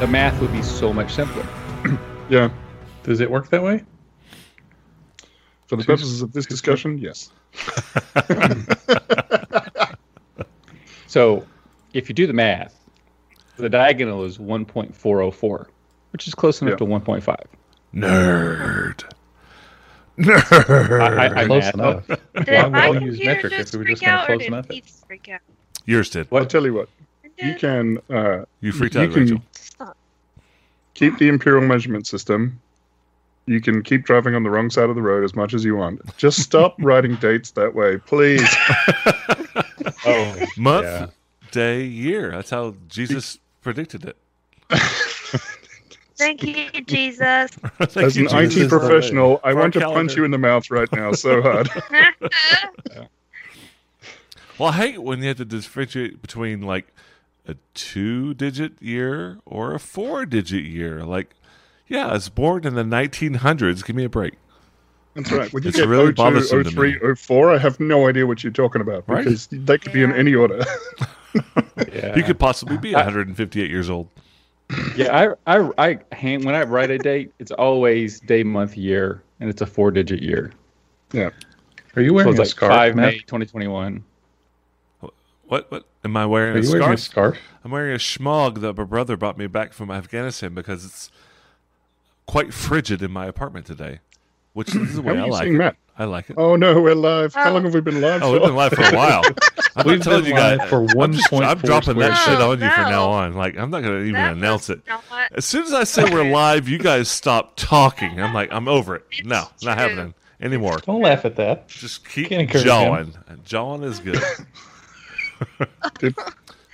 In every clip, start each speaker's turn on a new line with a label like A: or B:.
A: the math would be so much simpler.
B: Yeah. Does it work that way?
A: For the
B: Two-
A: purposes of this discussion, yes. so, if you do the math, the diagonal is 1.404, which is close enough
B: Yeah.
A: to 1.5.
C: Nerd. Nerd.
A: I, I, I
D: Close
A: math-
D: enough.
A: Why
E: Did
A: would
E: my
A: we use
E: computer
A: metric if
E: just
A: we were just
E: freak
A: gonna
E: out,
A: close
E: or did
A: enough it?
E: Keith freak out?
C: Yours did.
B: I'll tell you what. You
E: Did-
B: can uh,
C: You freaked
B: you
C: out,
B: can-
C: Rachel.
B: keep the imperial measurement system. You can keep driving on the wrong side of the road as much as you want. Just stop writing dates that way, please.
A: Oh,
C: Month,
D: Yeah.
C: day, year. That's how Jesus predicted it.
E: Thank you, Jesus.
C: Thank
B: As an
C: you,
B: IT
C: Jesus.
B: professional, I
C: For our
B: want to
C: calendar.
B: punch you in the mouth right now so hard.
C: Well, I hate when you have to differentiate between like a two digit year or a four digit year. Like, yeah, I was born in the 1900s. Give me a break.
B: That's right. When you
C: It's
B: get
C: really
B: 02,
C: bothersome to me.
B: 03, 04, I have no idea what you're talking about
C: Right.
B: because they could be in
E: Yeah.
B: any order.
A: yeah.
C: You could possibly be 158 years old.
A: yeah, I, I, I, hang- when I write a date, it's always day, month, year, and it's a four-digit year.
D: Are you
A: So
D: wearing
A: it's
D: a
A: like
D: scarf?
A: five
D: Matt?
A: May 2021.
C: What? What? Am I wearing
D: Are
C: a
D: you
C: scarf?
D: wearing a scarf?
C: I'm wearing a schmog that my brother brought me back from Afghanistan because it's quite frigid in my apartment today, which is the
B: How
C: way
B: are
C: I
B: you
C: like
B: seeing
C: it.
B: that?
C: I like it.
B: Oh no, we're live. How
E: Oh.
B: long have we been live
C: Oh,
B: for?
C: we've been live for a while. I'm
D: We've
C: not telling
D: been
C: you guys
D: live for
C: I'm, just-
D: 1.4
C: I'm dropping that
E: square
C: shit on you from
E: No,
C: now
E: no.
C: on. Like I'm not gonna even
E: Oh, That
C: announce
E: was
C: it.
E: not-
C: As soon as I say we're live, you guys stop talking. I'm like, I'm over it. No,
E: It's
C: not
E: true.
C: happening anymore.
D: Don't laugh at that.
C: Just keep
D: Can't encourage
C: jawing. Jawing is good.
B: Did-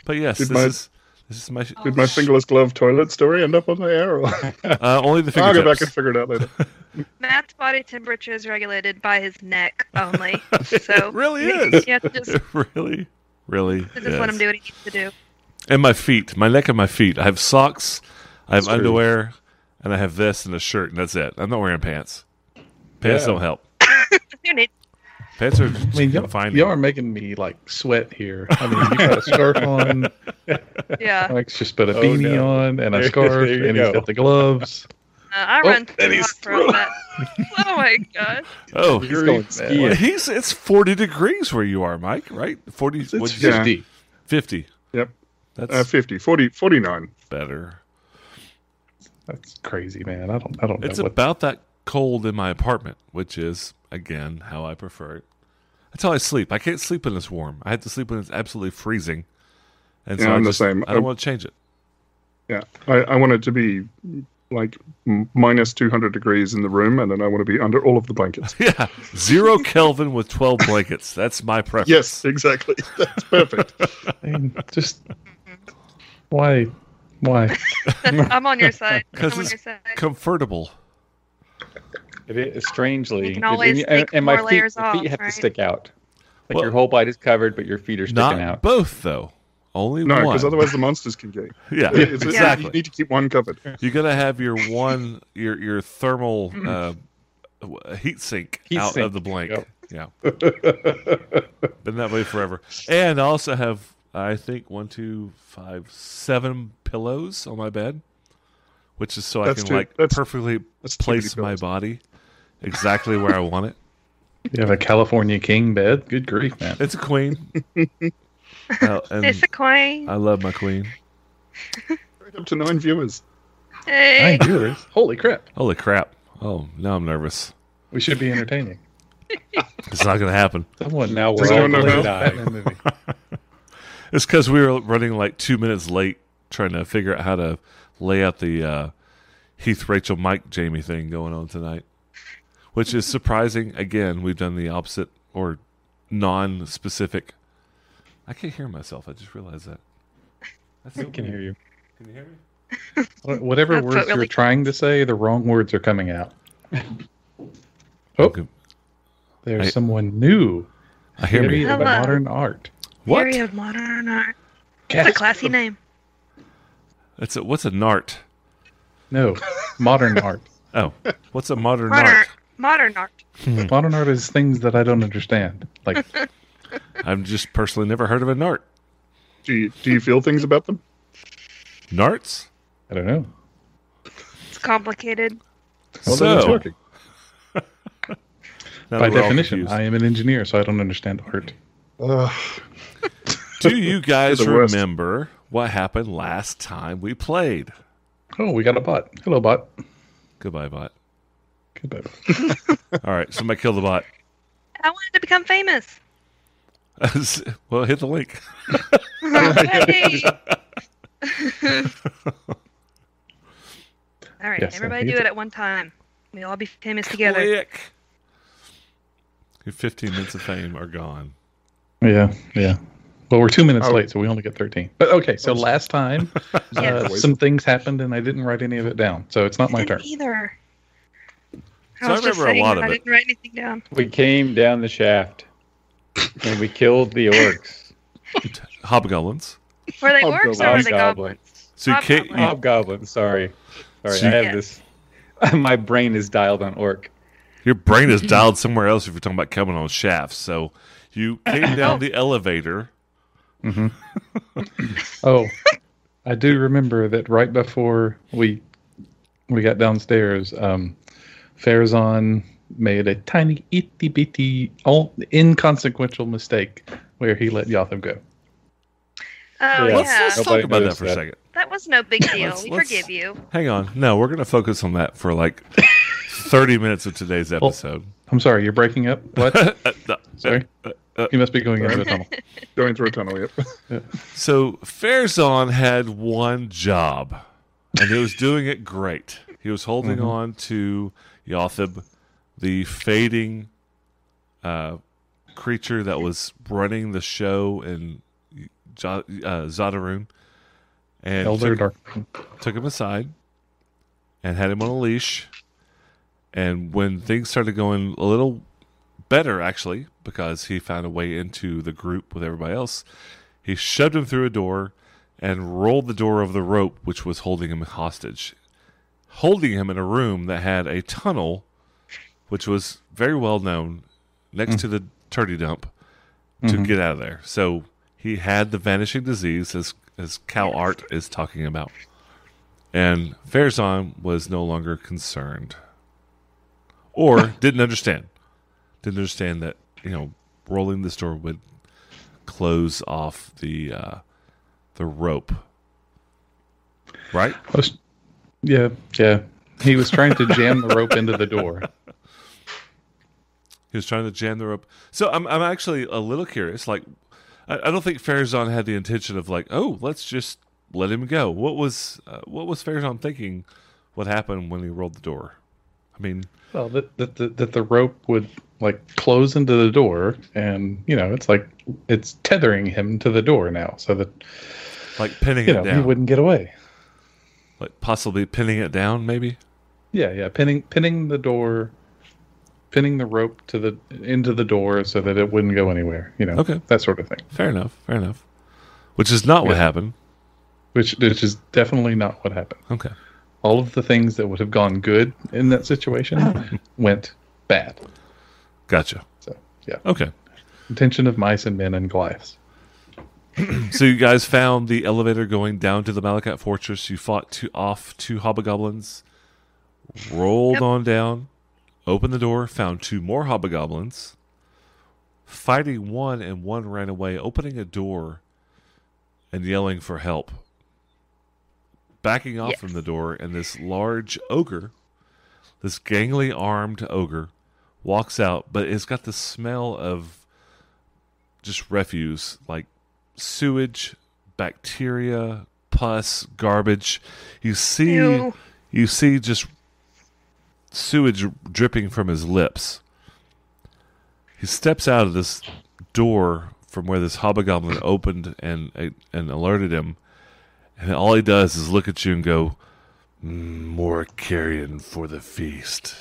C: but yes,
B: did
C: this
B: my-
C: is this is my sh-
B: Did my fingerless glove toilet story end up on the air? Or...
C: uh, only the
B: I'll go back
C: fingertips.
B: and figure it out later.
E: Matt's body temperature is regulated by his neck only. So
C: It really is.
E: You have to just,
C: It really, really.
E: just let him
C: is.
E: do what he needs to do.
C: And my feet, my neck and my feet. I have socks, I have
B: That's true.
C: underwear, and I have this and a shirt, and that's it. I'm not wearing pants. Pants
D: Yeah.
C: don't help.
E: You need-
C: Pants
D: I
C: are
D: mean, y'all,
C: confining.
D: y'all are making me like sweat here. I mean, you got a scarf on.
E: Yeah. Uh,
D: Mike's just put a
A: Oh,
D: beanie
A: no.
D: on and a
A: There-
D: scarf,
A: there you
D: and
A: go.
D: he's got the gloves.
E: uh, I
D: Oh,
E: run
B: and
E: through
B: he's
E: from that. Oh my god.
C: oh,
A: He's going
D: Yeah.
C: well,
A: skiing.
C: he's it's 40 degrees where you are, Mike. Right? 40. what'd you say?
B: yeah.
D: 50.
C: 50.
B: Yep.
C: That's
B: Uh, 50, 40, 49.
C: better.
D: That's crazy, man. I don't. I don't know
C: It's
D: what.
C: about that cold in my apartment, which is again how I prefer it. That's how I sleep. I can't sleep when it's warm. I have to sleep when it's absolutely freezing. And
B: Yeah,
C: I
B: I'm the same.
C: I don't
B: I-
C: want to change it.
B: Yeah. I, I want it to be like m- minus 200 degrees in the room, and then I want to be under all of the blankets.
C: Yeah, zero Kelvin with twelve blankets. That's my preference.
B: yes, exactly. That's perfect.
D: I mean, just why? Why?
E: That's, I'm on your side. I'm
C: 'Cause
E: on
C: it's
E: your side.
C: comfortable.
A: It is- strangely,
E: You can
A: it-
E: always
A: and, and,
E: take
A: and my
E: more
A: feet,
E: layers
A: the feet
E: off,
A: have to
E: right?
A: stick out. Like
C: Well-
A: your whole body's covered, but your feet are sticking
C: Not
A: out.
C: both though. Only
B: No,
C: one.
B: because otherwise the monsters can get you.
C: yeah,
B: It's- it's-
C: exactly.
B: You need to keep one covered.
C: You gotta have your one your your thermal
B: Mm-hmm.
C: uh, w- heat sink
A: Heat
C: out of
A: sink.
C: the blank.
A: Yep.
C: Yeah, been that way forever. And I also have I think one, two, five, seven pillows on my bed, which is so
B: That's
C: I can
B: too-
C: like
B: that's-
C: perfectly
B: that's too many
C: place my
B: pillows.
C: body exactly where I want it.
D: You have a California king bed. Good grief, man.
C: It's a queen. Uh,
E: It's
C: and
E: a coin.
C: I love my queen.
B: Right up to nine viewers.
E: Hey.
D: Nine viewers. Holy crap.
C: Holy crap! Oh, now I'm nervous.
D: We should be entertaining.
C: It's not gonna happen.
D: Someone
A: Now
B: Does
A: we're all
B: anyone
A: going
B: know
A: to
B: how?
A: die.
D: Batman movie.
C: It's because we were running like two minutes late trying to figure out how to lay out the uh, Heath, Rachel, Mike, Jamie thing going on tonight, which is surprising. Again, we've done the opposite or non specific. I can't hear myself. I just realized that. That's
A: I can hear you.
C: Can you hear me?
D: Wha- Whatever
E: That's what
D: words you're
E: really-
D: trying to say, the wrong words are coming out. Oh.
C: Okay.
D: There's
C: I-
D: someone new.
C: I hear
D: Theory
C: me.
D: of
E: Hello.
D: modern art.
C: What?
E: Theory of modern art. It's a
D: Gasp.
E: classy name.
C: That's a, what's a nart?
D: No, modern art.
C: Oh, what's a modern
E: Modern
C: nart?
E: modern art.
D: Modern art is things that I don't understand. Like,
C: I've just personally never heard of a nart.
B: Do you, do you feel things about them?
C: Narts?
D: I don't know.
E: It's complicated.
B: Well, then it's
C: so,
B: working.
C: now
D: By
C: that we're all
D: definition,
C: confused,
D: I am an engineer, so I don't understand art.
B: Ugh.
C: do you guys
B: You're the worst.
C: remember what happened last time we played?
D: Oh, we got a bot. Hello, bot.
C: Goodbye, bot.
D: Goodbye. bot.
C: All right, somebody kill the bot.
E: I wanted to become famous.
C: well, hit the link.
E: Hey! all right,
D: Yes, I
E: everybody
D: think
E: do
D: it's-
E: it at one time. We'll all be famous together.
C: Click. Your 15 minutes of fame are gone.
D: Yeah, yeah. Well, we're two minutes
B: Oh.
D: late, so we only get 13. But okay, so last time, uh,
E: Yes.
D: some things happened, and I didn't write any of it down, so it's not
E: I
D: my
E: didn't
D: turn.
E: either.
C: So I
E: was just
C: remember a
E: saying
C: lot
E: that
C: of
E: I
C: it.
E: didn't write anything down.
A: We came down the shaft and we killed the orcs.
C: Hobgoblins.
E: Were they
A: Oh,
B: I'll
E: orcs
B: go
E: or were
B: with
E: they
A: Hobgoblin.
E: goblins?
C: So you can't-
E: Hobgoblin.
A: Hobgoblin, sorry. Sorry,
C: So
A: I
C: you-
A: have
E: Yeah.
A: this. My brain is dialed on orc.
C: Your brain is dialed somewhere else if you're talking about coming on shafts. So you came down the elevator.
D: Oh, I do remember that right before we we got downstairs, um, Farazan made a tiny itty bitty, all inconsequential mistake where he let Yotham go.
E: Oh
A: Yeah.
E: yeah,
C: Let's, let's
A: Nobody
C: talk about that
A: noticed
C: for a
A: that.
C: second.
E: that was no big deal.
C: Let's-
E: we
C: let's-
E: forgive you.
C: Hang on. No, we're going to focus on that for like 30 minutes of today's episode.
D: I'm sorry, you're breaking up. What?
C: Uh, no.
D: sorry, you must be going into the tunnel.
B: Going through a tunnel, yep.
C: So Farazan had one job, and he was doing it great. He was holding on to Yothib, the fading uh, creature that was running the show in jo- uh, Zadaroon, and
D: Elder
C: took,
D: Dark.
C: took him aside and had him on a leash. And when things started going a little better, actually, because he found a way into the group with everybody else, he shoved him through a door and rolled the door of the rope which was holding him hostage, holding him in a room that had a tunnel, which was very well known, next to the turdy dump to get out of there. So he had the vanishing disease, as, as Cal Art is talking about. And Farazan was no longer concerned or didn't understand. Didn't understand that, you know, rolling this door would close off the uh, the rope. Right?
D: Most- yeah, yeah. He was trying to jam the rope into the door.
C: He was trying to jam the rope. So I'm I'm actually a little curious. Like, I, I don't think Farazan had the intention of like, oh, let's just let him go. What was uh, what was Farazan thinking? What happened when he rolled the door? I mean,
D: Well, that that the, that the rope would like close into the door, and you know, it's like it's tethering him to the door now, so that
C: like pinning
D: you
C: it
D: know he
C: down,
D: wouldn't get away.
C: like possibly pinning it down, maybe.
D: Yeah, yeah, pinning pinning the door, pinning the rope to the into the door so that it wouldn't go anywhere. You know,
C: Okay.
D: that sort of thing.
C: Fair enough. Fair enough. Which is not what
D: Yeah.
C: happened.
D: Which which is definitely not what happened.
C: Okay.
D: All of the things that would have gone good in that situation went bad.
C: Gotcha.
D: So yeah,
C: Okay.
D: intention of mice and men and Goliaths.
C: so you guys found the elevator going down to the Malakat Fortress. You fought two off two hobgoblins, rolled
E: Yep.
C: on down, opened the door, found two more hobgoblins, fighting one, and one ran away, opening a door and yelling for help. Backing off
E: Yes.
C: from the door, and this large ogre, this gangly armed ogre, walks out, but it's got the smell of just refuse, like sewage, bacteria, pus, garbage. You see
E: Ew.
C: you see just sewage dripping from his lips. He steps out of this door from where this hobgoblin opened and and alerted him, and all he does is look at you and go, "Mm, "More carrion for the feast."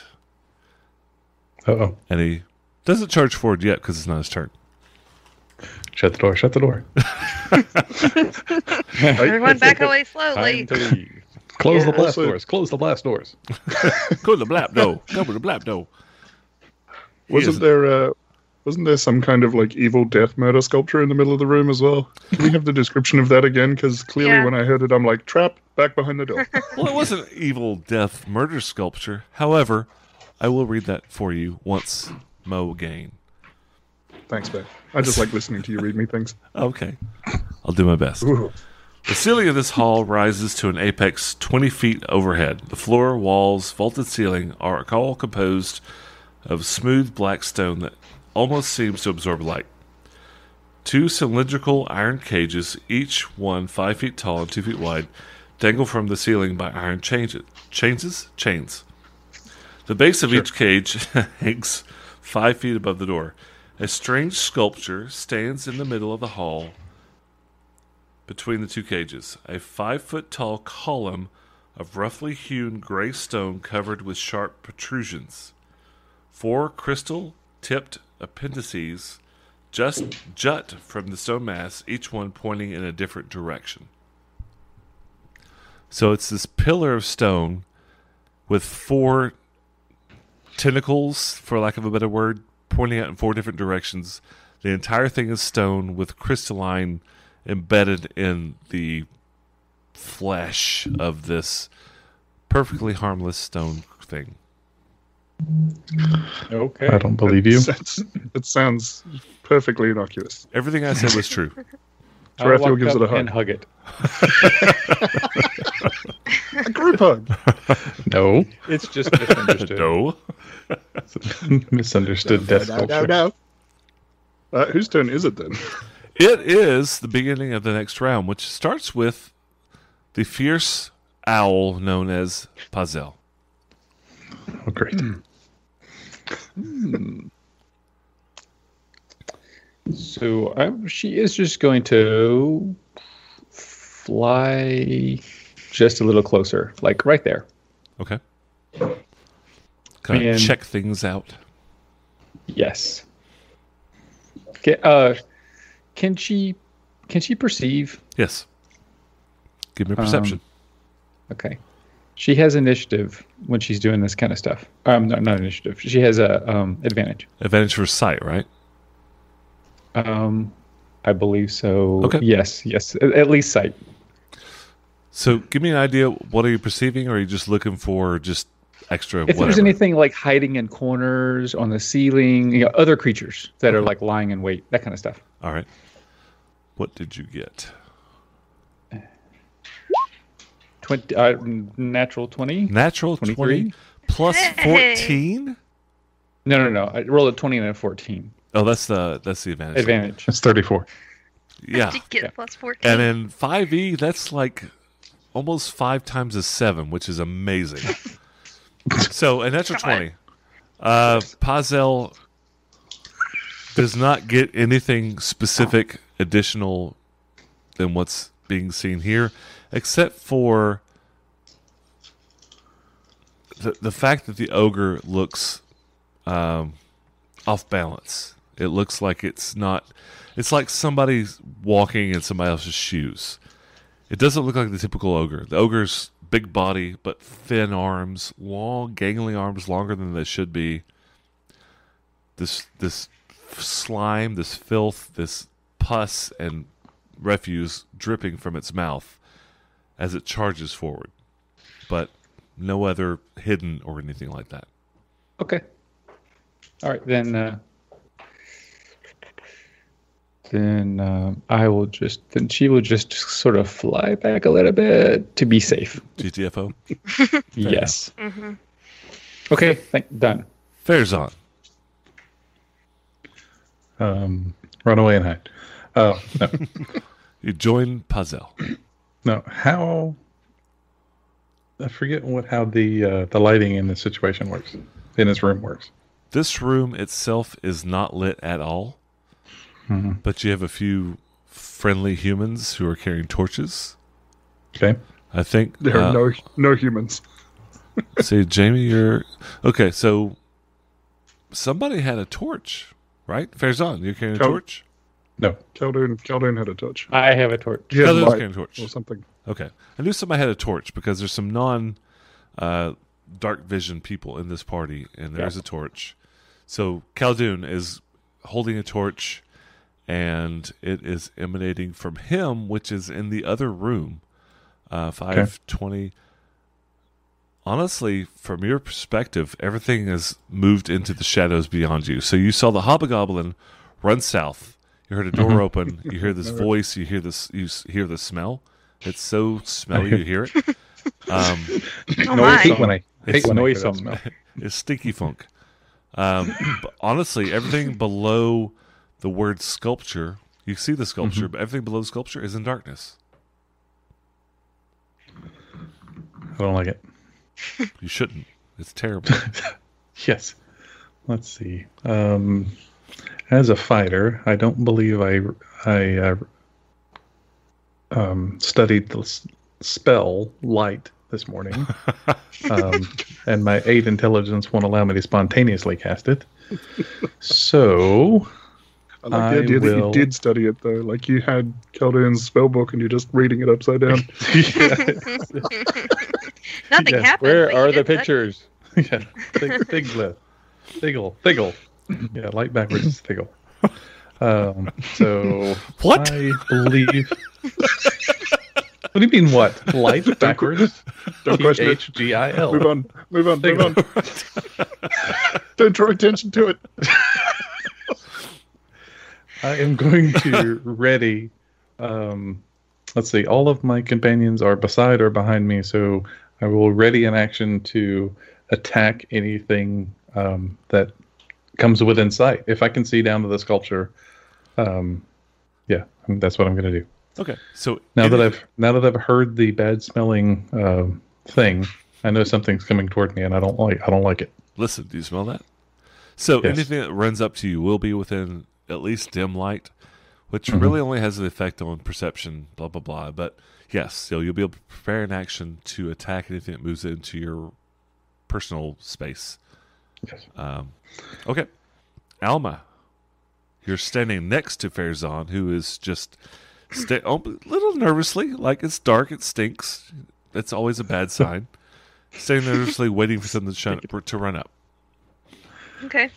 D: Uh oh.
C: And he doesn't charge forward yet because it's not his turn.
D: Shut the door, shut the door.
E: Everyone back away
A: Time
E: slowly.
A: to leave.
D: Close the
E: Yeah.
D: blast
B: Also-
D: doors. Close the blast doors.
C: Go to the blap, no. Go to the blap, no.
B: Wasn't
C: is-
B: there uh Wasn't there some kind of like evil death murder sculpture in the middle of the room as well? Can we have the description of that again? Because clearly,
E: Yeah.
B: when I heard it, I'm like, trap back behind the door.
C: Well, it was an evil death murder sculpture. However, I will read that for you once Mo gain.
B: Thanks, babe. I just like listening to you read me things.
C: Okay. I'll do my best.
B: Ooh.
C: The ceiling of this hall rises to an apex 20 feet overhead. The floor, walls, vaulted ceiling are all composed of smooth black stone that almost seems to absorb light. Two cylindrical iron cages, each one five feet tall and two feet wide, dangle from the ceiling by iron chains. Chains? Chains. The base of each cage hangs five feet above the door. A strange sculpture stands in the middle of the hall between the two cages. A five foot tall column of roughly hewn gray stone covered with sharp protrusions. Four crystal tipped appendices just jut from the stone mass, each one pointing in a different direction. So it's this pillar of stone with four tentacles, for lack of a better word, pointing out in four different directions. The entire thing is stone with crystalline embedded in the flesh of this perfectly harmless stone thing.
A: Okay.
D: I don't believe you.
B: That's- It sounds perfectly innocuous.
C: Everything I said was true.
A: I'll
B: Tarathiel
A: walk
B: gives
A: up
B: it a hug.
A: And hug it.
B: A group hug.
D: No,
A: It's just misunderstood.
C: no.
D: misunderstood death culture.
B: Uh, whose turn is it then?
C: It is the beginning of the next round, which starts with the fierce owl known as Pazel.
D: Oh, great.
A: So I, she is just going to fly just a little closer, like right there.
C: Okay. Kind
A: Man.
C: of check things out.
A: Yes. Okay. Uh, can she? Can she perceive?
C: Yes. Give me a perception.
A: Okay. She has initiative when she's doing this kind of stuff. Um, not, not initiative. She has a um, advantage.
C: Advantage for sight, right?
A: Um, I believe so.
C: Okay.
A: Yes. Yes. At, at least sight.
C: So give me an idea. What are you perceiving? Or are you just looking for just extra
A: If there's
C: whatever?
A: anything like hiding in corners, on the ceiling, you know, other creatures that are like lying in wait, that kind of stuff.
C: All right. What did you get?
A: Twenty uh, natural twenty.
C: Natural
A: 23?
C: 20 plus
E: Hey!
C: 14?
A: No, no, no. I rolled a twenty and a fourteen.
C: Oh, that's the that's the advantage.
A: Advantage.
D: That's 34.
C: Yeah.
E: To get
A: Yeah.
E: plus 14.
C: And in 5e, that's like almost five times a seven, which is amazing. so a natural
E: God.
C: 20. Uh, Pazel does not get anything specific additional than what's being seen here, except for the, the fact that the ogre looks um, off balance. It looks like it's not. It's like somebody's walking in somebody else's shoes. It doesn't look like the typical ogre. The ogre's big body, but thin arms, long, gangly arms, longer than they should be. This this slime, this filth, this pus and refuse dripping from its mouth as it charges forward, but no other hidden or anything like that.
A: Okay. All right, then. Uh, then um, I will just. Then she will just sort of fly back a little bit to be safe.
C: GTFO.
A: yes.
E: Mhm.
A: Okay. Thank, done.
C: Fares on.
D: Um, run away and hide. Oh, no.
C: You join Puzzle.
D: No, how I forget what how the uh, the lighting in this situation works in this room works.
C: This room itself is not lit at all,
B: Mm-hmm.
D: Mhm.
C: but you have a few friendly humans who are carrying torches.
D: Okay,
C: I think.
B: There are
C: uh,
B: no no humans.
C: See, Jamie, you're okay. So somebody had a torch, right? Fares on. You're carrying a
B: Cal-
C: torch.
D: no,
B: Caldoon Caldoon had a touch.
A: I have a torch.
B: He had
C: Caldoon's
B: light
C: carrying a torch.
B: or something.
C: Okay, I knew somebody had a torch because there's some non uh, dark vision people in this party, and there's a torch. So Caldoun is holding a torch, and it is emanating from him, which is in the other room. Uh, Five twenty. Honestly, from your perspective, everything has moved into the shadows beyond you. So you saw the hobgoblin run south. You heard a door open. You hear this voice. You hear this. You s- hear the smell. It's so smelly. You hear it. Um,
E: Oh
D: I hate
E: my.
D: when I hate
C: It's
D: when I hear
A: noisome.
D: that smell.
C: It's stinky funk. Um, but honestly, everything below the word sculpture, you see the sculpture, but everything below the sculpture is in darkness.
D: I don't like it.
C: You shouldn't. It's terrible.
D: Yes. Let's see. Um, as a fighter, I don't believe I I uh, um, studied the s- spell light this morning, um, and my eight intelligence won't allow me to spontaneously cast it. So
B: I like the
D: I
B: idea that
D: will-
B: you did study it though. Like you had Keldon's spellbook and you're just reading it upside down.
E: Nothing
D: Yes,
E: happened.
A: Where
E: but you
A: are the
E: did that.
A: pictures?
D: yeah, thig, thiglet, thiggle, thiggle. Yeah, light backwards is thiggle. Um, so
C: What?
D: I believe. what do you mean? What light backwards?
B: Don't question it.
D: H G I
B: Move
D: L.
B: on. Move on. Move on.
D: Thiggle.
B: Don't draw attention to it.
D: I am going to ready. Um, let's see. All of my companions are beside or behind me, so I will ready an action to attack anything um, that comes within sight. If I can see down to the sculpture, um, yeah, that's what I'm going to do.
C: Okay. So
D: Now that
C: any-
D: I've now that I've heard the bad smelling um, thing, I know something's coming toward me, and I don't like I don't like it.
C: listen, do you smell that? So
D: Yes.
C: anything that runs up to you will be within at least dim light, which
D: Mhm.
C: really only has an effect on perception. Blah blah blah. But yes, so you'll be able to prepare an action to attack anything that moves into your personal space.
D: Yes.
C: Um, okay. Alma, you're standing next to Farazan, who is just sta- a little nervously, like it's dark, it stinks. That's always a bad sign. Standing nervously, waiting for something to, shun- to run up.
E: Okay.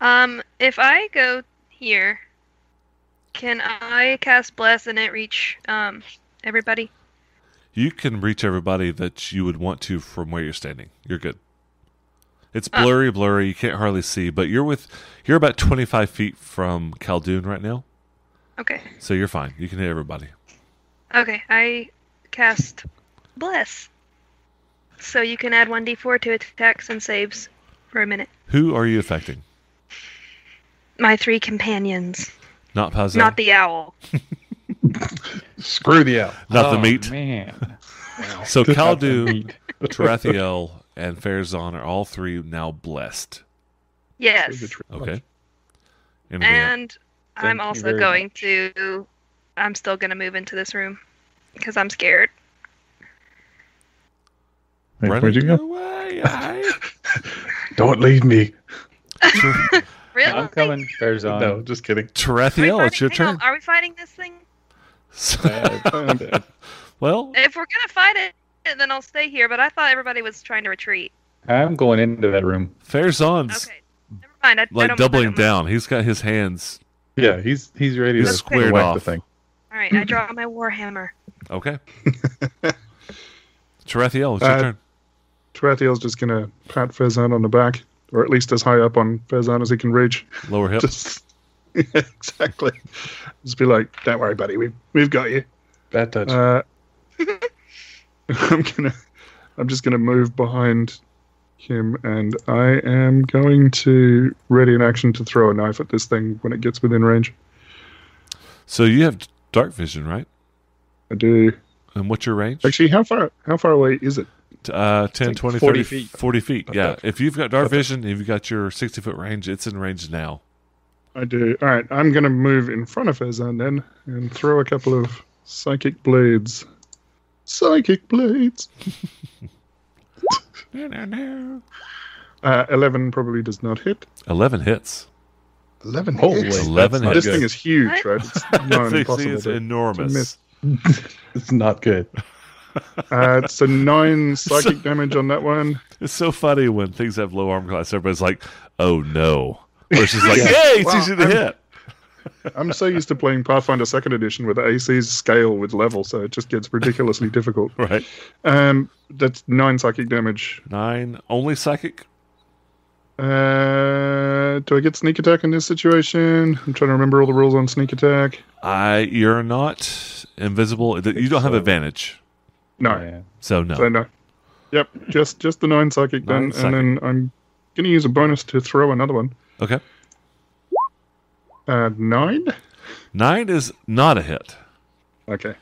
E: Um, if I go here, can I cast bless and it reach um everybody?
C: You can reach everybody that you would want to from where you're standing. You're good. It's
E: Ah.
C: blurry, blurry. You can't hardly see, but you're with you're about 25 feet from Khaldun right now,
E: Okay.
C: so you're fine. You can hit everybody.
E: Okay. I cast bless. So you can add 1d4 to attacks and saves for a minute.
C: Who are you affecting?
E: My three companions,
C: Not Pazzo.
E: not the owl.
D: Screw the out.
C: not the
A: Oh,
C: meat.
A: Man.
C: So
D: Not the
C: Khaldun, Tarathiel, and Farazan are all three now blessed.
E: Yes.
C: Okay. Anything else?
E: And I'm
A: Thank you
E: also
A: very
E: going to. I'm still going to move into this room because I'm scared.
D: Wait,
C: Running
D: where'd you go?
C: your way, aye.
D: Don't leave me.
C: Tar-
E: Really?
A: I'm coming. Bears on.
D: No, just kidding.
E: Are we
C: Tarathiel, it's
E: fighting-
C: your
E: hang
C: turn.
E: on, Are we fighting this thing?
C: well,
E: If we're gonna fight it, then I'll stay here. But I thought everybody was trying to retreat.
A: I'm going into that room.
C: Farazan's
E: Okay, never mind. I, I
C: like
E: don't- I
C: doubling
E: don't-
C: down. He's got his hands
D: Yeah, he's he's ready
C: He's
D: to
C: squared
D: whack
C: off.
D: the thing.
E: All right, I draw my warhammer.
C: Okay. Tarathiel, it's your
B: Uh,
C: turn.
B: Tarathiel's just gonna pat Fezan on the back, or at least as high up on Fezan as he can reach.
C: Lower hip.
B: Just exactly. Just be like, don't worry, buddy. We've we've got you.
D: Bad touch.
B: Uh, I'm gonna. I'm just gonna move behind him, and I am going to ready an action to throw a knife at this thing when it gets within range.
C: So you have dark vision, right?
B: I do.
C: And what's your range?
B: Actually, how far how far away is it?
C: uh, 10,
A: like
C: 20, 40
A: 40
C: feet.
A: feet.
C: 40 feet, yeah.
D: Okay.
C: If you've got dark vision, if you've got your 60 foot range, it's in range now.
B: I do. All right, I'm gonna move in front of Fezan then and throw a couple of psychic blades. Psychic blades.
C: Eleven
B: Uh, Eleven probably does not hit.
C: hits.
B: Eleven
D: Holy.
B: hits.
C: Eleven
D: not
B: This
C: hits.
D: good.
B: thing is huge,
E: What?
B: right? It's not
C: This thing
B: impossible.
C: is
B: to-
C: enormous.
B: miss.
D: it's not good.
B: Uh, so nine psychic damage on that one.
C: It's so funny when things have low arm class. Everybody's like, "Oh no, Where she's like,
B: Yeah.
C: "Hey, it's
B: Wow,
C: easy to
B: I'm-
C: hit."
B: I'm so used to playing Pathfinder Second Edition with ACs scale with level, so it just gets ridiculously difficult.
C: Right.
B: Um, that's nine psychic damage.
C: Nine. Only psychic.
B: Uh, do I get sneak attack in this situation? I'm trying to remember all the rules on sneak attack.
C: I. You're not invisible. You don't have
D: so.
C: advantage.
B: No,
D: Yeah.
C: So no.
B: so no. Yep, just just the nine psychic then,
C: Nine
B: and
C: psychic.
B: then I'm gonna use a bonus to throw another one.
C: Okay.
B: Uh, nine.
C: Nine is not a hit.
B: Okay,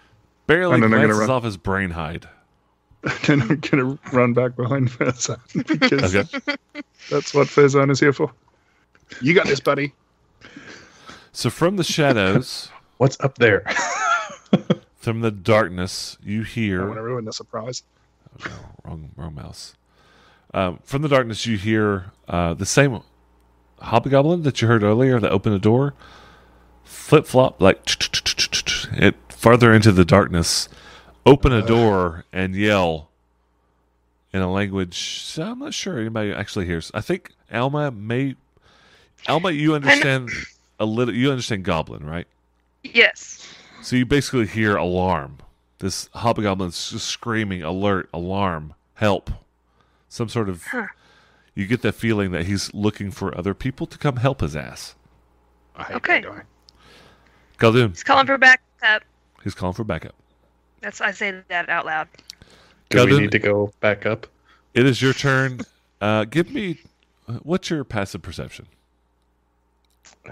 C: Barely
B: And then I'm gonna
C: glances
B: run.
C: off his brain hide.
B: then I'm gonna run back behind Fezan because
C: Okay.
B: that's what Fezan is here for. You got this, buddy.
C: so from the shadows,
D: What's up there?
C: from the darkness, you
B: I
C: hear.
B: want to ruin the surprise.
C: wrong wrong mouse. Um, from the darkness, you hear uh, the same hobgoblin that you heard earlier that opened the door. Flip flop, like it farther into the darkness. Open a door and yell in a language. I'm not sure anybody actually hears. I think Alma may. Alma, you understand a little. You understand goblin, right?
E: Yes.
C: So you basically hear alarm. This hobgoblin's just screaming, alert, alarm, help. Some sort of.
E: Huh.
C: You get the feeling that he's looking for other people to come help his ass.
B: I hate
E: Okay.
B: that guy.
C: Galdoon,
E: He's calling for backup.
C: he's calling for backup.
E: That's I say that out loud.
D: Do we
C: Galdoon,
D: need to go back up?
C: it is your turn. Uh, give me. What's your passive perception?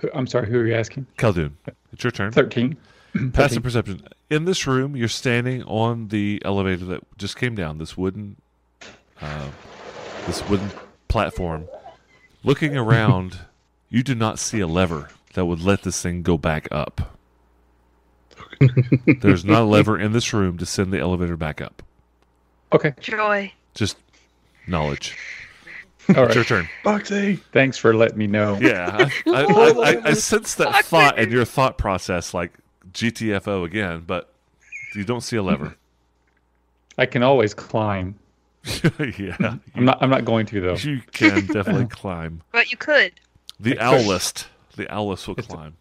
A: Who- I'm sorry, who are you asking?
C: Caldoon, it's your turn.
A: 13.
C: Passive perception. In this room, you're standing on the elevator that just came down. This wooden, uh, this wooden platform. Looking around, you do not see a lever that would let this thing go back up. There's not a lever in this room to send the elevator back up.
A: Okay.
E: Joy.
C: Just knowledge.
A: All
C: It's your
A: right.
C: turn.
D: Boxy.
A: Thanks for letting me know.
C: Yeah, I, I, I, I, I sense that
E: Fuck.
C: thought in your thought process, like GTFO again, but you don't see a lever.
A: I can always climb.
C: yeah,
A: I'm not I'm not going to though.
C: You can definitely climb.
E: But you could.
C: The
A: I push.
C: owlist. The owlist will climb.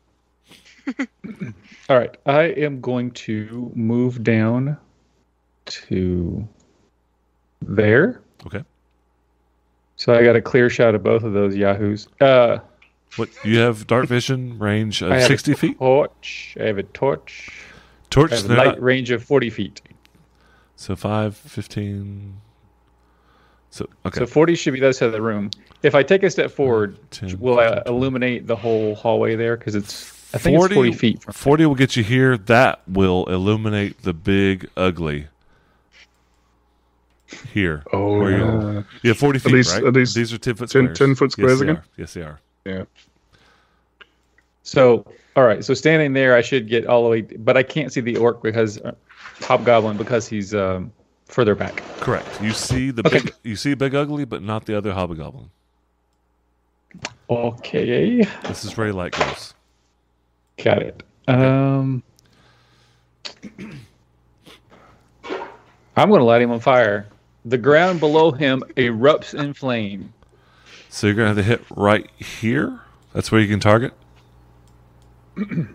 A: All right. I am going to move down to there.
C: Okay.
A: So I got a clear shot of both of those yahoos. Uh
C: What you have dark vision range
A: I
C: of
A: have
C: sixty feet.
A: torch. I have a torch.
C: Torch
A: I have a
C: they're
A: light
C: not-
A: range of 40 feet.
C: so five, fifteen. So okay.
A: So 40 should be the other side of the room. If I take a step forward,
C: 10,
A: will I
C: 15,
A: illuminate the whole hallway there? Because it's, uh, I think it's 40 feet. From,
C: Forty will get you here. That will illuminate the big ugly. Here.
D: Oh,
C: Where you-
D: no.
B: Uh,
C: Yeah, forty feet,
B: least-
C: right?
B: at least
C: These are ten foot
B: 10
C: squares.
B: 10 foot
C: yes,
B: squares
C: they
B: again?
C: are. Yes, they are.
A: so, all right. So standing there, I should get all the way, but I can't see the orc because uh, hobgoblin because he's um, further back.
C: Correct. You see the
A: Okay.
C: big, you see big ugly, but not the other hobgoblin.
A: Okay,
C: This is where light goes.
A: got it. Um, I'm going to light him on fire. The ground below him erupts in flame.
C: So you're gonna have to hit right here. That's where you can target.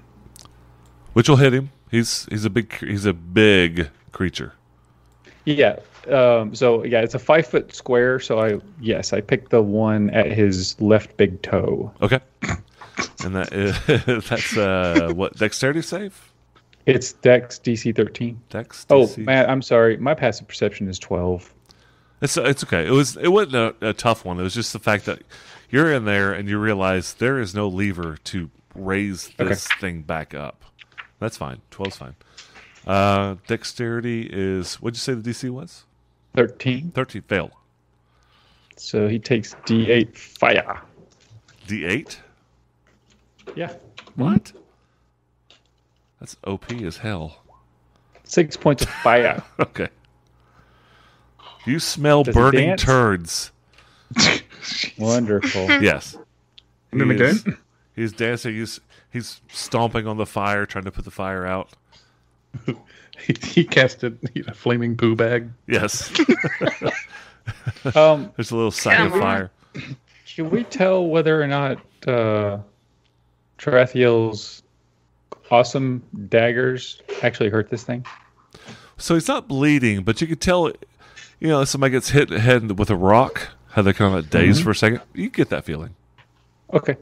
C: Which will hit him. He's he's a big cr- he's a big creature.
A: Yeah. Um, so yeah, it's a five foot square. So I yes, I picked the one at his left big toe.
C: Okay. And that is that's uh what dexterity save?
A: It's Dex DC thirteen.
C: Dex.
A: Oh,
C: DC.
A: Matt, I'm sorry. My passive perception is twelve.
C: It's it's okay. It was it wasn't a, a tough one. It was just the fact that you're in there and you realize there is no lever to raise
A: Okay.
C: this thing back up. That's fine. 12's fine. Uh, dexterity is what'd you say the DC was?
A: Thirteen.
C: 13 fail.
A: So he takes D eight fire.
C: D8?
A: Yeah.
C: What? That's OP as hell.
A: Six points of fire.
C: Okay. You smell
A: Does it
C: burning
A: dance?
C: turds.
A: Wonderful.
C: Yes.
B: And then
C: He is-
B: again?
C: He's dancing. He's he's stomping on the fire, trying to put the fire out.
D: He, he casted he had a flaming poo bag.
C: Yes.
A: Um,
C: There's a little sight of
E: Come on.
C: fire.
A: Can Um, we tell whether or not uh, Tarathiel's awesome daggers actually hurt this thing?
C: So he's not bleeding, but you could tell, you know, somebody gets hit in the head with a rock, how they kind of like
E: Mm-hmm.
C: dazed for a second. You get that feeling.
A: Okay.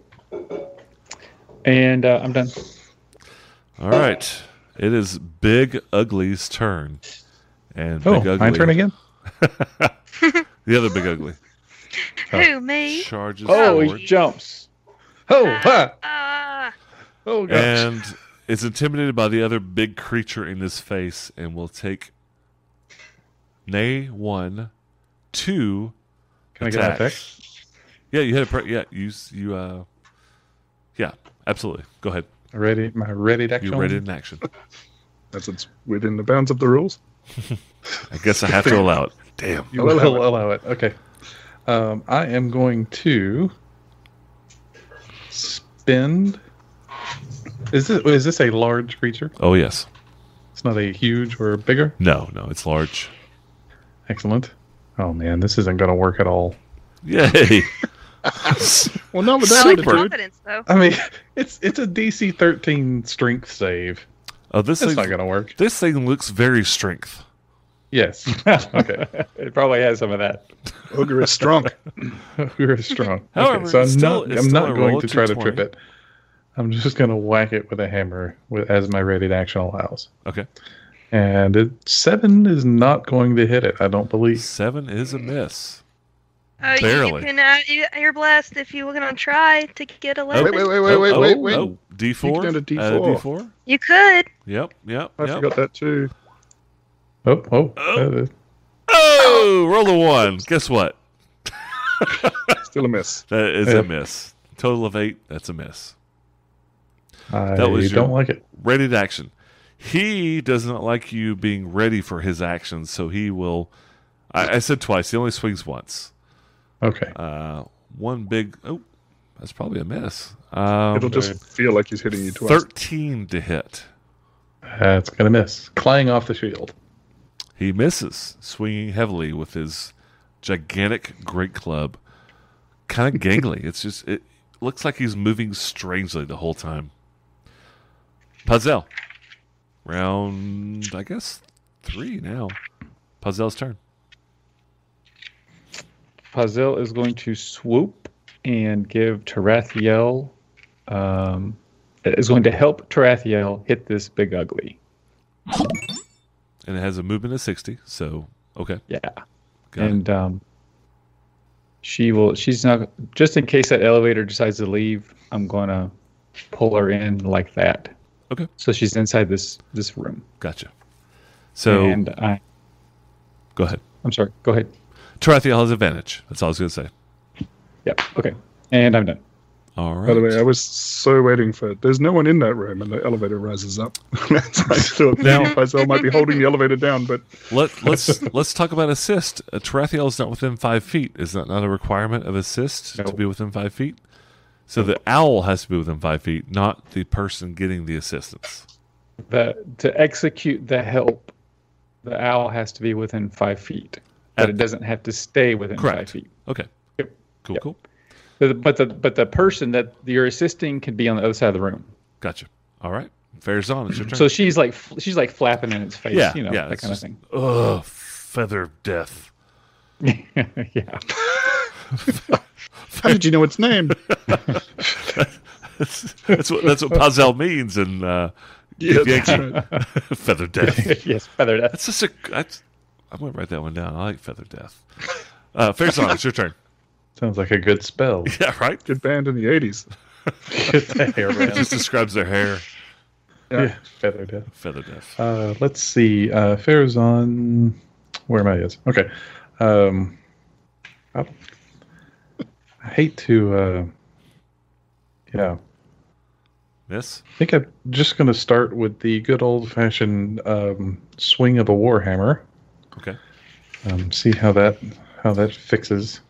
A: And uh, I'm done.
C: All right. It is Big Ugly's turn. And Big
D: Oh,
C: Ugly,
D: my turn again.
C: the other Big Ugly,
E: Who me?
C: charges
A: Oh,
C: forward.
A: he jumps.
D: Oh,
E: Ah, ah.
D: oh gosh.
C: and is intimidated by the other big creature in his face and will take nay one two
D: Can I get an effect?
C: attacks. yeah you had a pre- yeah you s- you uh yeah absolutely go ahead
D: Ready? My ready action.
C: you read it in action
B: As it's within the bounds of the rules.
C: i guess i have to allow it damn
D: You
B: I will
D: will
B: have it.
D: allow it. Okay. Um, I am going to spend. Is this is this a large creature?
C: oh yes
D: It's not a huge or bigger.
C: no no it's large
D: Excellent. Oh man, this isn't going to work at all.
C: yay
B: Well, not with
E: I
B: that
E: like the
B: attitude.
E: confidence though.
D: I mean, it's it's a DC 13 strength save.
C: oh this
D: That's
C: thing
D: not going to work.
C: this thing looks very strength
D: Yes. Okay.
A: it probably has some of that.
B: Ogre is strong.
D: We're strong.
C: However,
D: okay, so I'm
C: it's still-
D: not.
C: it's
D: I'm
C: still a
D: not
C: roll
D: going to
C: of
D: try to
C: 220.
D: trip it. I'm just going to whack it with a hammer with, as my rated action allows.
C: okay
D: And it, seven is not going to hit it. I don't believe.
C: seven is a miss
E: Uh, You,
C: barely.
E: you can uh, you, you're blessed if you were gonna try to get eleven.
B: Wait, wait, wait, wait, wait,
C: Oh,
B: wait,
C: oh,
B: wait.
C: oh, d4
B: Add a D4.
C: Add a d4
E: You could.
C: Uh, Yep, yep,
B: I
C: yep.
B: forgot that too.
D: Oh, oh,
C: Oh.
D: uh,
C: Oh, roll a one. Guess what?
B: Still a miss.
C: That is
D: Yeah.
C: a miss. Total of eight. That's a miss.
D: I
C: That was your-
D: don't like it.
C: Ready to action. He does not like you being ready for his actions, so he will. I, I said twice. He only swings once.
D: Okay.
C: Uh, one big. Oh, that's probably a miss. Um,
B: It'll just feel like he's hitting you twice.
C: thirteen to hit.
D: That's gonna miss. Clang off the shield.
C: He misses, swinging heavily with his gigantic great club. Kind of gangly. it's just it looks like he's moving strangely the whole time. Puzzle. Round I guess three now. Puzzle's turn.
A: Pazil is going to swoop and give Tarathiel. Um, is going to help Tarathiel hit this big ugly.
C: And it has a movement of sixty, so okay.
A: Yeah.
C: Got it.
A: and um, she will. She's not. Just in case that elevator decides to leave, I'm gonna pull her in like that.
C: Okay.
A: So she's inside this this room.
C: Gotcha. So
A: and I,
C: go ahead.
A: I'm sorry. Go ahead.
C: Tarathiel has advantage. That's all I was gonna say.
A: Yep. Okay. And I'm done.
C: All right.
B: By the way, I was so waiting for. There's no one in that room, and the elevator rises up. That's I thought maybe Faisal might be holding the elevator down, but
C: Let, let's let's talk about assist. A Tarathiel is not within five feet. Is that not a requirement of assist
A: No.
C: to be within five feet? So the owl has to be within five feet, not the person getting the assistance.
A: The to execute the help, the owl has to be within five feet, but it doesn't have to stay within five
C: Correct.
A: feet.
C: Okay.
A: Yep.
C: Cool.
A: Yep.
C: Cool.
A: But the, but the but the person that you're assisting can be on the other side of the room.
C: Gotcha. All right. Fair's on. It's your turn.
A: So she's like fl- she's like flapping in its face.
C: yeah,
A: You know
C: yeah,
A: that
C: it's
A: kind
C: just-
A: of thing.
C: Ugh, feather of death.
A: yeah.
B: how did you know its name?
C: that's, that's what that's what puzzle means in uh,
B: Yeah, that's
C: Yankee. feather death.
A: yes, feather death.
C: That's just a. That's, I'm gonna write that one down. I like feather death. Uh, Fair's on. It's your turn.
D: Sounds like a good spell.
C: Yeah. Right.
B: Good band in the '80s.
D: Get the hair
C: It
D: around.
C: just uh, describes their hair.
D: yeah. Feather death.
C: Feather death.
D: Uh, let's see. Uh, Farazan, where am I? Yes. Okay. Um, I, I hate to. Uh, yeah,
C: Miss?
D: I think I'm just going to start with the good old fashioned um, swing of a warhammer.
C: Okay.
D: Um, see how that how that fixes.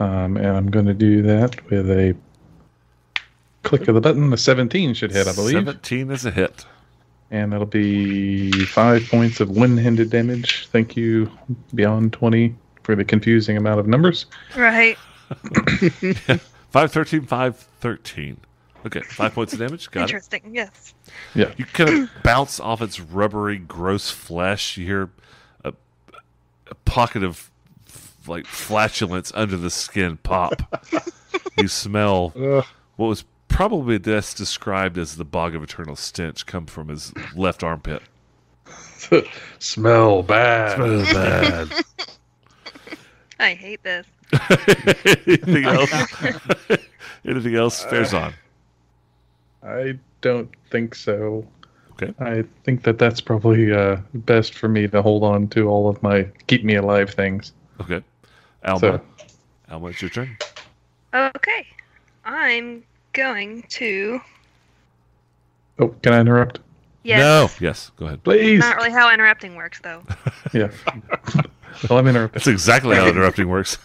D: Um, and I'm going to do that with a click of the button. The 17 should hit, I believe.
C: 17 is a hit.
D: And that'll be five points of one handed damage. Thank you, Beyond 20, for the confusing amount of numbers.
E: Right.
C: 513, 513. Okay, five points of damage. Got it.
E: Interesting. Yes.
C: You kind of bounce off its rubbery, gross flesh. You hear a, a pocket of like flatulence under the skin pop. you smell
B: Ugh.
C: what was probably best described as the bog of eternal stench come from his left armpit.
D: Smell bad.
C: bad.
E: I hate this.
C: Anything else? Anything else? Fares on.
D: I don't think so.
C: Okay.
D: I think that that's probably uh, best for me to hold on to all of my keep me alive things.
C: Okay. Alma.
D: So-
C: Alma, it's your turn.
E: Okay. I'm going to.
D: Oh, can I interrupt?
E: Yes.
C: Yes, go ahead.
D: Please.
E: Not really how interrupting works, though.
D: Yeah. well, I'm interrupted.
C: That's exactly how interrupting works.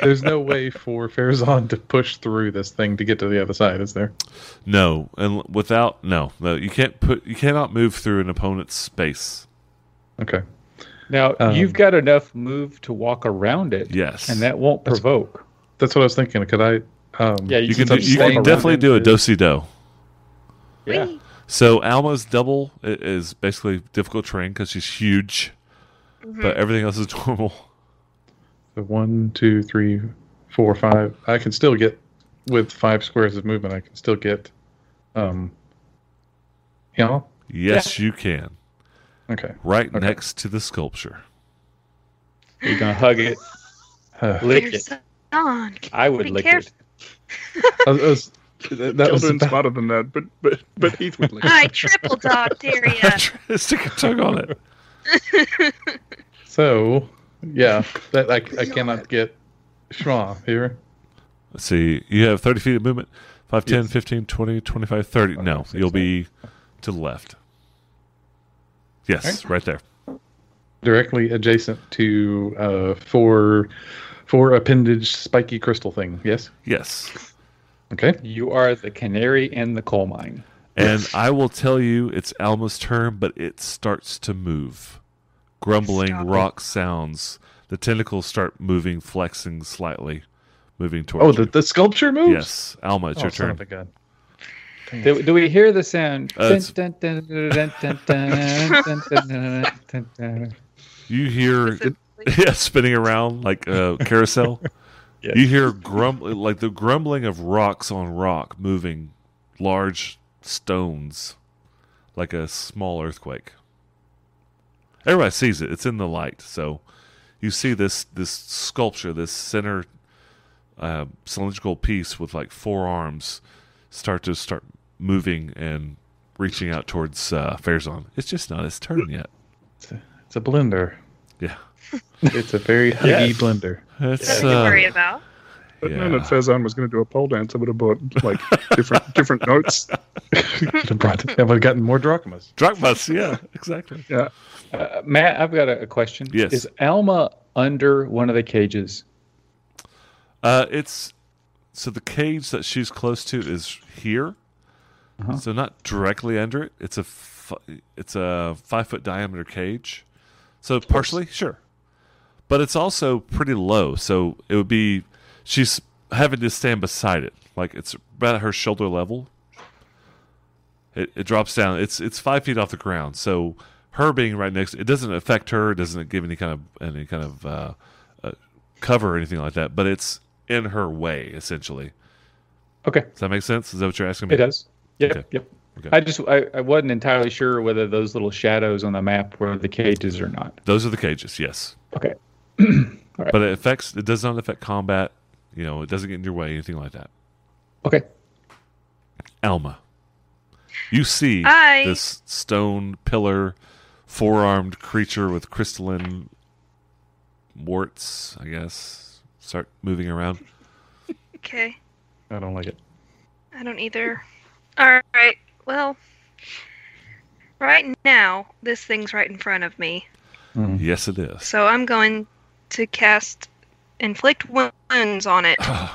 D: There's no way for Farazan to push through this thing to get to the other side, is there?
C: no, and without no, no, you can't put you cannot move through an opponent's space.
D: Okay.
A: Now
D: Um,
A: you've got enough move to walk around it,
C: Yes,
A: and that won't
D: That's-
A: provoke.
D: That's what I was thinking. Could I? Um,
A: Yeah,
C: you can
A: just
C: do, you
A: walk
C: can
A: around
C: definitely
A: it.
C: do a do si do.
A: Yeah.
E: Whee!
C: So Alma's double i- is basically difficult terrain because she's huge,
E: Mhm.
C: but everything else is normal.
D: so one, two, three, four, five. I can still get with five squares of movement. I can still get. Um. Yeah.
C: Yes, you can.
D: Okay.
C: Right
D: Okay.
C: next to the sculpture.
A: You're gonna hug it,
D: Uh,
A: lick
E: There's
A: it.
E: on.
A: I would
E: Be
A: lick
E: careful.
D: I was- I was- that that was
B: Keldon's
D: about-
B: smarter than that, but but but Heath would. leave.
E: I triple dog dare ya.
C: Stick a tongue on it.
D: so. Yeah, that I, I cannot get Schwa here.
C: Let's see. You have 30 feet of movement 5, 10,
D: Yes.
C: 15, 20, 25, 30. no,
D: six,
C: you'll be to the left. Yes, right there.
D: directly adjacent to uh, four four appendage spiky crystal thing. Yes.
C: Yes.
D: Okay.
A: You are the canary in the coal mine.
C: And I will tell you it's Alma's turn, but it starts to move. Grumbling
E: Stop it.
C: rock sounds. The tentacles start moving, flexing slightly, moving towards
D: Oh, the,
C: you.
D: the sculpture moves.
C: Yes, Alma, it's
D: Oh,
C: your
D: son of
C: turn.
D: a gun.
A: Do, do we hear the sound?
C: Uh, it's-
A: Dun, dun, dun, dun, dun, dun, dun, dun, dun, dun, dun.
C: You hear yeah, spinning around like a carousel.
A: Yeah.
C: You hear grum like the grumbling of rocks on rock moving large stones like a small earthquake. Everybody sees it. It's in the light. So you see this this sculpture, this center uh, cylindrical piece with like four arms start to start moving and reaching out towards uh, Fairzon. It's just not his turn yet.
D: It's a blender.
C: Yeah.
D: It's a very huggy
A: Yes.
D: blender.
C: It's, uh,
E: Nothing to worry about.
B: But
C: yeah.
B: man, if Fezan was going to do a pole dance, I would have bought like different different notes.
D: Could have brought. I would have gotten more drachmas.
C: Drachmas, yeah, exactly.
A: Uh, Matt, I've got a, a question.
C: Yes.
A: Is Alma under one of the cages?
C: Uh, it's so the cage that she's close to is here,
A: Uh-huh.
C: so not directly under it. It's a fi- it's a five foot diameter cage, so partially sure, but it's also pretty low. So it would be she's having to stand beside it, like it's about her shoulder level. It, it drops down. It's it's five feet off the ground, so her being right next, it doesn't affect her. It doesn't give any kind of any kind of uh, uh, cover or anything like that, but it's in her way essentially.
A: Okay,
C: Does that make sense? Is that what you're asking me?
A: it does. Yep,
C: Okay.
A: yep.
C: Okay.
A: I just I, I wasn't entirely sure whether those little shadows on the map were the cages or not.
C: Those are the cages, yes.
A: Okay. Right.
C: But it affects. It does not affect combat. You know, it doesn't get in your way, anything like that.
A: Okay.
C: Alma, you see
E: I-
C: this stone pillar, four-armed creature with crystalline warts, I guess, start moving around.
E: Okay.
D: I don't like it.
E: I don't either. All right. Well, right now this thing's right in front of me,
C: Yes, it is.
E: so I'm going to cast inflict wounds on it.
B: Oh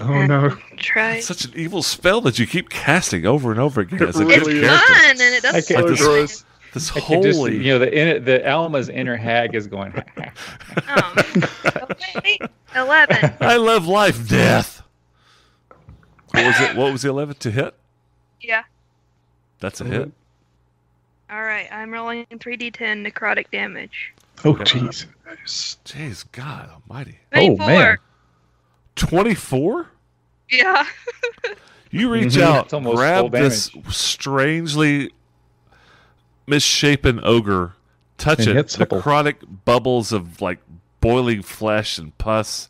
B: no!
E: Try.
C: It's such an evil spell that you keep casting over and over again
B: It
C: as a
E: It's
B: really
C: good
B: is.
E: fun,
C: character.
E: and it
A: I
E: does.
A: can't-
E: not
B: Gross.
C: This
A: I could just,
C: holy
A: you know, the inner, the Alma's inner hag is going.
E: Oh, Wait, Eleven.
C: I love life, death. What was it? What was the eleven to hit?
E: Yeah.
C: That's a hit.
E: All right. I'm rolling 3d10 necrotic damage.
A: Oh, jeez.
C: Jeez, God Almighty,
A: Oh,
E: 24.
A: man.
C: twenty four.
E: Yeah.
C: You reach
A: Mhm.
C: out,
A: It's almost
C: grab
A: full
C: this strangely misshapen ogre, touch
A: And
C: it.
A: hits the ball.
C: Necrotic bubbles of like boiling flesh and pus.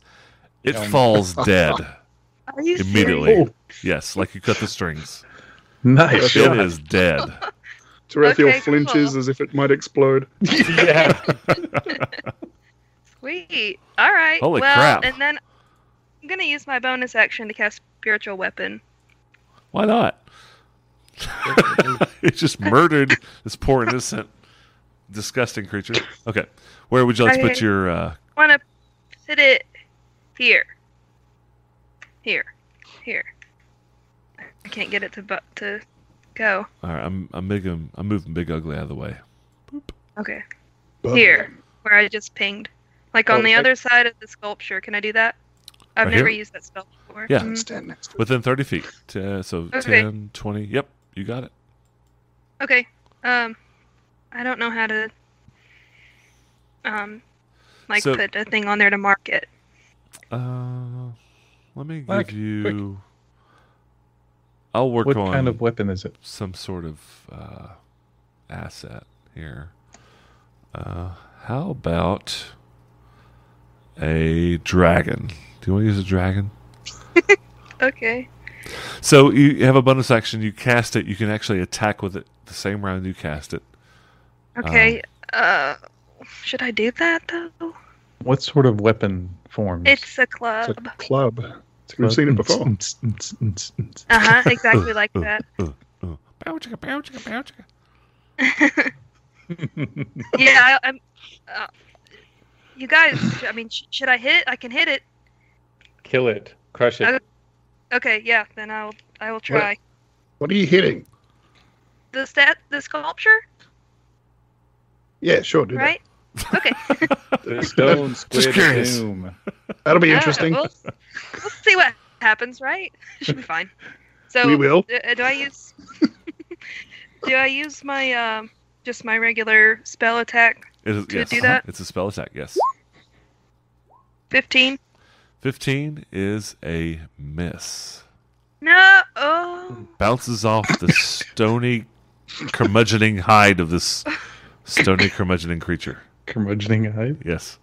C: It
A: Yum.
C: falls dead
E: Are you serious?
C: immediately.
A: Oh.
C: Yes, like you cut the strings.
A: Nice
C: It
A: shot.
C: is dead.
B: Tarathiel
E: Okay,
B: flinches
E: cool.
B: as if it might explode.
A: yeah.
E: Sweet. All right.
C: Holy
E: well,
C: crap.
E: And then I'm gonna use my bonus action to cast spiritual weapon.
C: Why not? it just murdered this poor innocent, disgusting creature. Okay, where would you like to put
E: Okay.
C: your? Uh,
E: I want to put it here, here, here. I can't get it to bu- to go.
C: all right, I'm I'm making I'm moving Big Ugly out of the way.
E: Okay.
B: Bub-
E: Here, where I just pinged, like on
B: Oh,
E: the
B: okay.
E: other side of the sculpture. Can I do that? I've
C: Right
E: never
C: here?
E: used that spell before.
C: Yeah.
E: Mhm.
B: Stand next to it.
C: Within 30 feet. Ten, so
E: Okay.
C: ten, twenty. 10, 20. Yep, you got it.
E: Okay. Um, I don't know how to um, like
C: So-
E: put a thing on there to mark it.
C: Uh, let me give
A: Mike,
C: you. I'll work
A: What
C: on
A: kind of weapon is it?
C: some sort of uh, asset here. Uh, how about a dragon? Do you want to use a dragon?
E: Okay.
C: So you have a bonus action. You cast it. You can actually attack with it the same round you cast it.
E: Okay. uh, should I do that though?
A: What sort of weapon forms?
E: It's a
B: It's a
E: club.
B: club. We've seen it before.
E: Uh huh. Exactly like that.
C: Uh, bow chicka, bow chicka, bow chicka.
E: Yeah. I, I'm. Uh, you guys. I mean, sh- should I hit? it? I can hit it.
A: Kill it. Crush it.
E: Okay. Yeah. Then I'll. I will try.
F: What are you hitting?
E: The stat. The sculpture.
F: Yeah, sure, do
E: Right. Okay.
A: The stone squid of
C: curious.
A: doom.
F: that. That'll be
E: Uh,
F: interesting.
E: we'll, we'll see what happens. Right. Should be fine. So.
F: we will.
E: Uh, Do, do I use? do I use my um? Just my regular spell attack.
C: It is,
E: To
C: yes, uh-huh,
E: do that?
C: it's a spell attack. Yes.
E: Fifteen.
C: 15 is a miss.
E: No. Oh.
C: Bounces off the stony, curmudgeoning hide of this stony, curmudgeoning creature.
D: Curmudgeoning eyes.
C: Yes.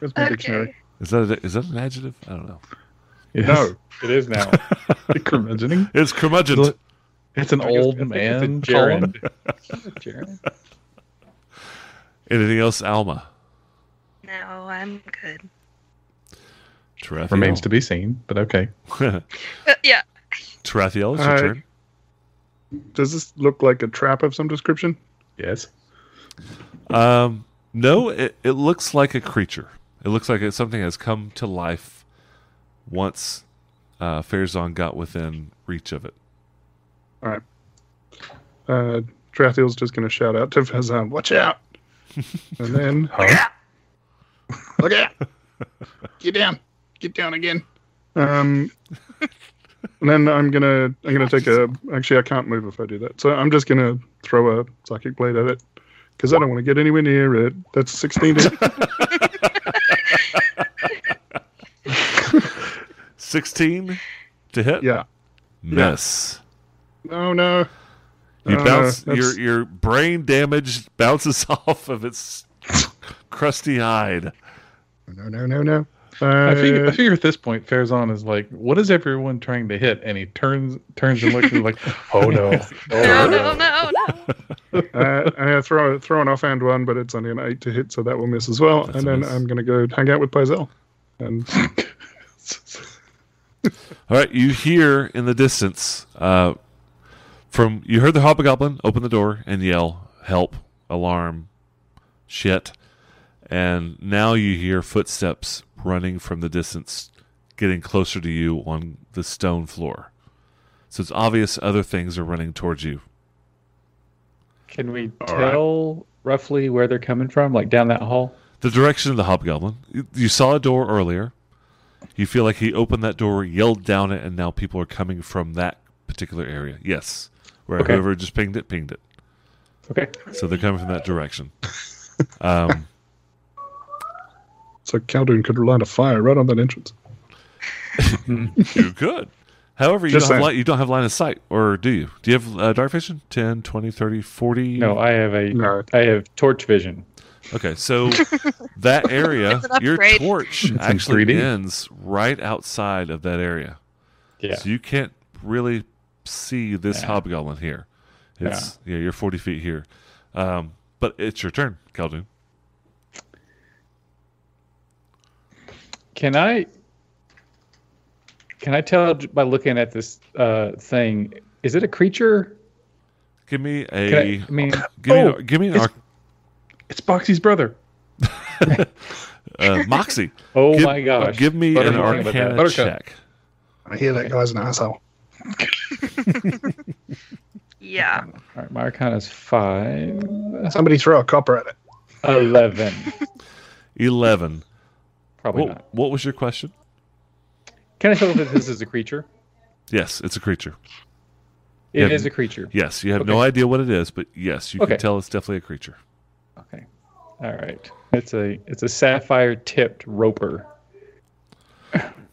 B: That's my dictionary.
E: Okay.
C: Is that a, is that an adjective? I don't know.
B: No,
A: It is now.
D: curmudgeoning.
C: It's curmudgeon.
D: It's an
A: I guess-
D: old
A: I think it's a
D: man.
A: gerund.
D: column. Gerund.
C: Anything else, Alma?
E: No, I'm good.
C: Tarathiel.
D: Remains to be seen, but okay.
E: Uh, yeah.
C: Tarathiel, it's your
B: Alright.
C: turn.
B: does this look like a trap of some description?
D: Yes.
C: Um, no, it, it looks like a creature. It looks like it's something has come to life once uh, Farazan got within reach of it.
B: Uh, Trathiel's just going to shout out to Fazan, "Watch out!" and then
F: Look out. Get down. Get down again.
B: Um, and then I'm gonna I'm gonna take a. Actually, I can't move if I do that. So I'm just gonna throw a psychic blade at it because I don't want to get anywhere near it. That's 16. to-
C: 16 to hit?
B: yeah.
C: Miss.
B: No, no.
C: You
B: Uh,
C: bounce
B: that's-
C: your your brain damage bounces off of its crusty hide.
B: No, no, no, no. Uh,
D: I figure, I figure at this point, Farazan is like, "What is everyone trying to hit?" And he turns, turns and looks, and like, "Oh no,
E: No,
D: oh,
E: no, no, no.
B: uh, and I throw throw an offhand one, but it's only an eight to hit, so that will miss as well.
C: That's
B: and
C: a
B: then
C: miss.
B: I'm gonna go hang out with Paisel. And
C: All right, you hear in the distance uh, from you heard the hobgoblin open the door and yell help alarm shit, and now you hear footsteps running from the distance, getting closer to you on the stone floor. So it's obvious other things are running towards you.
A: Can we
F: right.
A: tell roughly where they're coming from? Like down that hall?
C: the direction of the hobgoblin. You- You saw a door earlier. You feel like he opened that door, yelled down it, and now people are coming from that particular area. Yes, where
A: Okay.
C: whoever just pinged it, pinged it.
A: Okay.
C: So they're coming from that direction. Um,
B: So Caldoon could light a fire right on that entrance.
C: you could. However, you
B: Just
C: don't, have
B: saying.
C: li- you don't have line of sight, or do you? Do you have uh, dark vision? 10, 20, 30, 40?
A: No, I have a
B: No,
A: I have torch vision.
C: Okay, so that area,
E: It's an
C: your
E: upgrade.
C: torch
D: in
C: actually
D: 3D.
C: ends right outside of that area.
A: Yeah.
C: So you can't really see this
A: Yeah.
C: hobgoblin here.
A: Yeah.
C: It's yeah. you're 40 feet here. Um, but it's your turn, Caldoon.
A: Can I Can I tell j- by looking at this uh thing is it a creature?
C: Give me
A: Can I,
C: a
A: I mean,
C: give me
A: oh,
C: a, give me an
A: it's-
C: arc,
A: it's Boxy's brother.
C: uh, Moxie.
A: Oh
C: give,
A: my gosh.
C: Give me
A: What
C: an
A: do you think about that?
C: Arcana
D: Buttercup.
C: check.
F: I hear that guy's an asshole.
E: Yeah.
A: All right, my arcana is 5
F: Somebody throw a copper at it.
A: 11.
C: 11.
A: Probably not.
C: What, what was your question?
A: Can I tell if this is a creature?
C: Yes, it's a creature.
A: It is
C: Yeah.
A: a creature.
C: Yes, you have no idea what it is, but yes, you
A: Okay.
C: can tell it's definitely a creature.
A: Okay. All right. It's a it's a sapphire tipped roper.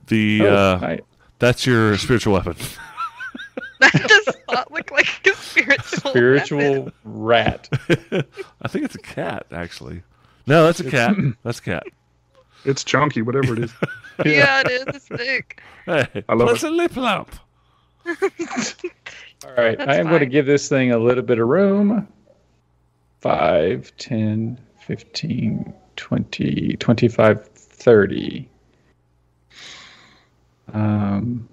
C: The
A: Oh,
C: uh,
A: I-
C: that's your spiritual weapon.
E: That does not look like a spiritual. weapon.
A: spiritual rat.
C: I think it's a cat, actually. No, that's a cat. That's a cat.
B: it's chunky, whatever it is.
E: Yeah, it is. It's thick.
C: Hey,
B: I love
C: that's a lip lamp.
A: All right,
E: That's
A: I am going to
E: fine.
A: give this thing a little bit of room. 5, 10, 15, 20, 25, 30. Um,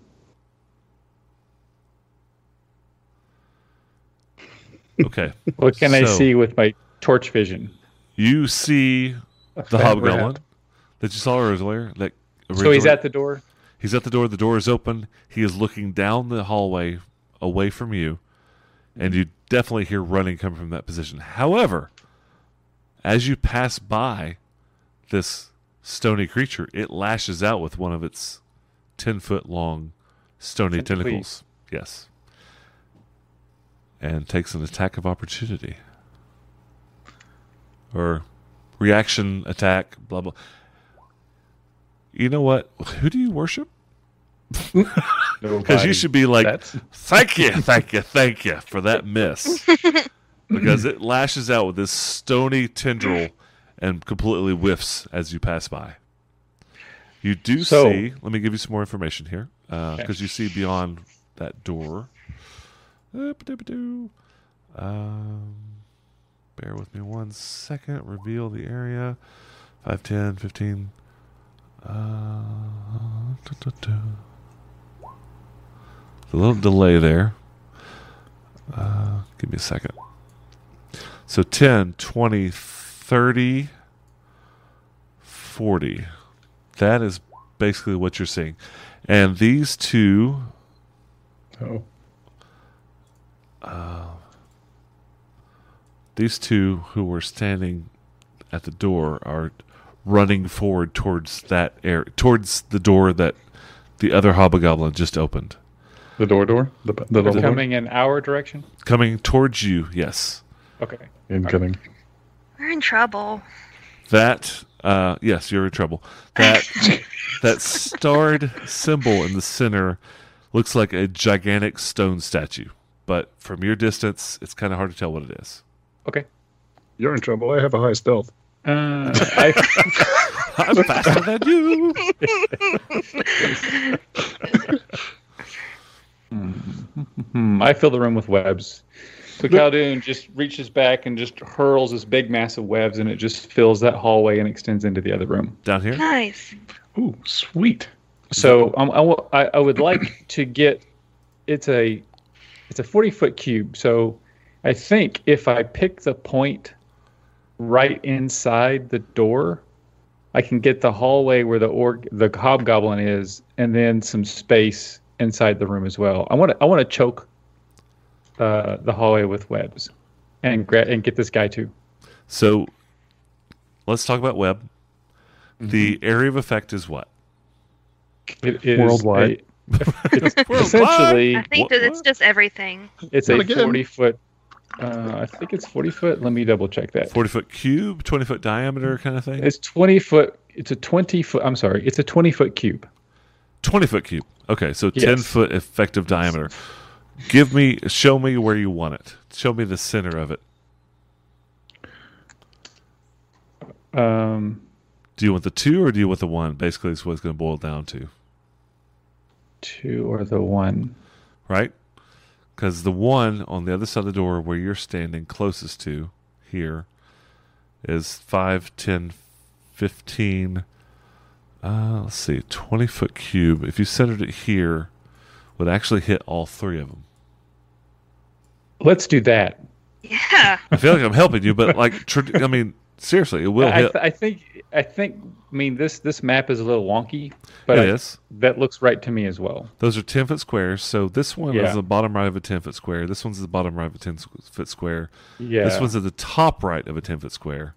C: Okay,
A: what can I
C: So-
A: see with my torch vision?
C: you see
A: A
C: the
A: fat
C: hobgoblin
A: rat.
C: that you saw earlier. That
A: So he's
C: originally-
A: at the door.
C: He's at the door. The door is open. He is looking down the hallway away from you, and you definitely hear running coming from that position. However, as you pass by this stony creature, it lashes out with one of its 10 foot long stony
A: Tentacles.
C: tentacles. Yes. And takes an attack of opportunity. Or reaction attack, blah, blah. You know what? Who do you worship? Because you should be like,
A: That's,
C: thank you, thank you, thank you for that miss. because it lashes out with this stony tendril and completely whiffs as you pass by. You do
A: So-
C: see, let me give you some more information here, because you see beyond that door. Um, bear with me one second. Reveal the area. 5, 10, 15. Uh, duh, duh, duh. A little delay there. Uh, give me a second. So 10, 20, 30, 40. That is basically what you're seeing. And these two.
D: Oh.
C: Uh, these two who were standing at the door are running forward towards that air, towards the door that the other hobgoblin just opened.
D: The door door? The, the
A: they're
D: little door?
A: coming in our direction.
C: Coming towards you, yes.
A: Okay.
D: Incoming.
E: We're in trouble.
C: That uh yes, you're in trouble. That that starred symbol in the center looks like a gigantic stone statue, but from your distance, it's kind of hard to tell what it is.
A: Okay.
B: You're in trouble. I have a high stealth.
A: Uh, I,
C: I'm faster than you.
A: hmm, I fill the room with webs. So Khaldun just reaches back and just hurls this big mass of webs, and it just fills that hallway and extends into the other room.
C: Down here.
E: Nice.
D: Ooh, sweet.
A: So um, I wa- I- I would like to get it's a it's a forty foot cube. So I think if I pick the point right inside the door, I can get the hallway where the org the hobgoblin is, and then some space inside the room as well. I want to I want to choke uh, the hallway with webs, and gra- and get this guy too.
C: So Let's talk about web. The
A: Mm-hmm.
C: area of effect is what?
A: It is
D: Worldwide.
A: a- it's
C: Worldwide.
A: essentially,
E: I think
C: Wha-
E: that it's
C: what?
E: just everything.
A: it's
B: Not
A: a
B: again.
A: forty foot. Uh, I think it's forty foot. Let me double check that.
C: 40 foot cube, 20 foot diameter kind of thing?
A: It's twenty foot. It's a twenty foot. I'm sorry. It's a twenty foot cube.
C: 20 foot cube. Okay, so
A: Yes.
C: 10 foot effective diameter. Give me, show me where you want it. Show me the center of it.
A: Um,
C: Do you want the two or do you want the one? Basically, is what it's going to boil down to,
A: two or the one.
C: right? Because the one on the other side of the door where you're standing closest to here is 5, 10, 15, uh, let's see, 20 foot cube. If you centered it here, would actually hit all three of them.
A: Let's do that.
E: Yeah.
C: I feel like I'm helping you, but like, tr- I mean, seriously, it will
A: I,
C: hit.
A: th- I think. I think. I mean, this this map is a little wonky, but
C: it
A: I-
C: is.
A: that looks right to me as well.
C: Those are 10 foot squares. So this one
A: Yeah.
C: is the bottom right of a 10 foot square. This one's the bottom right of a 10 foot square.
A: Yeah.
C: This one's at the top right of a 10 foot square.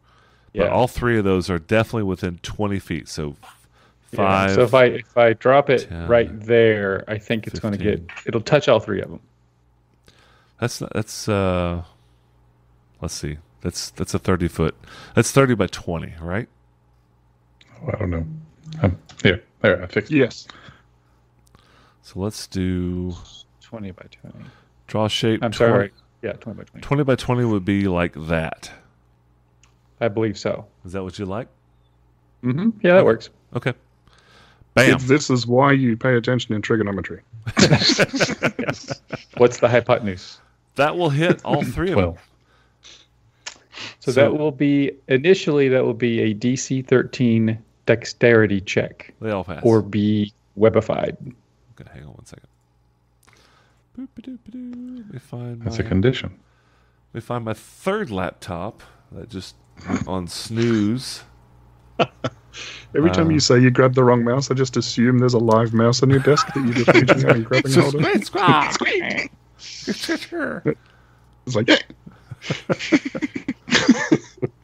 A: yeah.
C: But all three of those are definitely within 20 feet. So f-
A: Yeah.
C: five.
A: So if I if I drop it
C: 10,
A: right there, I think it's going to
C: 15.
A: get it'll touch all three of them.
C: that's, not- that's, uh, let's see. That's, that's a 30 foot. That's 30 by 20, right?
D: Oh, I don't know. Um, here, there, I fixed it.
B: Yes.
C: So let's do
A: Twenty by twenty.
C: draw shape.
A: I'm
C: 20
A: sorry. Yeah, twenty by twenty.
C: 20 by 20 would be like that.
A: I believe so.
C: Is that what you like?
A: hmm Yeah, that works.
C: Okay. Bam.
B: This is why you pay attention in trigonometry.
A: What's the hypotenuse?
C: That will hit all three of them.
D: Well,
C: So-
A: So, that will be initially that will be a DC 13 dexterity check
C: They all pass.
A: or be webified.
C: Okay, hang on one second. Boop-a-doop-a-doo. Let me find
D: that's
C: my,
D: a condition.
C: let me find my third laptop that just went on snooze.
B: Every time you say you grab the wrong mouse, I just assume there's a live mouse on your desk that you're just reaching out and grabbing hold of.
C: Ah.
B: It's like,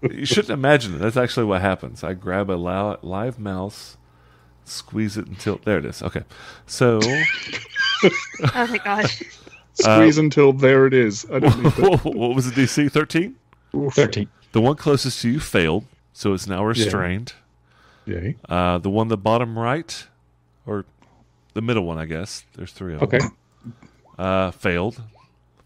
C: You shouldn't imagine it. That's actually what happens. I grab a lou- live mouse, squeeze it until there it is. Okay, so
E: Oh my gosh.
B: squeeze until there it is. I don't need that.
C: what was the DC? Thirteen.
A: 13.
C: The one closest to you failed, so it's now restrained.
D: Yay.
C: Uh, the one the bottom right, or the middle one, I guess. There's three of them.
A: Okay.
C: Uh, failed.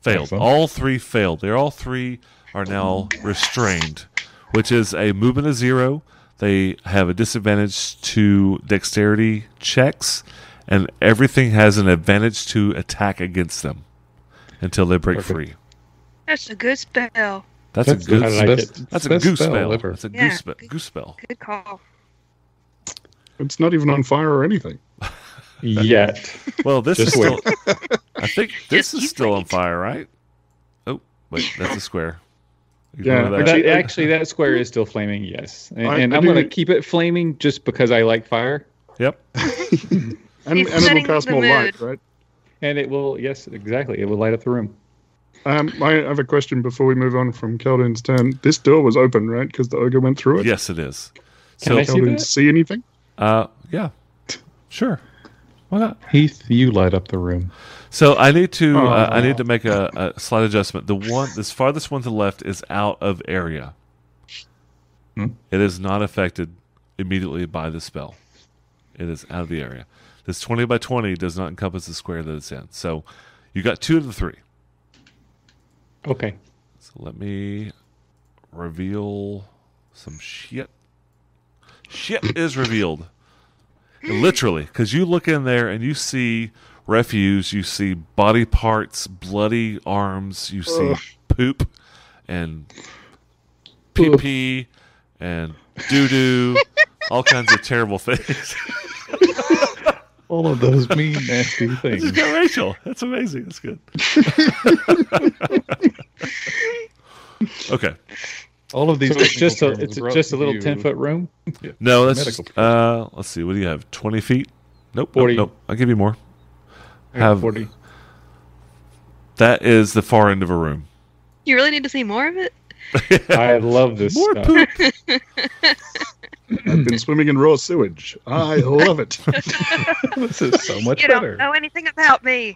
C: Failed.
D: Excellent.
C: All three failed. They're all three are now restrained, which is a movement of zero. They have a disadvantage to dexterity checks, and everything has an advantage to attack against them until they break
D: Perfect.
C: free.
E: That's a good spell.
C: That's, a
D: the
C: good.
A: I like
D: best-
A: it.
C: that's a
D: best
C: goose
D: spell
C: spell.
D: ever.
C: That's a
E: Yeah.
C: goose, spe- goose spell.
E: Good call.
B: It's not even on fire or anything.
A: Yet.
C: Well, this
A: Just
C: is still. I think this
E: Just
C: is
E: you
C: still on
E: wait.
C: fire, right? Oh, wait, that's a square.
B: Yeah,
C: Ignore
A: But
C: that.
A: that- actually, that square is still flaming, yes. And,
B: I-
A: and
B: I
A: I'm going to
B: do-
A: keep it flaming just because I like fire.
C: Yep.
B: And,
E: He's
B: and it'll
E: setting
B: cast
E: the
B: more light,
E: mood.
B: right?
A: And it will, yes, exactly. It will light up the room.
B: Um, I have a question before we move on from Keldin's turn. This door was open, right? Because the ogre went through it.
C: Yes, it is.
A: Can
C: So-
A: I see
B: Keldin
A: that?
B: see anything?
C: Uh, yeah, sure. Why not?
D: Heath, you light up the room.
C: So I need to uh, I
B: Aw.
C: need to make a, a slight adjustment. The one this farthest one to the left is out of area.
D: Hmm.
C: It is not affected immediately by the spell. It is out of the area. This twenty by twenty does not encompass the square that it's in. So you got two of the three.
A: Okay.
C: So let me reveal some shit. Shit is revealed. Literally, because you look in there and you see refuse, you see body parts, bloody arms, you see
B: Ugh.
C: poop and pee pee and doo doo, all kinds of terrible things.
D: All of those mean, nasty
C: I just
D: things.
C: got Rachel. That's amazing. That's good. okay.
D: All of these.
A: So it's
D: technical
A: just a,
D: terms
A: it's
D: brought
A: just a
D: to
A: little
D: you.
A: 10 foot room.
C: No, that's
D: Medical
C: just, uh, let's see. What do you have? Twenty feet? Nope.
A: 40.
C: Nope. nope. I'll give you more. Have
A: 40.
C: that is the far end of a room.
E: You really need to see more of it?
A: I love this
C: More
A: stuff.
C: poop.
B: I've been swimming in raw sewage. I love it.
D: this is so much
E: you
D: better.
E: don't know anything about me.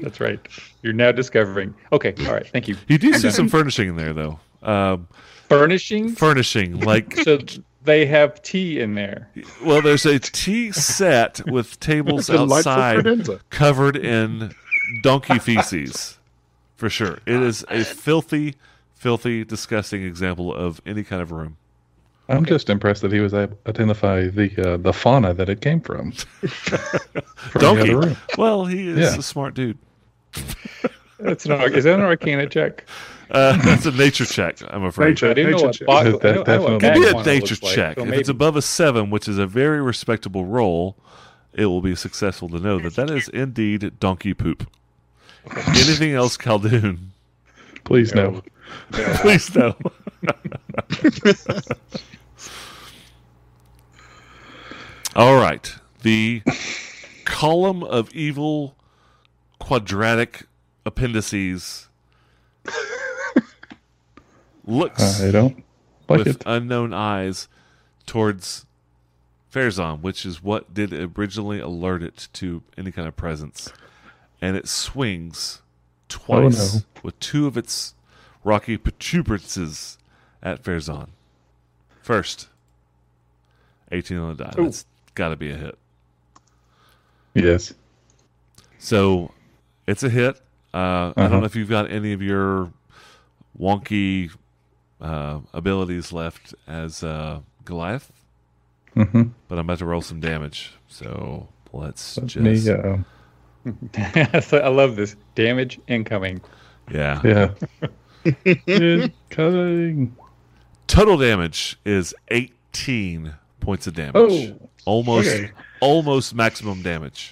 A: That's right. You're now discovering. Okay. All right. Thank you.
C: You do see some furnishing in there, though. Um,
A: Furnishing.
C: furnishing, like
A: So they have tea in there.
C: well, there's a tea set with tables
B: Delightful
C: outside
B: credenza.
C: covered in donkey feces, for sure. It is a filthy, filthy, disgusting example of any kind of room.
D: I'm just impressed that he was able to identify the uh, the fauna that it came from. from
C: Donkey.
D: The other room.
C: Well, he is
D: Yeah.
C: a smart dude.
A: That's an. ar- Is that an Arcana check?
C: Uh, that's a nature check, I'm afraid.
B: Nature.
A: I do know what
B: check.
A: box.
D: That- that
A: I know- I know
D: definitely-
A: what
C: Be
A: box
C: a
A: one
C: nature
A: looks like,
C: check.
A: so
C: if
A: maybe-
C: it's above a seven, which is a very respectable roll, it will be successful to know that that is indeed donkey poop. Anything else, Caldoun?
D: Please no.
C: Please no. All right. The column of evil quadratic appendices looks
D: I don't like
C: Oh. with
D: it.
C: unknown eyes towards Farazan, which is what did originally alert it to any kind of presence. And it swings twice
D: Oh, no.
C: with two of its rocky protuberances at Farazan. First, 18 on the die.
D: Oh.
A: Ooh.
C: That's got to be a hit.
D: Yes.
C: So it's a hit. Uh, I
D: Uh-huh.
C: don't know if you've got any of your wonky uh, abilities left as uh, Goliath,
D: Mm-hmm.
C: but I'm about to roll some damage. So let's
D: Let
C: just
D: me, uh,
A: So I love this damage incoming.
C: yeah.
D: yeah. It's cutting.
C: Total damage is 18 points of damage.
D: Oh.
C: almost
D: okay.
C: almost maximum damage.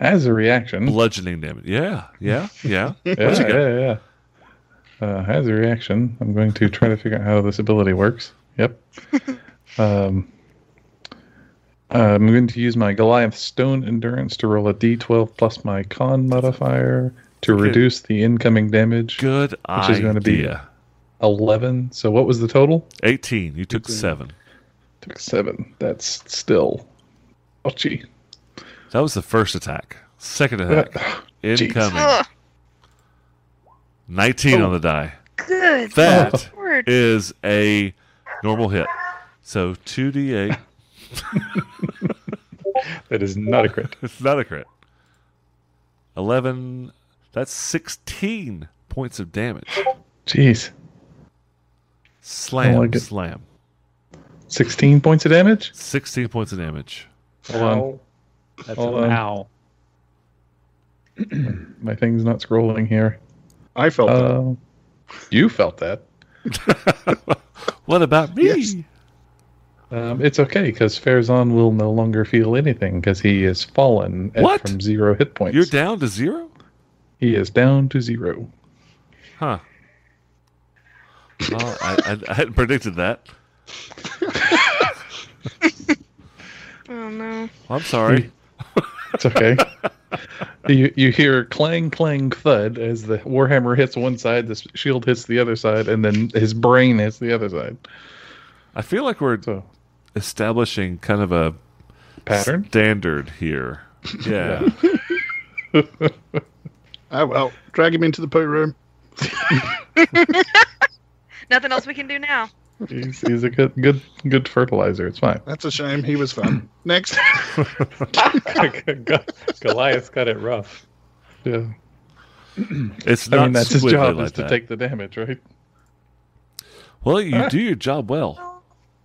D: As a reaction,
C: Bludgeoning damage. Yeah, yeah, yeah.
D: yeah, yeah, yeah. Uh, as a reaction, I'm going to try to figure out how this ability works. Yep. um, I'm going to use my Goliath Stone Endurance to roll a d12 plus my con modifier to
C: Okay.
D: reduce the incoming damage.
C: Good
D: Which
C: idea.
D: is gonna be- 11. So what was the total?
C: 18. You took 7.
D: Took 7. That's still oh, ouchy.
C: That was the first attack. Second attack.
D: That-
C: Incoming.
E: Oh,
C: 19 on the die.
E: good
C: That
E: lord.
C: is a normal hit. So 2d8.
A: That is not a crit.
C: It's not a crit. 11. That's 16 points of damage.
D: Jeez.
C: Slam,
D: like it.
C: slam.
D: 16 points of damage?
C: 16 points of damage.
D: Hold on.
A: That's
D: Hold
A: an
D: on.
A: ow.
D: My thing's not scrolling here.
B: I felt that.
D: Uh, you felt that.
C: What about me?
B: Yes.
D: Um, it's okay because Farazan will no longer feel anything because he is fallen at,
C: What?
D: from zero hit points.
C: You're down to zero?
D: he is down to zero.
C: Huh. Well, I, I, I hadn't predicted that.
E: Oh no.
C: Well, I'm sorry.
D: It's okay. you you hear clang clang thud as the warhammer hits one side, the s- shield hits the other side, and then his brain hits the other side.
C: I feel like we're
D: So
C: establishing kind of a
D: pattern.
C: standard here. Yeah.
B: Oh, well, drag him into the poo room.
E: Nothing else we can do now.
D: he's, he's a good good good fertilizer. It's fine.
B: That's a shame. He was fun. Next.
A: Goliath's got it rough.
D: Yeah.
C: It's
D: I
C: not
D: mean that's his
C: squiggly
D: job
C: like
D: is to
C: that.
D: take the damage, right?
C: Well, you
D: Ah.
C: do your job well.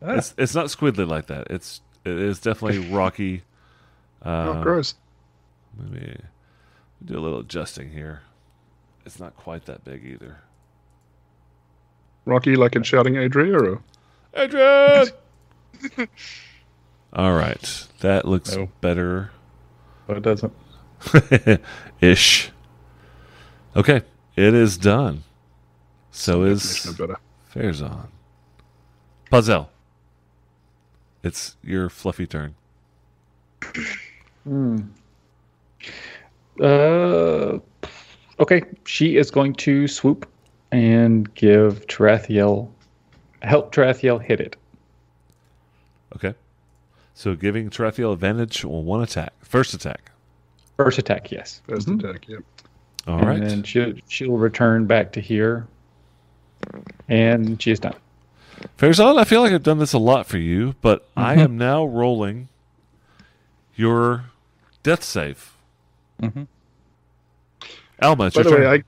E: Oh,
C: It's it's not squiddly like that. It's it is definitely rocky.
B: oh,
C: Uh,
B: gross.
C: let me do a little adjusting here. It's not quite that big either.
B: Rocky like in shouting Adria or
C: Adrian. All right, that looks
B: Oh.
D: No.
C: better,
D: But it doesn't.
C: ish. Okay, it is done. So
B: no
C: is
B: better.
C: Fairzon. Puzzle. It's your fluffy turn.
D: Hmm.
A: Uh, okay. She is going to swoop and give Tarathiel help Tarathiel hit it.
C: Okay. So giving Tarathiel advantage on one attack, first attack.
A: First attack, yes.
B: First attack, yep.
C: Mm-hmm. All
A: and
C: right.
A: then she'll she'll return back to here. And she is done.
C: Farazan, I feel like I've done this a lot for you, but
D: Mm-hmm.
C: I am now rolling your death save.
D: Mm-hmm.
A: Mhm.
C: Alma, it's
B: By
C: your
B: the
C: turn.
B: way, I,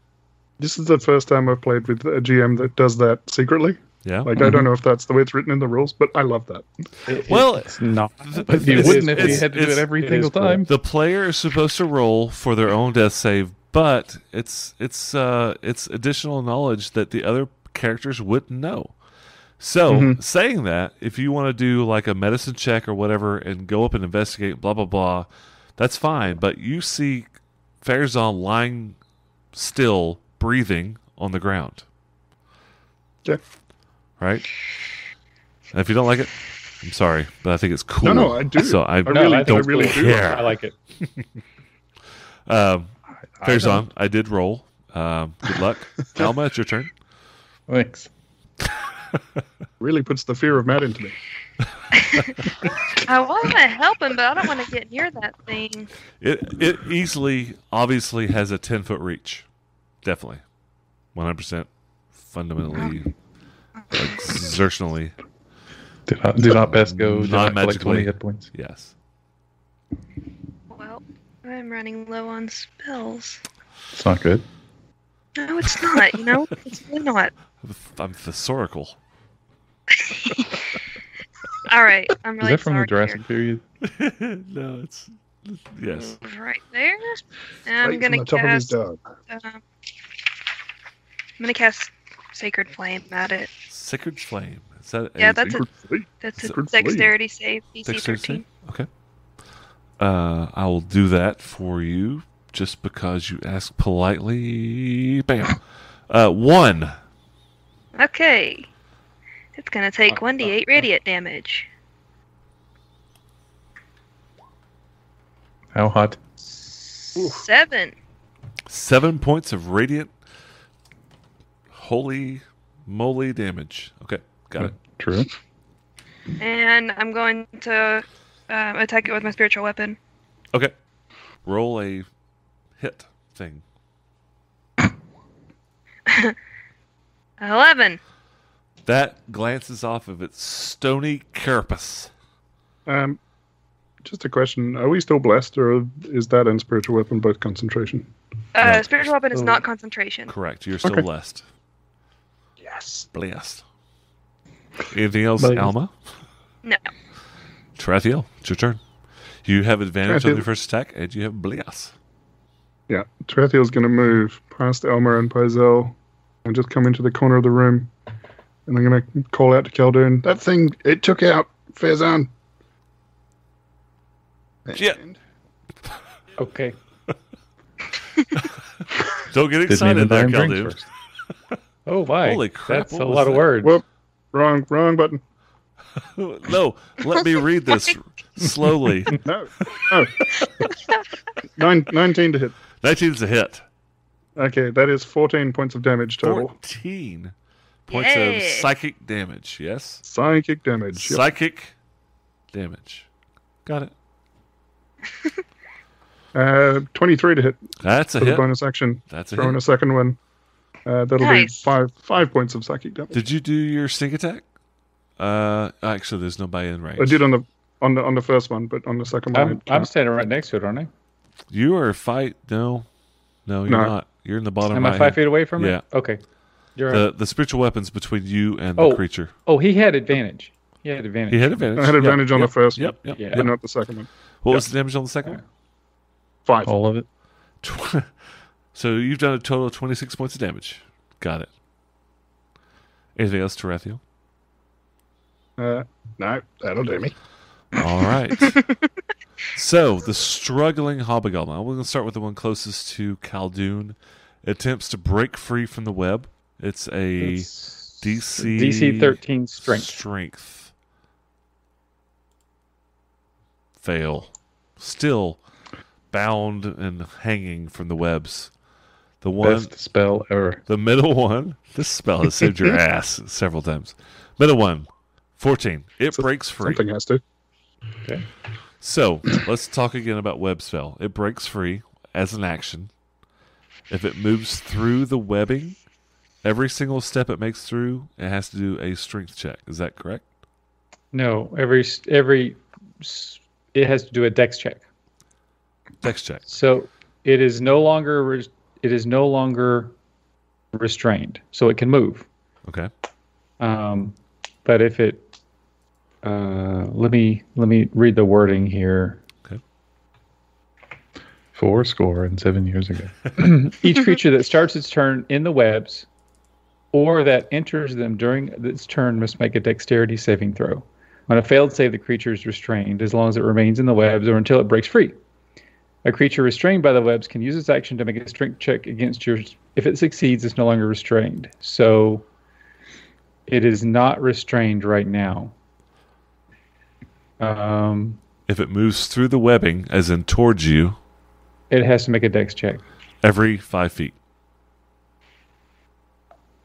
B: this is the first time I've played with a GM that does that secretly.
C: yeah.
B: Like, I don't know if that's the way it's written in the rules, but I love that.
A: It-
C: Well,
A: it's not.
D: But you
A: It's-
D: wouldn't if you
A: it's-
D: had to do it
C: it's-
D: every
A: it
D: single
A: is cool.
D: time.
C: the player is supposed to roll for their own death save, but it's it's uh, it's additional knowledge that the other characters wouldn't know. So,
B: Mm-hmm.
C: saying that, if you want to do like a medicine check or whatever and go up and investigate, blah blah blah, that's fine. But you see Farazan lying still, breathing on the ground.
B: Okay.
C: Right. And if you don't like it, I'm sorry, but I think it's
B: No,
C: cool.
B: no, I do.
C: So I,
B: I really
A: think
B: don't
A: it's
B: really
A: cool.
B: do.
A: I like it.
C: Um, Fair's on. I did roll. Um, good luck, Alma. It's your turn.
D: Thanks.
B: Really puts the fear of Matt into me.
E: I want to help him, but I don't want to get near that thing.
C: It it easily, obviously, has a ten foot reach. Definitely, one hundred percent, fundamentally, exertionally,
D: Do not, do not pass go. Do not collect
C: Non-magically.
D: 20 hit points.
C: yes.
E: Well, I'm running low on spells.
D: It's not good.
E: No, it's not. You know, it's really not.
C: I'm thesaurical.
E: All right, I'm
D: Is
E: really
D: that from the
E: sorry,
D: Jurassic period?
C: no, it's yes.
E: Garrett. Right there. And I'm
B: Right
E: gonna
B: from the top of his
E: cast.
B: dog.
E: Um, I'm gonna cast Sacred Flame at it.
C: Sacred flame. Is that
E: Yeah,
C: a-
E: that's a that's a
B: Sacred Flame.
E: dexterity save DC
C: Dexterity save?
E: 13.
C: Okay. Uh, I will do that for you just because you asked politely. Bam. Uh, one.
E: Okay. It's gonna take 1d8 radiant damage.
D: How hot?
E: Seven.
C: Seven points of radiant. Holy moly damage. Okay. Got it.
D: True.
E: And I'm going to um, attack it with my spiritual weapon.
C: Okay. Roll a hit thing.
E: 11.
C: That glances off of its stony carapace.
B: Um, just a question. Are we still blessed, or is that and spiritual weapon both concentration?
E: Uh,
C: No.
E: Spiritual weapon is not concentration.
C: Correct. You're still
B: Okay.
C: blessed.
B: Yes.
C: Blessed. Anything else,
A: Blessed.
C: Alma?
E: No.
C: Tarathiel, it's your turn. You have advantage on
B: Tarathiel.
C: your first attack, and you have bless.
B: Yeah. Tarathiel's going to move past Elmer and Paisel and just come into the corner of the room. And I'm going to call out to Khaldun.
F: That thing, it took out Fezan.
C: Yeah.
A: Okay.
C: Don't get
D: Didn't even
C: excited there,
D: Iron Brains
C: Keldu.
D: first.
A: Oh my!
C: Holy crap,
A: That's
C: what
A: a
C: was
A: lot of
C: that?
A: words.
B: Whoop. Wrong, wrong button.
C: no, let me read this slowly.
B: No. No. Nine, 19 to hit.
C: 19 is a hit.
B: Okay, that is 14 points of damage total.
C: 14 points of
E: Yeah.
C: psychic damage. Yes?
B: Psychic damage. Yep.
C: Psychic damage. Got it.
B: Uh, 23 to hit
C: That's a
B: for the
C: hit.
B: bonus action.
C: That's a
B: Throw in a
C: hit.
B: second one. Uh, that'll
E: Nice.
B: be five five points of psychic damage.
C: Did you do your sneak attack? Uh, actually, there's nobody in range.
B: I did on the on the on the first one, but on the second one,
C: Um,
A: I'm,
B: I
A: I'm
B: can't.
A: standing right next to it, aren't I?
C: You are a fight. No, no, you're
B: No.
C: not. You're in the bottom
A: Am
C: right.
A: I five feet away from it?
C: Yeah.
A: Okay. You're right.
C: The the spiritual weapons between you and the
A: Oh.
C: creature.
A: Oh, he had advantage. He had advantage.
C: He had advantage.
B: I had
C: Yep,
B: advantage on
C: yep,
B: the first
C: Yep.
B: one,
C: yep,
A: Yeah.
C: yep.
B: but not the second one.
C: What was the damage on the second one? Oh.
B: Five.
D: All of it.
C: Tw- so you've done a total of twenty six points of damage. Got it. Anything else, Tarathiel?
B: Uh,
F: No, that'll do me.
C: All right. so the struggling hobgoblin. I'm going to start with the one closest to Khaldun. Attempts to break free from the web. It's a
A: It's
C: DC
A: DC 13 strength.
C: Strength. Fail. Still bound and hanging from the webs. The The one,
D: Best spell ever.
C: the middle one. This spell has saved your ass several times. Middle one, 14. It
B: So-
C: breaks free.
B: Something has to.
C: So let's talk again about web spell. It breaks free as an action. If it moves through the webbing, every single step it makes through, it has to do a strength check. Is that correct?
A: No, every s- every s- it has to do a dex check.
C: Dex check.
A: So it is no longer res- it is no longer restrained, so it can move.
C: Okay.
A: Um, but if it, uh, let me let me read the wording here.
D: Four score and seven years ago.
A: Each creature that starts its turn in the webs, or that enters them during its turn, must make a dexterity saving throw. On a failed save, the creature is restrained as long as it remains in the webs or until it breaks free. A creature restrained by the webs can use its action to make a strength check against yours. If it succeeds, it's no longer restrained. So it is not restrained right now. Um,
C: If it moves through the webbing, as in towards you,
A: it has to make a dex check.
C: every five feet.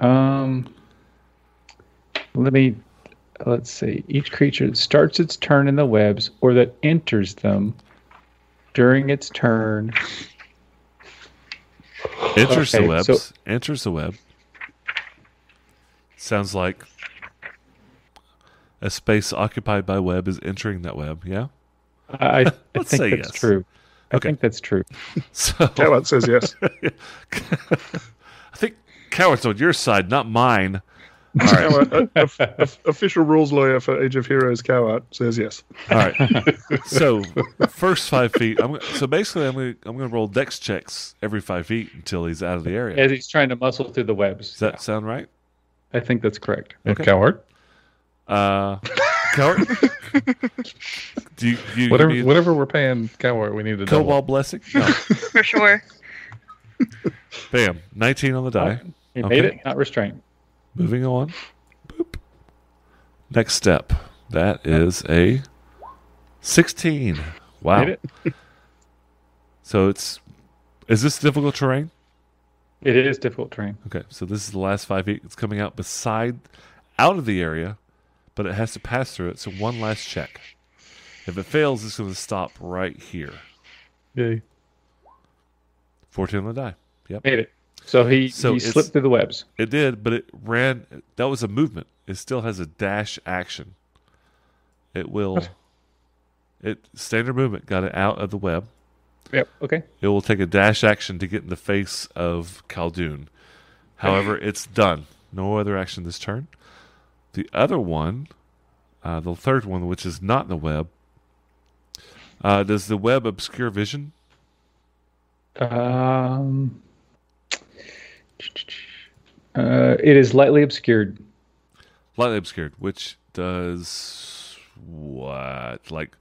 A: Um, let me let's see. Each creature that starts its turn in the webs or that enters them during its turn.
C: Enters the
A: Okay,
C: webs.
A: so-
C: enters the web. Sounds like a space occupied by web is entering that web. Yeah.
A: I, I
C: Let's
A: think
C: say
A: that's
C: yes.
A: true. I
C: Okay.
A: think that's true.
C: So
B: Cowart says yes.
C: I think Coward's on your side, not mine.
B: Cowart, o- o- o- official rules lawyer for Age of Heroes, Cowart says yes.
C: All right. So first five feet. I'm, gonna- so basically, I'm going to I'm going to roll dex checks every five feet until he's out of the area.
A: As he's trying to muscle through the webs.
C: Does that sound right?
A: I think that's correct.
C: Okay.
D: Coward.
C: Uh, Coward. do you, do you
D: Whatever,
C: need
D: whatever we're paying Coward, we need to double.
C: cobalt blessing? No.
E: for sure.
C: Bam. 19 on the die.
A: He
C: Okay.
A: made it, not restrained.
C: Moving on. Boop. Next step. That is a 16. Wow.
A: Made it.
C: So it's is this difficult terrain?
A: It is difficult terrain.
C: Okay, so this is the last five feet. It's coming out beside, out of the area, but it has to pass through it. So one last check. If it fails, it's going to stop right here.
A: Yeah.
C: 14 on the die. Yep,
A: Made it. So he,
C: So
A: he
C: it's-
A: slipped through the webs.
C: it did, but it ran. That was a movement. It still has a dash action. It will. It standard movement got it out of the web.
A: Yep. Okay.
C: It will take a dash action to get in the face of Khaldun. However, it's done. No other action this turn. The other one, uh, the third one, which is not in the web, uh, does the web obscure vision?
A: Um, uh, it is lightly obscured.
C: Lightly obscured, which does what? Like,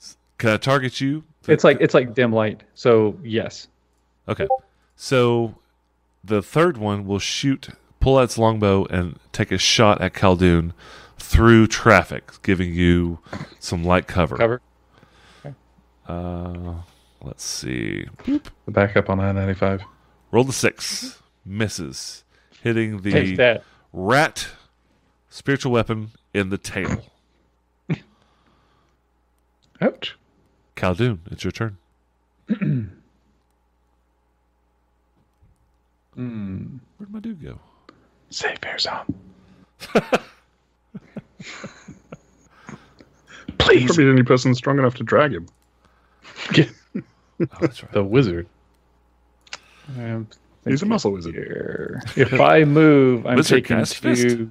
C: s- can I target you?
A: It's like it's like dim light. So yes,
C: Okay. So the third one will shoot, pull out its longbow, and take a shot at Khaldun through traffic, giving you some light cover.
A: cover.
C: Uh, let's see.
D: The backup on I ninety five.
C: Roll the six. Misses. Hitting
A: Take
C: the
A: that.
C: rat spiritual weapon in the tail.
D: Ouch.
C: Khaldun, it's your turn.
A: Mm.
C: Where'd my dude go?
D: Say fair zone.
B: Probably the only person strong enough to drag him.
C: Oh, that's right.
D: The wizard.
A: I'm
B: He's a
A: thinking
B: muscle wizard.
A: Here. If I move, I'm
C: Wizard
A: taking
C: cast fist.
A: two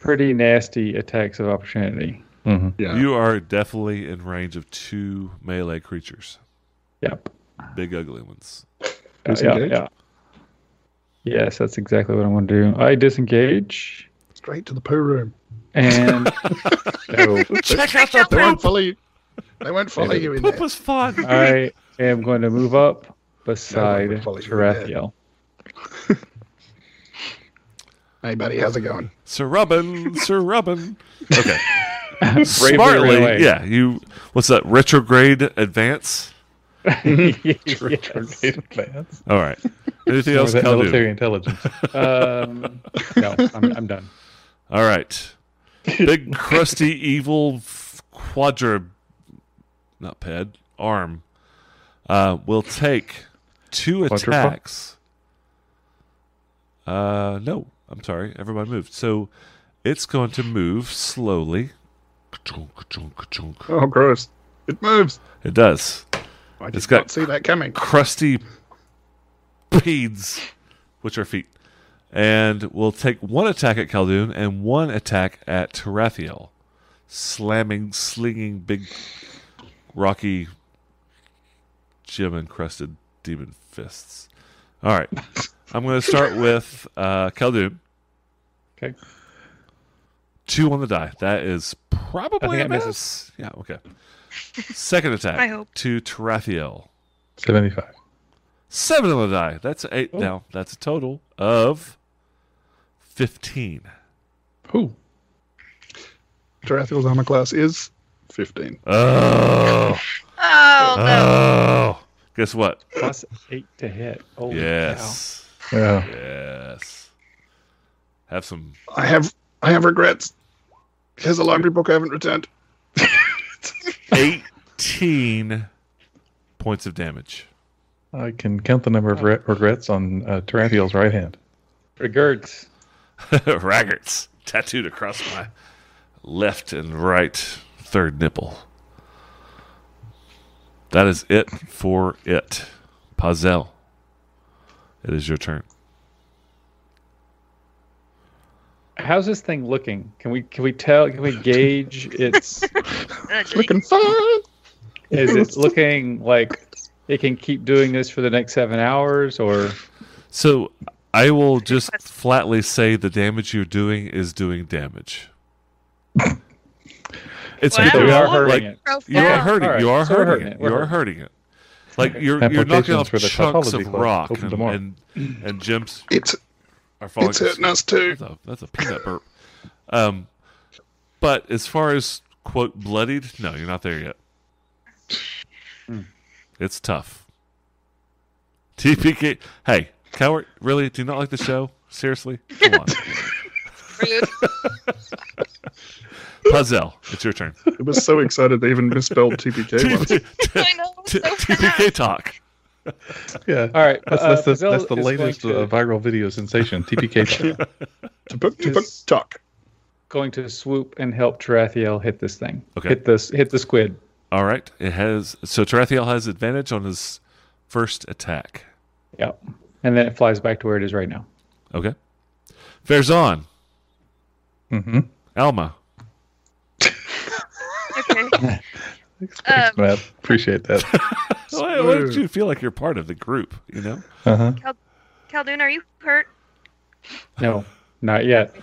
A: pretty nasty attacks of opportunity.
D: Mm-hmm.
B: Yeah.
C: You are definitely in range of two melee creatures,
A: Yep.
C: big ugly ones.
A: Uh, yeah,
B: Disengage?
A: yeah. Yes, that's exactly what I want to do. I disengage
B: Straight to the poo room.
A: and no,
C: Check out the
F: They won't
C: poop.
F: follow you. They won't follow you in
C: Poop
F: there.
C: was fun.
A: I am going to move up
B: No one
A: beside
B: would follow you there.
A: Tarathiel.
F: Hey, buddy, how's it going?
C: Sir Robin, Sir Robin. Okay.
A: Bravely
C: Smartly,
A: away.
C: yeah. You what's that retrograde advance?
A: yes.
D: Tornado plans.
C: All right. Anything
D: Or
C: else,
D: was that
C: Cal?
D: military
C: do?
D: intelligence?
A: Um, no, I'm, I'm done.
C: All right. Big crusty evil f- quadra, not ped arm. Uh, will take two
D: Quadruple?
C: attacks. Uh, no, I'm sorry. Everybody moved. So it's going to move slowly. Ka-chunk, ka-chunk, ka-chunk.
B: Oh, gross.
F: It moves.
C: It does.
F: I did
C: It's
F: not
C: got-
F: see that coming.
C: crusty beads, which are feet, and will take one attack at Khaldun and one attack at Tarathiel, slamming, slinging big, rocky, gem encrusted demon fists. All right, I'm going to start with uh, Khaldun.
A: Okay.
C: Two on the die. That is
A: I
C: probably
A: think
C: a
A: that
C: miss.
A: misses.
C: Yeah. Okay. Second attack
E: I hope.
C: to Tarathiel.
D: 75.
C: Seven on the die. That's eight
A: Oh.
C: now. That's a total of fifteen.
D: Who?
B: Tarathiel's armor class is
F: 15.
C: Oh,
E: Oh no.
C: oh. Guess what?
A: Plus eight to hit. Oh,
C: yes,
D: Yeah.
C: yes. Have some.
F: I have I have regrets. Here's a laundry book I haven't returned.
C: 18 points of damage.
D: I can count the number of re- regrets on uh, Tarathiel's right hand.
A: Regards.
C: Raggarts tattooed across my left and right third nipple. That is it for it. Pazel, it is your turn.
A: How's this thing looking? Can we can we tell? Can we gauge its?
E: Ugly.
F: Looking fine.
A: is it looking like it can keep doing this for the next seven hours, or
C: So I will just flatly say the damage you're doing is doing damage. It's
E: Wow.
A: so
C: either-
A: we are
E: Like-
A: hurting it?
C: You are
E: Profound.
C: hurting.
A: All right,
C: You are
A: so we're
C: hurting,
A: hurting
C: it.
A: it,
C: You
A: we're
C: are hurting it. Like you're you're knocking
D: Applications
C: off
D: for the
C: chunks
D: Tautology
C: of
D: Club.
C: rock
D: Open
C: and,
D: tomorrow.
C: and and gems
F: It's
C: are falling.
F: it's hitting us too.
C: That's a, that's a peanut burp. Um, but as far as quote bloodied, no, you're not there yet. It's tough. TPK. Hey, coward, really? Do you not like the show? Seriously? Come on.
E: Rude.
C: Puzzle, it's your turn.
B: It was so excited they even misspelled TPK once.
C: TP
E: I know.
C: T-
E: So
C: TPK
E: bad.
C: talk.
D: Yeah.
A: All right,
D: That's,
A: uh,
D: that's, the,
A: Pazel
D: that's the
A: is going
D: latest
A: to-
D: uh, viral video sensation, TPK.
B: Tupup,
A: Is-
B: tupup, tuck.
A: going to swoop and help Tarathiel hit this thing.
C: Okay.
A: Hit this. Hit the squid.
C: All right. It has so Tarathiel has advantage on his first attack.
A: Yep. And then it flies back to where it is right now.
C: Okay. Farazan,
D: mm-hmm.
C: Alma,
E: Okay.
D: Thanks, Matt. Appreciate that.
C: Why, why don't you feel like you're part of the group? You know.
D: Uh-huh.
E: Caldoon, are you hurt?
A: No, not yet.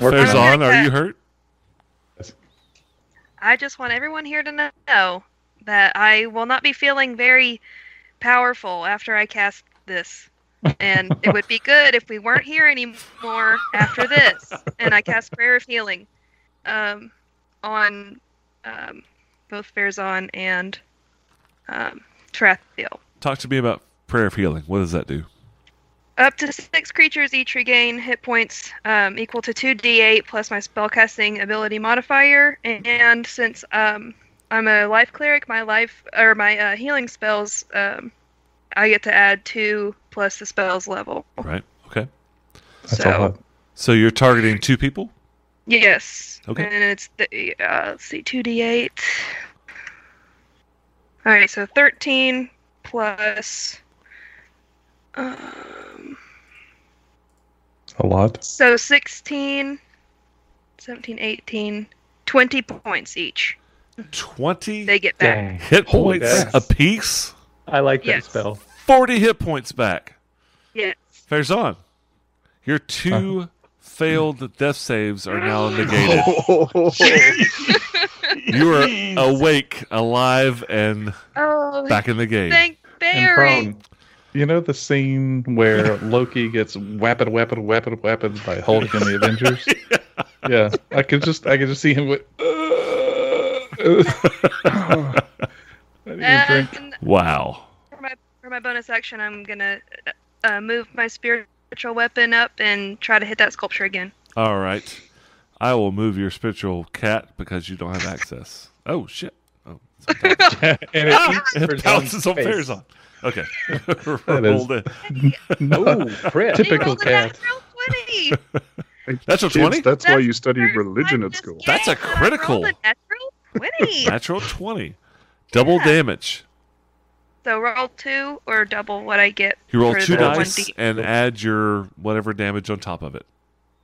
A: Work on it.
C: Farazan, are you hurt?
E: I just want everyone here to know that I will not be feeling very powerful after I cast this. And it would be good if we weren't here anymore after this. And I cast Prayer of Healing um, on um, both Farazan and um, Tarathiel.
C: Talk to me about prayer of healing. What does that do?
E: Up to six creatures each regain hit points um, equal to 2d8 plus my spellcasting ability modifier. And since um, I'm a life cleric, my life or my uh, healing spells, um, I get to add two plus the spell's level.
C: Right. Okay.
D: That's
E: so
D: a lot.
C: So you're targeting two people.
E: yes,
C: Okay.
E: and it's the uh, let's see, 2d8. All right, so 13 plus. Um,
D: A lot.
E: So 16, 17, 18, 20 points each.
C: Twenty
E: They get back.
C: hit
A: Holy
C: points
A: crap.
C: apiece.
A: I like that
E: Yes.
A: spell.
C: Forty hit points back.
E: Yes.
C: Farazan, your 2 failed death saves are now
A: Oh,
C: negated.
F: That's
C: You are awake, alive, and
E: Oh,
C: back in the game.
E: thank Barry.
D: You know the scene where Loki gets whapped, whapped, whapped, whapped by Hulk in the Avengers? yeah, uh, I could just, I could just see him with. I need a drink.
E: And
C: Wow.
E: for my for my bonus action, I'm gonna uh, move my spiritual weapon up and try to hit that sculpture again.
C: All right. I will move your spiritual cat because you don't have access. Oh shit. Oh, it's on top.
D: and
A: Ah!
D: it eats
C: it bounces on
A: face.
C: Farazan. Okay.
D: is-
C: Rolled it.
A: Oh, crit.
E: He
D: Typical
E: rolled a nat
D: cat.
E: roll 20.
C: That's a
B: Kids,
C: 20?
B: That's why
E: That's
B: you study
E: First
B: religion
E: time
B: at
E: this
B: school.
E: game,
C: That's a
E: I rolled
C: critical.
E: nat roll 20.
C: Natural 20. Double
E: Yeah.
C: damage.
E: so roll two or double what I get.
C: You roll
E: for
C: two
E: the one
C: dice
E: D.
C: and add your whatever damage on top of it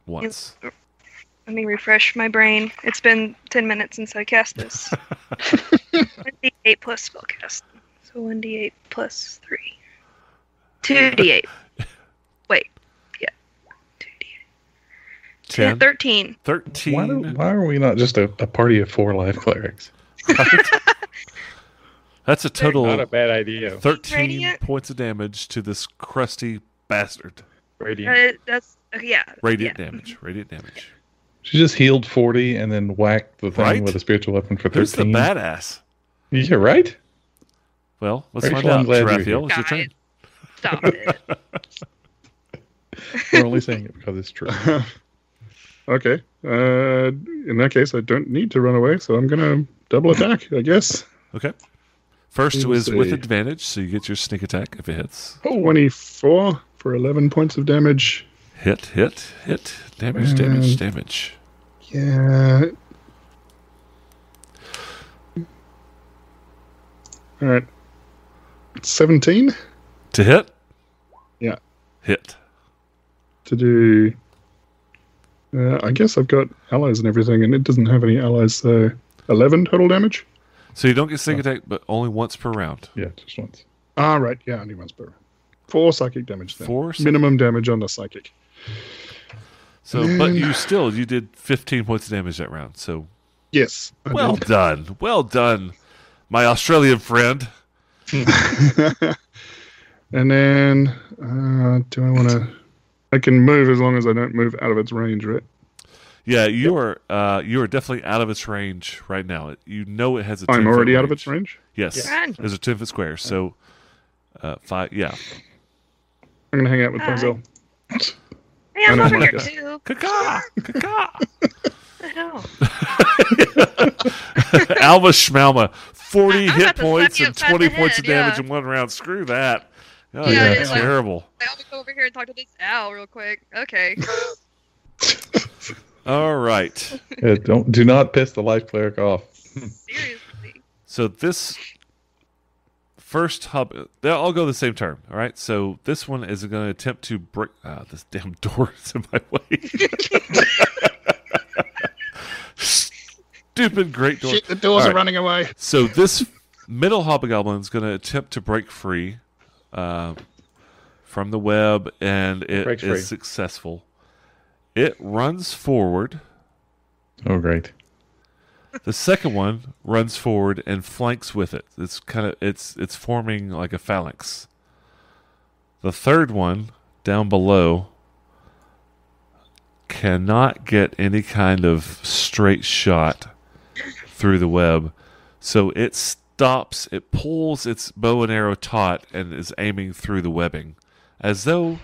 C: once.
E: Let me refresh my brain. It's been 10 minutes since I cast this. 1d8 plus spellcast. So 1d8 plus 3. 2d8. Wait. Yeah. 2d8.
C: 10,
E: 13.
D: Why,
C: 13.
D: do, why are we not just a, a party of four life clerics?
C: That's a total
A: Not a bad idea.
C: 13
E: Radiant.
C: points of damage to this crusty bastard.
A: Radiant.
E: Uh, that's. Okay, yeah.
C: Radiant
E: yeah.
C: damage. Radiant damage.
D: She just healed 40 and then whacked the thing
C: Right?
D: with a spiritual weapon for
C: Who's the
D: 13.
C: badass?
D: Yeah, right?
C: Well, let's
D: Rachel,
C: find
D: I'm
C: out.
D: glad you're here.
C: Raphael, it's your
E: Got
C: turn.
E: it. Stop it.
D: We're only saying it because it's true.
B: okay. Uh, in that case, I don't need to run away, so I'm gonna double attack. I guess
C: Okay. First
B: We'll
C: is with
B: see.
C: advantage, so you get your sneak attack if it hits.
B: twenty-four for eleven points of damage.
C: Hit, hit, hit. Damage, damage, damage.
B: Yeah. All right. Seventeen
C: To hit?
B: Yeah.
C: Hit.
B: to do. Uh, I guess I've got allies and everything, and it doesn't have any allies, so eleven total damage.
C: So you don't get sneak attack, but only once per round.
D: Yeah, just once.
B: Ah, right. Yeah, only once per. Four psychic damage. Then.
C: Four. So,
B: minimum damage on the psychic.
C: so- but you still you did 15 points of damage that round. So
B: Yes. I
C: well
B: did.
C: done, well done, my Australian friend.
B: and then, uh, do I want to? I can move as long as I don't move out of its range, right?
C: Yeah, you are uh, you are definitely out of its range right now. You know it has a. 10
B: I'm
C: foot
B: already out of its range.
C: Yes,
E: Run.
C: there's a 10 foot square. So uh, five. Yeah,
B: I'm gonna hang out with
E: Hi.
B: Bonzel.
E: Hey, I'm
B: I know,
E: over
B: my
E: here
B: God.
E: too.
C: Caca! Caca!
E: I know.
C: Alma Schmalma, 40
E: I'm
C: hit
E: about to slap
C: points
E: you
C: and
E: upside
C: 20
E: the
C: points
E: head,
C: of damage
E: yeah.
C: in one round. Screw that. Oh,
E: Yeah,
C: yeah,
E: it's like-
C: terrible.
E: I'll go over here and talk to this owl real quick. Okay.
C: All right.
D: Yeah, don't do not piss the life cleric off.
E: Seriously.
C: So this first hub, they all go the same term. All right. So this one is going to attempt to break. Ah, this damn door is in my way. Stupid great door.
F: Shit, the doors
C: All
F: are
C: right.
F: running away.
C: So this middle hobgoblin is going to attempt to break free uh, from the web, and it is
A: Breaks free.
C: successful. It runs forward.
D: Oh, great.
C: The second one runs forward and flanks with it. It's kind of it's it's forming like a phalanx. The third one down below cannot get any kind of straight shot through the web. So it stops, it pulls its bow and arrow taut and is aiming through the webbing as though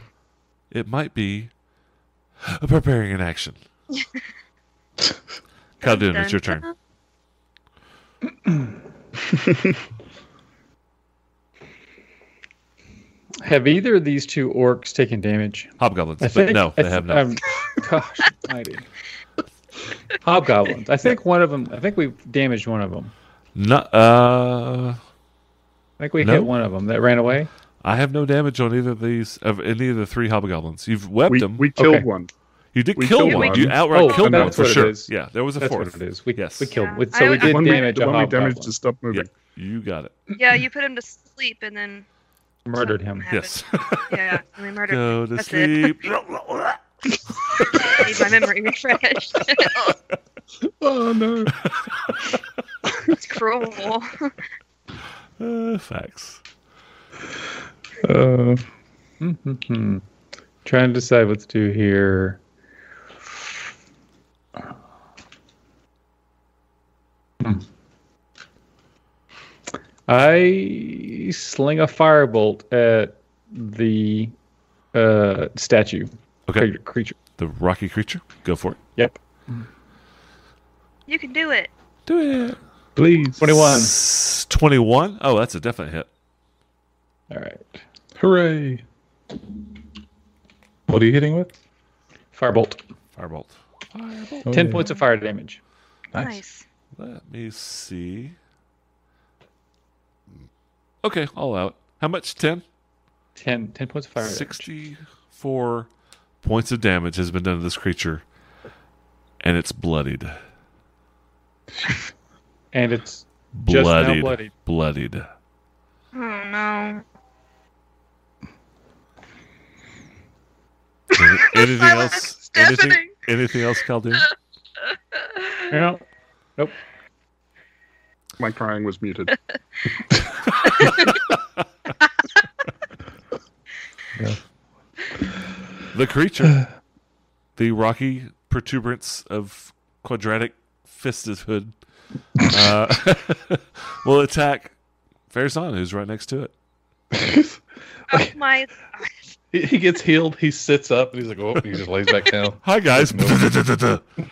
C: it might be preparing an action. Khaldun, it's your turn.
A: Have either of these two orcs taken damage?
C: Hobgoblins, but no,
A: I
C: they have
A: thi-
C: not.
A: um, gosh, almighty. Hobgoblins. I think one of them. I think we damaged one of them.
C: No, uh,
A: I think we
C: No?
A: hit one of them that ran away.
C: I have no damage on either of these of any of the three hobgoblins. You've webbed
B: We,
C: them.
B: we killed
A: Okay.
B: one.
C: you did
B: we
C: kill
B: killed
C: one.
B: one.
C: You outright
A: Oh,
C: killed
A: that's
C: one for
A: what it
C: sure.
A: is.
C: Yeah, there was a
A: That's
C: fourth.
A: what it is. We
C: Yes.
A: we killed.
E: Yeah.
A: one. So
E: I-
A: we
E: I-
A: did
B: one
A: damage
B: we, the
A: a
B: one we damaged
A: hobgoblin.
B: to stop moving.
C: You got it.
E: Yeah, you put him to sleep and then.
A: Murdered him.
E: Have
C: Yes.
E: Yeah, and they murdered
C: Go to
E: That's
C: sleep.
E: I need my memory refreshed.
B: Oh no!
E: it's cruel.
C: Uh, facts.
D: Uh,
A: Mm-hmm. Trying to decide what to do here. Hmm. I sling a firebolt at the uh, statue
C: Okay,
A: cre- creature.
C: the rocky creature. Go for it.
A: Yep.
E: You can do it.
C: Do it.
D: Please.
A: 21.
C: S- Twenty-one. Oh, that's a definite hit.
A: All right.
D: Hooray. What are you hitting with?
A: Firebolt.
C: Firebolt. Firebolt.
A: 10
D: Oh, yeah.
A: points of fire damage.
E: Nice.
C: Let me see. Okay, all out. How much? Ten.
A: 10, 10 points of fire damage.
C: 64 points of damage has been done to this creature, and it's bloodied.
A: And it's Just
C: Bloodied.
A: now bloodied.
C: bloodied.
E: Oh no.
C: Any- anything
E: Silence is
C: else? Anything,
E: deafening.
C: anything else, Caldoon?
A: Yeah.
B: My crying was muted.
C: The creature, the rocky protuberance of quadratic fisthood, uh, will attack Farazan, who's right next to it.
E: Oh my.
D: He, he gets healed. He sits up and he's like, oh, he just lays back down.
C: Hi, guys. all
D: Nope.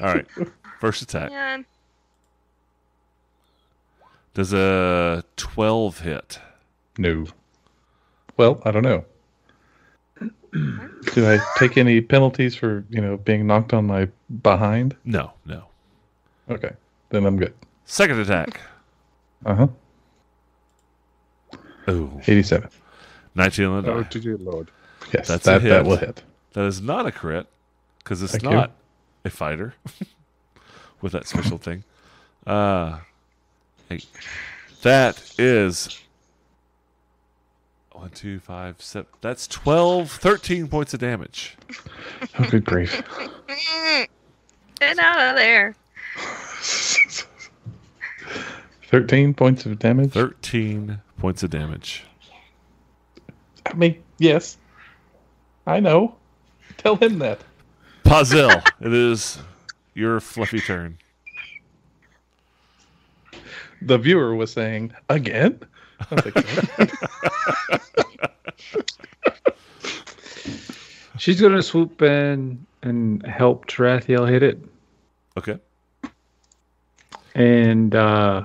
C: right, first attack.
E: Man.
C: Does a 12 hit?
D: No. Well, I don't know. Do I take any penalties for you know being knocked on my behind?
C: No, no.
D: Okay, then I'm good.
C: Second attack.
D: Uh huh.
C: Oh,
D: Eighty-seven.
C: 19 on the
B: oh,
C: die.
B: dear lord.
D: Yes,
C: That's a
D: that
C: hit.
D: that will hit.
C: That is not a crit because it's
D: Thank you.
C: not a fighter with that special thing. Uh, hey, that is one, two, five, seven. That's 12, 13 points of damage.
D: Oh, good grief!
E: Mm. Get out of there.
D: Thirteen points of damage.
C: 13 points of damage.
D: I mean, yes, I know. Tell him that.
C: Pazil, it is your fluffy turn.
D: The viewer was saying again. I was like, "What?"
A: She's going to swoop in and help Tarathiel hit it.
C: Okay.
A: and uh,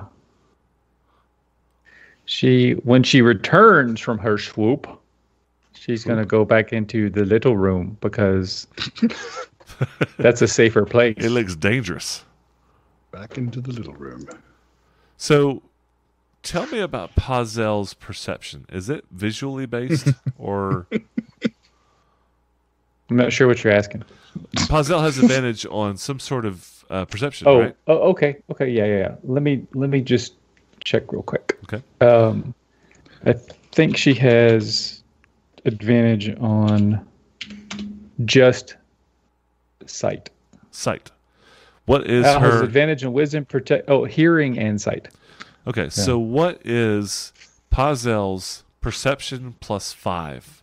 A: she when she returns from her swoop she's going to go back into the little room because that's a safer place
C: It looks dangerous.
B: Back into the little room.
C: So tell me about Pazel's perception. Is it visually based or
A: i'm not sure what you're asking
C: Pazel has advantage on some sort of uh, perception,
A: oh,
C: right?
A: oh okay okay yeah, yeah yeah let me let me just check real quick
C: Okay.
A: um i think she has advantage on just sight
C: Sight. What is
A: Al has
C: her
A: advantage in wisdom protect oh hearing and sight
C: Okay, so what is Pazel's perception plus 5?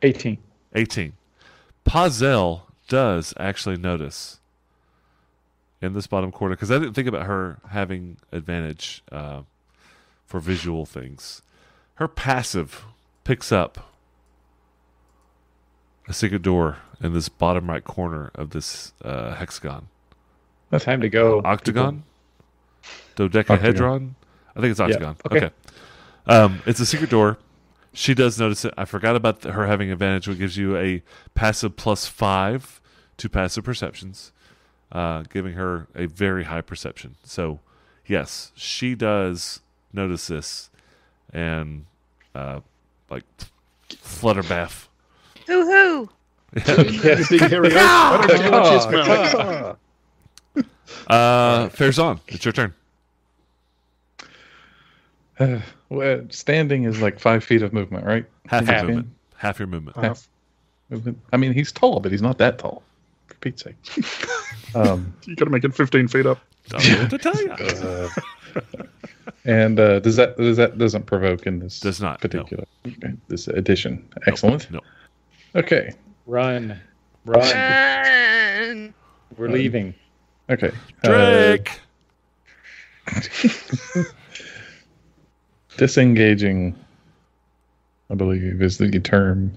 A: 18
C: 18. Pazel does actually notice in this bottom corner because I didn't think about her having advantage uh, for visual things. Her passive picks up a secret door in this bottom right corner of this uh, hexagon,
A: That's time to go.
B: Oh,
C: octagon, dodecahedron. I think it's octagon.
A: okay.
C: okay. Um, it's a secret door. She does notice it. I forgot about th- her having advantage, which gives you a passive plus five to passive perceptions, uh, giving her a very high perception. So, yes, she does notice this and uh, like flutter baff.
E: Hoo hoo.
B: Yes, here we go. I don't know what you smell.
C: Uh, fair's on. It's your turn.
D: Uh, well, standing is like five feet of movement, right?
C: Half your
A: Half.
C: movement. Half your movement.
B: Half.
D: Movement. I mean, he's tall, but he's not that tall. For Pete's sake. um,
B: You gotta make it 15 feet up.
C: Don't know what to tell you.
D: uh, and uh, does that does that doesn't provoke in this
C: Does not, no.
D: particular okay, this edition? Excellent.
C: No.
D: Okay.
A: Run. Run.
E: Run.
A: We're leaving.
C: Uh,
D: Okay. Uh,
C: Drake.
D: Disengaging, I believe, is the term.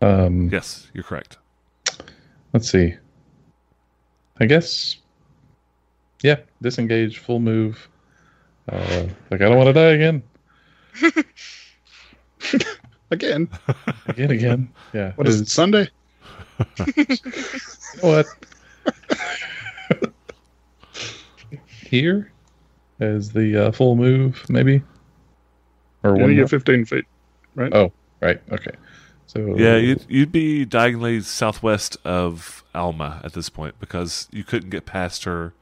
D: Um,
C: Yes, you're correct.
D: Let's see. I guess. Yeah, disengage, full move. Uh, like I don't want to die again,
B: Again,
D: again, again. Yeah.
B: what is it, Sunday?
D: You know what? Here is the uh, full move, maybe. Or
B: You
D: one
B: only
D: more.
B: get 15 feet.
D: right? Okay. So
C: Yeah, you'd, you'd be diagonally southwest of Alma at this point because you couldn't get past her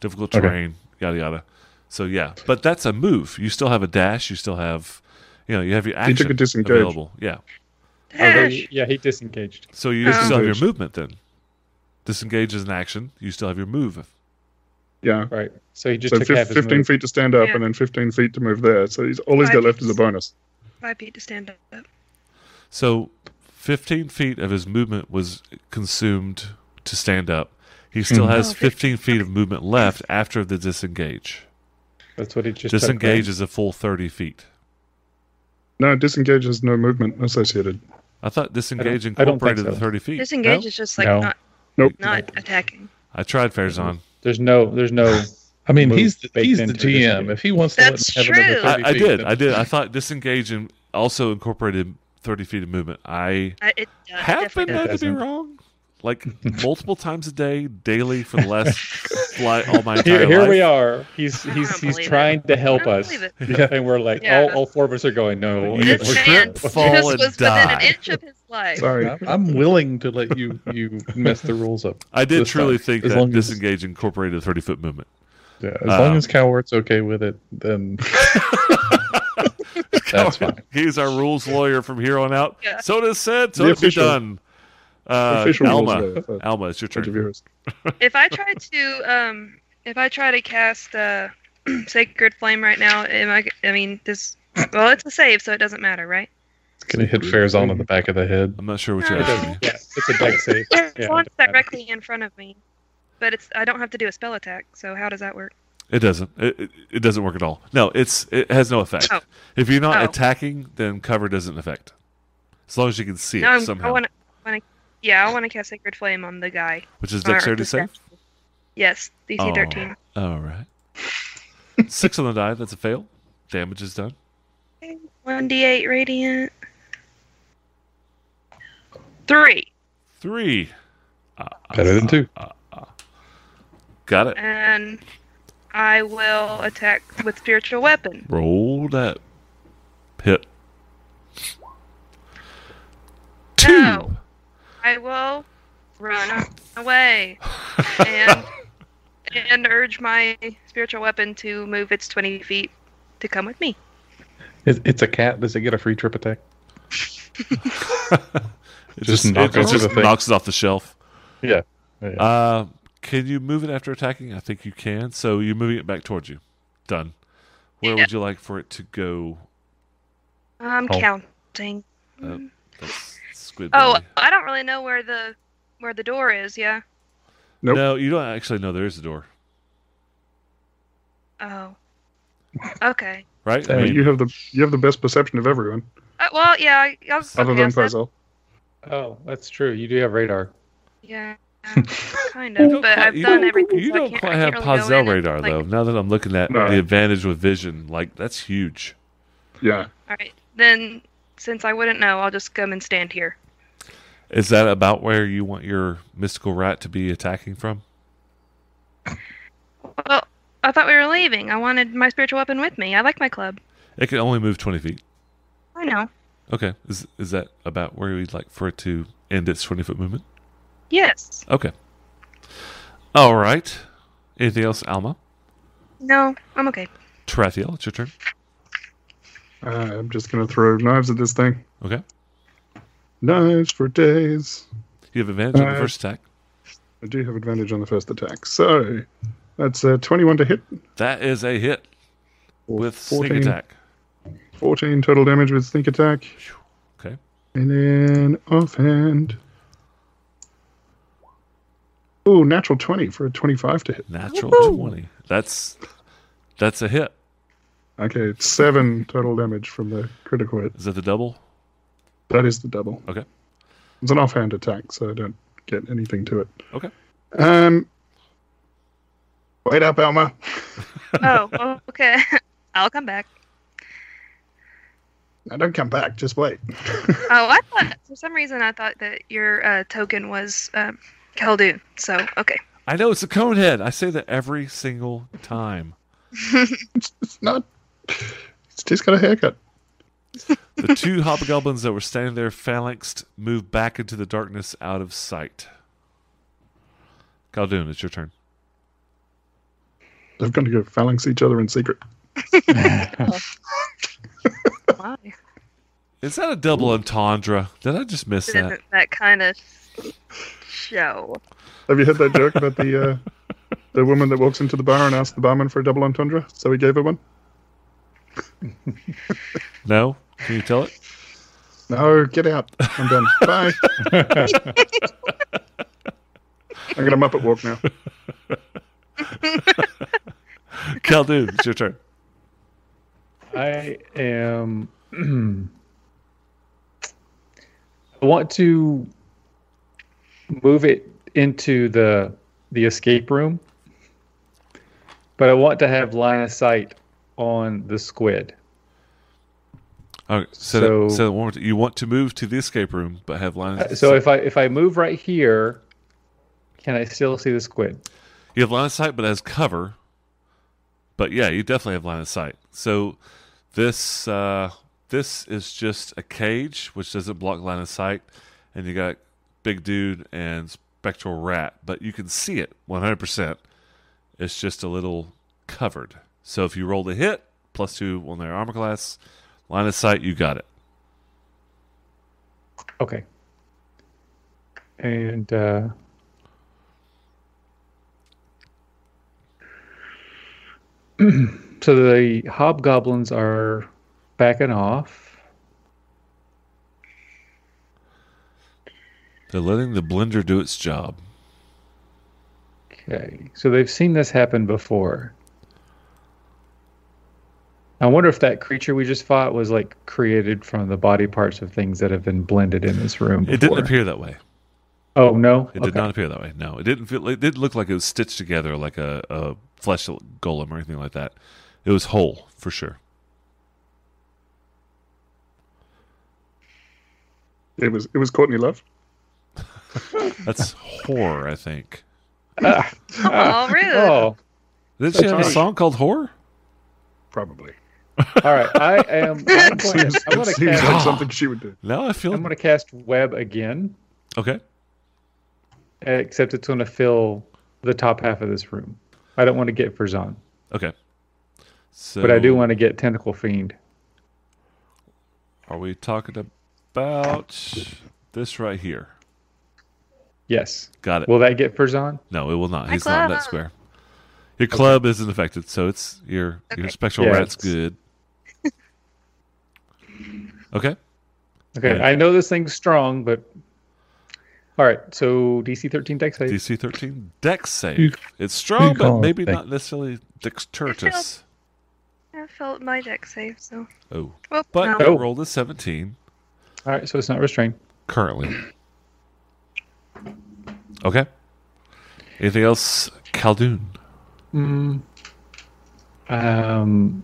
C: difficult
D: Okay.
C: terrain, yada yada. So yeah, but that's a move. You still have a dash. You still have, you know, you have your
B: He
C: action
B: took a disengage.
C: available. Yeah,
A: Although,
E: Dash.
A: yeah, he disengaged.
C: so you just still have your
B: Disengaged.
C: movement then. Disengage is an action. You still have your move.
B: Yeah.
A: Right. So he just
B: So
A: took
B: fif-
A: half his
B: 15
A: move.
B: feet to stand up
E: Yeah.
B: and then 15 feet to move there. So he's all he's got
E: Five
B: left is a
E: feet.
B: bonus.
E: Five feet to stand up.
C: So, 15 feet of his movement was consumed to stand up. He still
B: Hmm.
D: Mhm.
C: has
E: Oh, okay.
C: 15 feet of movement left after the disengage.
A: That's what he just took,
C: disengage
A: right?
C: is a full 30 feet.
B: No, disengage has no movement associated.
C: I thought disengage
A: I don't think
C: incorporated the
A: so.
C: 30 feet.
E: Disengage
C: No?
E: is just like
D: No.
E: not
B: Nope.
E: not attacking.
C: I tried Farazan.
A: There's no. There's no.
D: I mean,
A: move
D: he's the,
A: baked
D: he's the
A: into it,
D: GM.
A: isn't it?
D: If he wants to
E: That's
D: let him have another
E: true.
D: 30
C: I, I
D: feet,
C: did.
D: then-
C: I did. I thought disengage and also incorporated 30 feet of movement. I
E: I, it uh,
C: have been
E: definitely
C: known
E: does.
C: to be
A: doesn't.
C: wrong. Like multiple times a day, daily for the last li- all my entire
A: Here, here
C: life.
A: we are. He's
E: I
A: he's
E: don't
A: he's
E: believe it.
A: trying to help
E: I don't
A: us,
E: believe it.
A: and we're like,
E: Yeah.
A: all, all four of us are going. No,
C: You
A: we're-
E: This man
C: trip, fall,
E: just
C: and
E: was within an
C: die.
E: inch of his life.
B: Sorry.
D: I'm, I'm willing to let you you mess the rules up.
C: I did
D: this
C: truly
D: time.
C: think
D: As
C: that
D: long as-
C: disengage incorporated a 30 foot movement.
D: Yeah, as
C: Um,
D: long as Cowart's okay with it, then that's fine.
C: He's our rules lawyer from here on out.
E: Yeah.
C: So it is said, so
B: The
C: it be
B: official-
C: done. Uh,
B: Official rules
C: Alma,
B: there for
C: Alma, it's your
B: bunch of
C: turn.
B: viewers.
E: if I try to um if I try to cast uh sacred flame right now, am I I mean this well it's a save so it doesn't matter, right?
D: It's gonna hit Fairzon in the back of the head.
C: I'm not sure what you're
E: No.
A: it
C: asking. me.
A: doesn't- yeah, it's a deck save.
E: It's
A: it
E: one
A: doesn't matter.
E: directly in front of me. But it's I don't have to do a spell attack, so how does that work?
C: It doesn't. It, it, it doesn't work at all. No, it's it has no effect.
E: Oh.
C: If you're not
E: Oh.
C: attacking, then cover doesn't affect. As long as you can see it
E: no, I'm, I
C: somehow,
E: want to want to yeah, I want to cast sacred flame on the guy.
C: which is
E: Or
C: dexterity
E: the
C: save.
E: statue. Yes, DC
C: Oh.
E: 13.
C: All right. Six on the die. That's a fail. Damage is done. Oh.
E: 1d8 radiant. 3.
C: Three.
D: Better than two.
C: Got it.
E: and I will attack with spiritual weapon.
C: Roll that hit. Two.
E: No, I will run away and and urge my spiritual weapon to move its twenty feet to come with me.
D: It, it's a cat. Does it get a free trip attack?
C: It
D: Just
C: just,
D: knock
C: it
D: over
C: just
D: the thing.
C: knocks it off the shelf.
D: Yeah. Yeah.
C: Uh, can you move it after attacking? I think you can. So you're moving it back towards you. Done. Where would you like for it to go?
E: I'm
D: Oh.
E: counting.
C: Oh.
E: Mm.
C: That's squid.
E: Oh,
C: Belly.
E: I don't really know where the where the door is. Yeah.
B: Nope.
C: no, you don't actually know there is a door,
E: Oh. Okay.
C: right?
B: Uh, you have the you have the best perception of everyone,
E: Uh, well, yeah. I, I was,
B: other
E: okay, I
B: than
E: was not-
B: Faisal.
A: Oh, that's true. You do have radar.
E: Yeah. kind
C: You
E: of,
C: don't
E: but
C: quite-
E: I've
C: you
E: done
C: don't-
E: everything.
C: You
E: so I
C: don't
E: can't-
C: quite
E: I
C: have
E: can't really go in
C: Pazel
E: and,
C: radar
E: like,
C: though. Now that I'm looking at
B: No.
C: the advantage with vision, like that's huge.
B: Yeah.
E: All right, then since I wouldn't know, I'll just come and stand here.
C: Is that about where you want your mystical rat to be attacking from?
E: Well, I thought we were leaving. I wanted my spiritual weapon with me. I like my club.
C: It can only move twenty feet.
E: I know.
C: Okay. Is is that about where we'd like for it to end its twenty foot movement?
E: Yes.
C: Okay. All right. Anything else, Alma?
E: No, I'm okay.
C: Tarathiel, it's your turn.
B: Uh, I'm just gonna throw knives at this thing.
C: Okay.
B: Knives for days.
C: You have advantage on the
B: Uh,
C: first attack.
B: I do have advantage on the first attack, so that's uh, 21 to hit.
C: That is a hit with sneak
B: 14.
C: attack.
B: 14 total damage with sneak attack.
C: Okay.
B: And then offhand. Ooh, natural 20 for a 25 to hit.
C: Natural
E: Woohoo!
C: twenty. That's that's a hit.
B: Okay, it's seven total damage from the critical hit.
C: Is that the double?
B: That is the double.
C: Okay.
B: It's an offhand attack, so I don't get anything to it.
C: Okay.
B: Um. Wait up, Elma.
E: Oh, oh, okay. I'll come back.
B: No, don't come back. Just wait.
E: Oh, I thought for some reason I thought that your uh, token was um, Khaldun. So okay.
C: I know it's a conehead. I say that every single time.
B: it's, it's not. It's just got a haircut.
C: The two hobgoblins that were standing there phalanxed moved back into the darkness out of sight. Khaldun, it's your turn.
B: They're going to go phalanx each other in secret.
E: Why?
C: Is that a double entendre? Did I just miss that?
E: Isn't that kind of show?
B: Have you heard that joke about the uh, the woman that walks into the bar and asks the barman for a double entendre? So he gave her one.
C: No? Can you tell it?
B: No, get out. I'm done. Bye. I'm gonna Muppet walk now.
C: Khaldun, it's your turn.
A: I am. I want to move it into the the escape room, but I want to have line of sight on the squid.
C: All right, so,
A: So- Uh,
C: so one more time. you want to move to the escape room, but have line of
A: So if I if I move right here, can I still see the squid?
C: You have line of sight, but as cover. But yeah, you definitely have line of sight. So this uh, this is just a cage which doesn't block line of sight, and you got big dude and spectral rat, but you can see it 100%. It's just a little covered. So if you roll the hit plus two on their armor class, line of sight, you got it.
A: Okay. And uh, so the hobgoblins are backing off.
C: They're letting the blender do its job.
A: Okay. So they've seen this happen before. I wonder if that creature we just fought was like created from the body parts of things that have been blended in this room.
C: It didn't
A: before.
C: appear that way.
A: Oh no,
C: It did not appear that way. No, it didn't feel. It didn't look like it was stitched together like a, a flesh golem or anything like that. It was whole for sure.
B: It was it was Courtney Love.
C: That's horror, I think. Uh,
E: Oh, rude.
A: Oh,
C: Didn't she have a
B: Sorry.
C: song called Horror?
B: Probably.
A: all right. I am. I'm going
B: Seems,
A: to, I'm
B: it
A: going to
B: seems
A: cast.
B: like something she would do.
C: Now I feel
A: I'm going to cast web again,
C: okay.
A: except it's going to fill the top half of this room. I don't want to get Verzon,
C: Okay. So,
A: but I do want to get Tentacle Fiend.
C: Are we talking about this right here?
A: Yes.
C: Got it.
A: Will that get Verzon?
C: no, it will not.
E: My
C: He's not in that
E: club.
C: square. Your club isn't affected, so it's your your
E: Okay.
C: spectral
A: Yeah,
C: rat's
A: it's-
C: good. okay.
A: Okay.
C: Yeah.
A: I know this thing's strong, but all right. So DC 13 Dex save.
C: DC 13 Dex save.
D: You-
C: it's strong,
D: you
C: but
D: call it
C: maybe
D: Dex.
C: not necessarily dexterous.
E: I felt my deck safe, so.
C: Oh,
E: Well,
C: but
E: no.
C: it
A: Oh.
C: rolled a 17
A: All right. So it's not restrained.
C: currently. Okay. Anything else, Khaldun?
A: Mm. Um.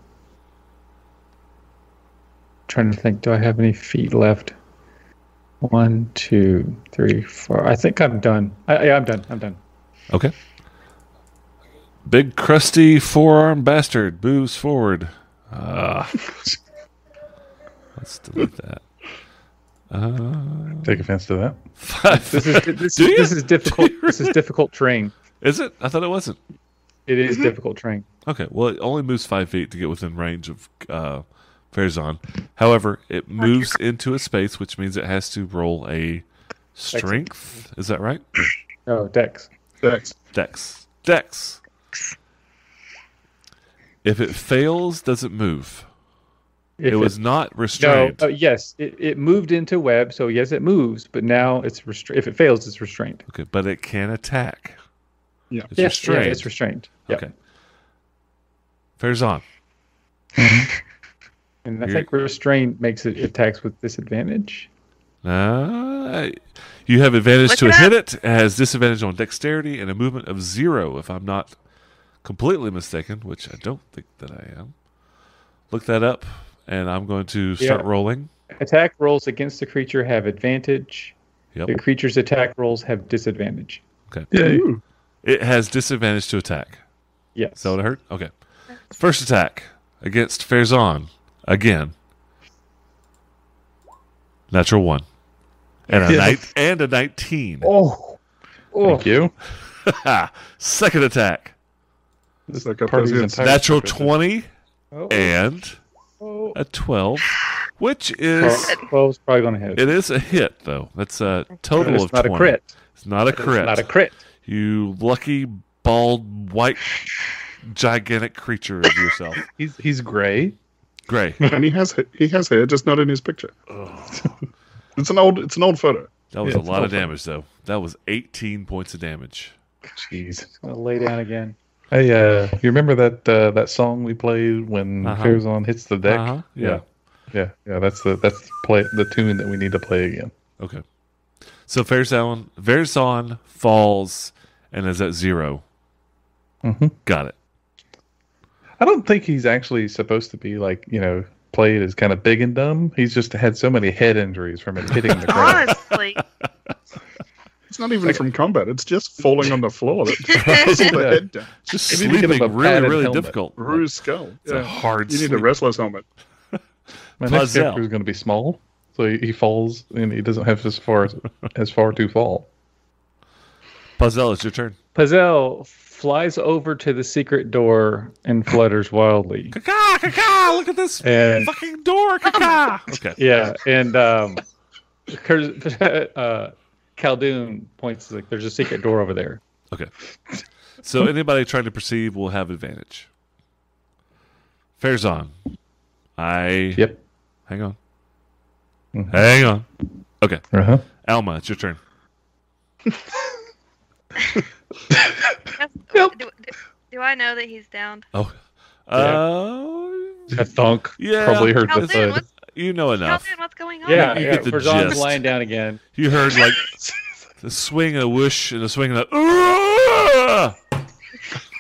A: Trying to think. Do I have any feet left? One, two, three, four. I think I'm done. I, yeah, I'm done. I'm done.
C: Okay. Big crusty forearm bastard moves forward. Uh, let's delete that. Uh,
D: Take offense to that.
A: This is this,
C: Do you?
A: this is difficult. This is difficult terrain.
C: is it? I thought it wasn't.
A: It
D: Mm-hmm.
A: is difficult terrain.
C: Okay, well, it only moves five feet to get within range of uh, Farazan. However, it moves into a space, which means it has to roll a strength. Is that right?
A: No Oh, Dex.
B: Dex.
C: Dex. Dex. If it fails, does it move?
A: If
C: it was not restrained.
A: No. Uh, yes, it, it moved into web. So yes, it moves. But now it's restra- If it fails, it's restrained.
C: okay, but it can attack.
B: Yeah.
C: It's
A: yes, yeah,
C: restrained.
A: it's restrained. Yeah.
C: Okay. Farazan,
A: And I
C: You're-
A: think restraint makes it attacks with disadvantage.
C: Uh, you have advantage
E: Look
C: to
E: it
C: hit it. It has disadvantage on dexterity and a movement of zero, if I'm not completely mistaken, which I don't think that I am. Look that up, and I'm going to start
A: Yeah.
C: rolling.
A: Attack rolls against the creature have advantage.
C: Yep.
A: The creature's attack rolls have disadvantage.
D: Yay.
B: Ooh.
C: It has disadvantage to attack.
A: Yes.
C: Is that what I heard? Okay. First attack against Fairzon again. Natural one, and a
D: Yes.
C: nine, and a nineteen.
A: oh, oh.
D: Thank you.
C: Second attack,
B: It's like a
D: Party's
B: dozen.
D: entire-
C: natural
D: Christmas.
C: twenty,
A: Oh,
C: and
A: oh.
C: a 12 which is
A: Well, Twelve's probably going to hit.
C: it is a hit though that's a total
A: it's
C: of
A: not
C: 20
A: a crit.
C: it's not a crit
A: It's not a crit.
C: you lucky bald white gigantic creature of yourself
D: He's he's gray.
C: gray
B: and he has he has hair, just not in his picture. It's an old it's an old photo.
C: that was
D: Yeah,
C: a
D: it's
C: lot
D: not
C: of damage though that was 18 points of damage
D: Jeez.
A: I'm going to lay down again.
D: Hey, uh, you remember that uh, that song we played when
C: Uh-huh.
D: Fairzon hits the deck?
C: Uh-huh, yeah.
D: Yeah. Yeah, yeah, that's the that's the play the tune that we need to play again.
C: okay so Verzon, Verzon falls and is at zero
D: Mhm.
C: got it
D: I don't think he's actually supposed to be like you know played as kind of big and dumb. He's just had so many head injuries from it hitting the ground.
E: Honestly.
B: It's not even from combat. It's just falling on the floor. That pulls the
D: Yeah.
B: head down.
C: just
D: Maybe we
C: sleeping
D: give him a
C: really
D: padded
C: really
D: helmet.
C: difficult
B: Bruised skull.
C: it's a
B: Yeah.
C: hard
B: You need a
C: sleep.
B: wrestler's helmet.
D: My next
C: Puzzle.
D: character is going to be small, so he, he falls and he doesn't have as far as far to fall.
C: Puzzle, it's your turn
A: Pazel flies over to the secret door and flutters wildly.
C: Caca, caca, look at this
A: And
C: fucking door, caca. Okay.
A: yeah, and um, Curs- uh, Khaldun points like there's a secret door over there.
C: So anybody trying to perceive will have advantage. Fair's on. I
D: Yep.
C: hang on.
D: Mhm.
C: Hang on. Okay.
D: Uh huh.
C: Alma, it's your turn.
E: Do, do, do I know that he's downed?
C: Oh.
A: Yeah.
C: Uh,
A: A thunk.
C: yeah.
D: Probably heard the
E: Calvin,
D: thud.
E: what's,
C: You know enough.
E: Calvin, what's going on?
A: Yeah,
C: You
A: yeah.
C: get the
A: Verzon's
C: gist.
A: lying down again.
C: You heard like the swing and a whoosh and a swing and a
E: All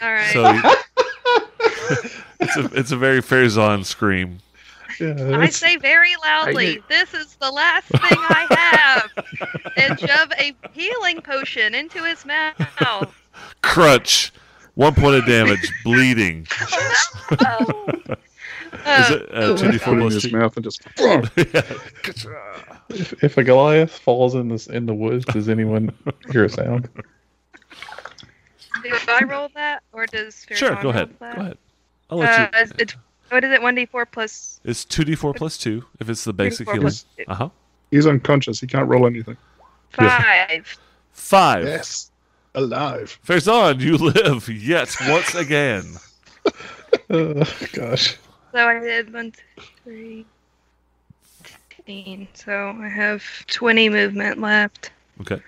E: right.
C: so you- it's a it's a very Fairzon scream.
E: I say very
F: I
E: loudly, this is the last thing I have, and shove a healing potion into his mouth.
C: Crunch. One point of damage, bleeding.
E: Oh.
C: Is
E: Uh,
C: it uh,
B: Put it
C: 2d4
B: in
C: plus
B: his
C: two?
B: mouth and just.
D: If, if a Goliath falls in this in the woods, does anyone hear a sound?
E: do I roll that, or does Farazan
C: Sure, go
E: roll
C: ahead. Go
E: That?
C: ahead. I'll let
E: Uh,
C: you.
E: it's, it's- what is it? One d four plus
C: It's two d four plus two if it's the basic
E: 2d4
C: healing.
E: plus two.
C: Uh huh.
B: He's unconscious. He can't roll anything.
E: five.
C: Five.
F: Yes. Alive.
C: Farzan, you live yet once again.
D: Uh, gosh.
E: So I did one, two, three, fifteen. So I have twenty movement left.
C: Okay.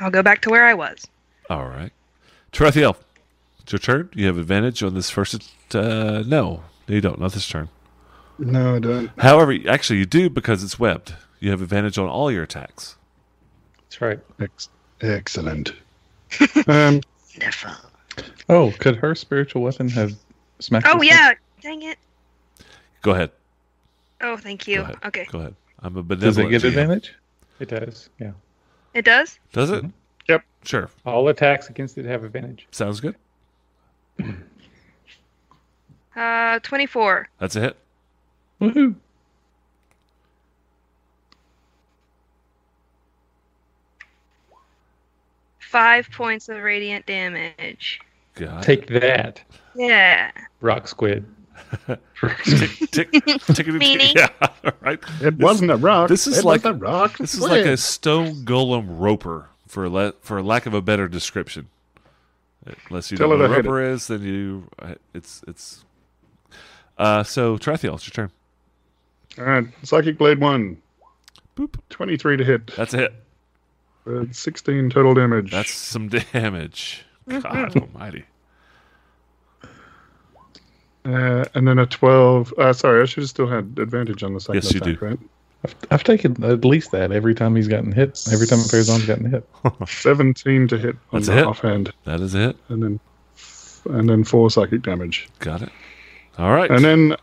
E: I'll go back to where I was.
C: All right. Tarathiel, it's your turn. You have advantage on this first. at- Uh, no, you don't. Not this turn.
B: No, I don't.
C: However, actually, you do because it's webbed. You have advantage on all your attacks.
A: That's right.
B: Ex- excellent. um,
E: Wonderful.
D: Oh, could her spiritual weapon have smacked?
E: Oh
D: his
E: yeah! Dang it!
C: Go ahead.
E: Oh, thank
C: Go
E: you.
C: ahead.
E: Okay,
C: Go ahead. I'm a
D: head? Does
C: benevolent.
D: it get
C: GM.
D: advantage?
A: It does. Yeah.
E: it does.
C: Does it?
D: Mm-hmm.
B: Yep.
C: Sure.
A: All attacks against it have advantage.
C: Sounds good.
E: Uh, twenty-four.
C: That's a hit.
D: Woohoo!
E: Five points of radiant damage.
C: God.
A: Take that,
E: Yeah.
A: rock squid.
C: tick, tick, tick, tick.
E: Meanie.
C: Yeah, all right.
B: it wasn't a rock.
C: this is
B: it
C: like-
B: was a rock.
C: This is like a stone golem roper, for le- for lack of a better description. Unless you
B: Tell
C: know
B: it
C: what a
B: I hate
C: roper is, then you uh, it's it's. Uh, so Trathiel, it's your turn.
B: All right, psychic blade one.
C: Boop.
B: 23 to hit.
C: That's a hit.
B: Uh, 16 total damage.
C: That's some damage. God Almighty.
B: Uh, and then a 12. Uh, sorry, I should have still had advantage on the second
C: Yes, you
B: attack,
C: do.
B: right?
D: I've, I've taken at least that every time he's gotten hit. Every time Farazan's gotten hit.
B: 17 to hit on
C: That's a
B: the
C: hit.
B: offhand.
C: That is it.
B: And then and then 4 psychic damage.
C: Got it. All right.
B: And then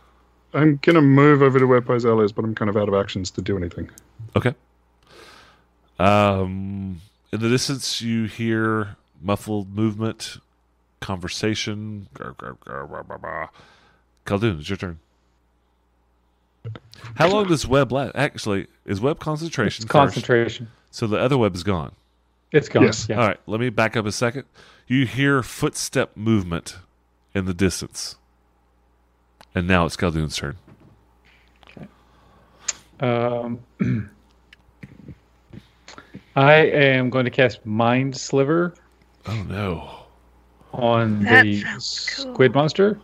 B: I'm going to move over to where Paisel is, but I'm kind of out of actions to do anything.
C: Okay. Um, in the distance, you hear muffled movement, conversation. Grr, grr, grr, blah, blah, blah. Khaldun, it's your turn. How long does web last? Actually, is web concentration
A: It's
C: first?
A: concentration.
C: So the other web is gone.
A: It's gone.
B: Yes.
A: Yeah.
C: All right, let me back up a second. You hear footstep movement in the distance, and now it's Khaldun's turn.
A: Um, I am going to cast Mind Sliver
C: Oh no!
A: on
E: That
A: the
E: sounds cool.
A: squid monster.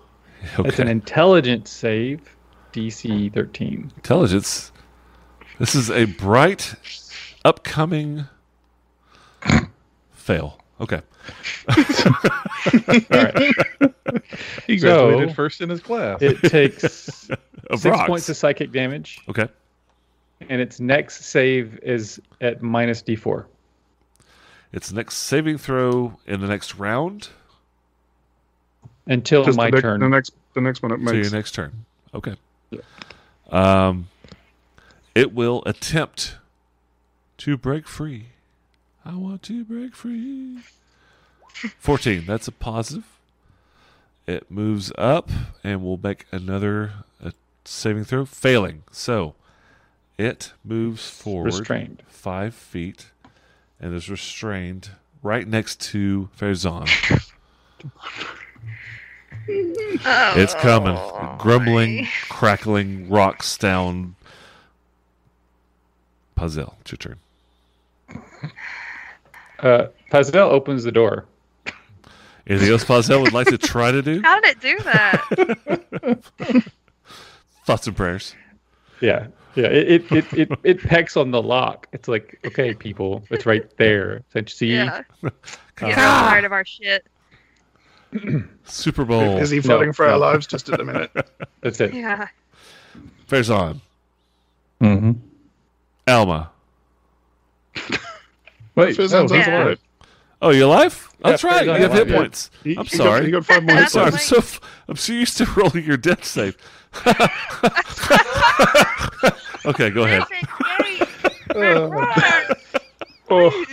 A: It's
C: Okay.
A: an intelligence save, DC 13.
C: intelligence. This is a bright upcoming fail. Okay.
A: All right.
D: He
A: So-
D: graduated first in his class.
A: It takes
C: Of
A: six
C: rocks.
A: points of psychic damage,
C: okay.
A: and its next save is at minus D4.
C: It's next saving throw in the next round
A: Until
B: Just
A: my
B: the, ne-
A: turn.
B: The next, the next one it
C: to
B: makes.
C: your next turn. Okay. Um, it will attempt to break free. I want to break free. 14. That's a positive. It moves up and will make another uh, saving throw, failing. So it moves forward
A: Restrained.
C: five feet and is restrained right next to Farazan.
E: Oh,
C: It's coming. Grumbling, crackling, rocks down. Puzzle, it's your turn.
A: Uh, Pazdel opens the door.
C: Anything else Puzzle would like to try to do?
E: How did it do that?
C: Thoughts and prayers.
A: Yeah. Yeah. It, it, it, it, it pecks on the lock. It's like, okay, people, it's right there. Don't you see?
E: yeah.
C: Come
E: Get tired of our shit.
C: Super Bowl.
F: Busy fighting for
A: no.
F: our lives just at the minute.
A: That's it.
E: Yeah.
C: Farazan.
D: hmm
C: Alma.
D: Wait,
F: Fizz
D: no,
F: ends
D: he's
E: up-
D: alive.
C: Oh, you're alive? That's
A: Yeah,
C: right. You
A: Farazan,
C: have hit
A: yeah.
C: points.
B: He-
C: I'm
B: he got-
C: sorry.
B: he got five more
E: I'm
B: hit
C: I'm sorry. I'm
B: points.
C: so, f- I'm so used to rolling your death save. okay, go ahead.
E: Perfect. Great. We're wrong.
B: Oh,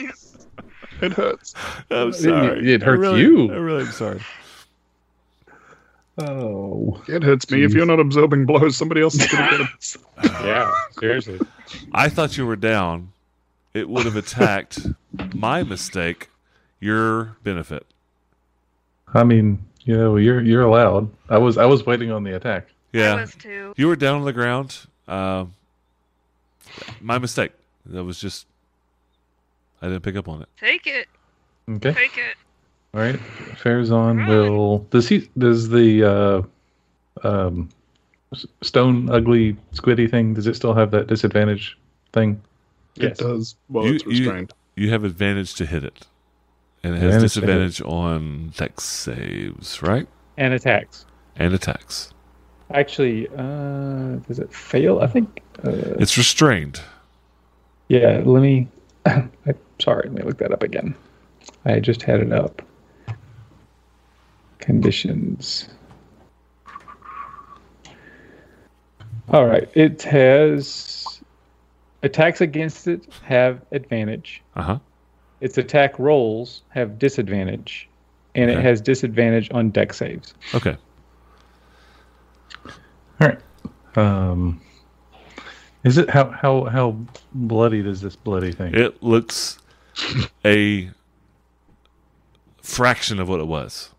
B: it hurts.
C: I'm
D: It-
C: sorry.
D: it
C: I
D: hurts
C: really-
D: you.
C: I really am sorry.
D: Oh.
B: It hurts me. If
D: Jeez.
B: you're not absorbing blows, somebody else is going to get it.
A: Yeah. Seriously.
C: I thought you were down. It would have attacked my mistake, your benefit.
D: I mean, you know, you're you're allowed. I was I was waiting on the attack.
E: I
C: Yeah,
E: was too.
C: you were down on the ground. Um my mistake. That was just I didn't pick up on it.
E: Take it.
D: Okay.
E: Take it.
D: All right. Farazan will does he does the uh um s- stone ugly squiddy thing does it still have that disadvantage thing?
A: Yes.
B: It does. Well,
C: You-
B: it's
C: you-
B: restrained.
C: You have advantage to hit it, and it has
D: Advantage to hit it.
C: disadvantage on dex saves, right?
A: And attacks.
C: And attacks.
A: Actually, uh, does it fail? I think. Uh,
C: It's restrained.
A: yeah. Let me. I'm sorry. Let me look that up again. I just had it up. Conditions. All right. It has attacks against it have advantage.
C: Uh huh.
A: Its attack rolls have disadvantage, and it
C: Okay.
A: has disadvantage on deck saves.
C: Okay.
D: All right. Um is it how how how bloody does this bloody thing?
C: It looks a fraction of what it was.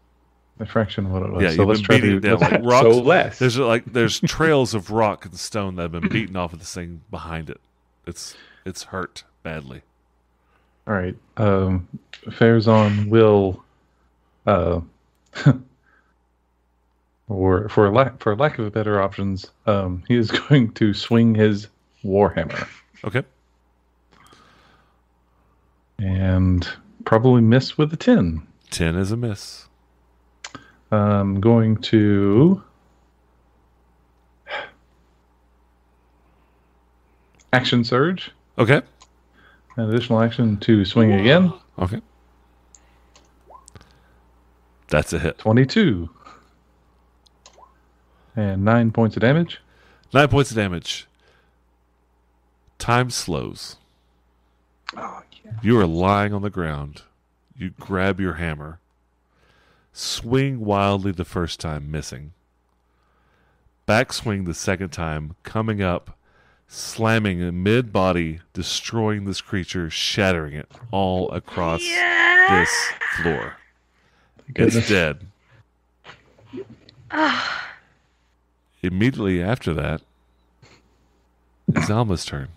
D: A fraction of what it was.
C: Yeah,
D: so
C: you've
D: let's
C: been
D: try
C: beating
D: to
C: it down.
D: let's-
C: Like rocks,
A: So less.
C: There's like there's trails of rock and stone that have been beaten off of this thing behind it. It's it's hurt badly.
D: All right. Um, Farazan will, uh, or for lack for lack of better options, um, he is going to swing his warhammer
C: Okay.
D: and probably miss with a ten.
C: Ten is a miss.
D: Um, going to action surge,
C: Okay.
D: an additional action to swing again.
C: Okay. That's a hit.
D: 22. And nine points of damage.
C: Nine points of damage. Time slows. You are lying on the ground. You grab your hammer, swing wildly the first time, missing. Backswing the second time, coming up, slamming in mid body, destroying this creature, shattering it all across
E: Yeah.
C: this floor.
D: Goodness.
C: It's dead.
E: Oh,
C: Immediately after that, it's Alma's turn.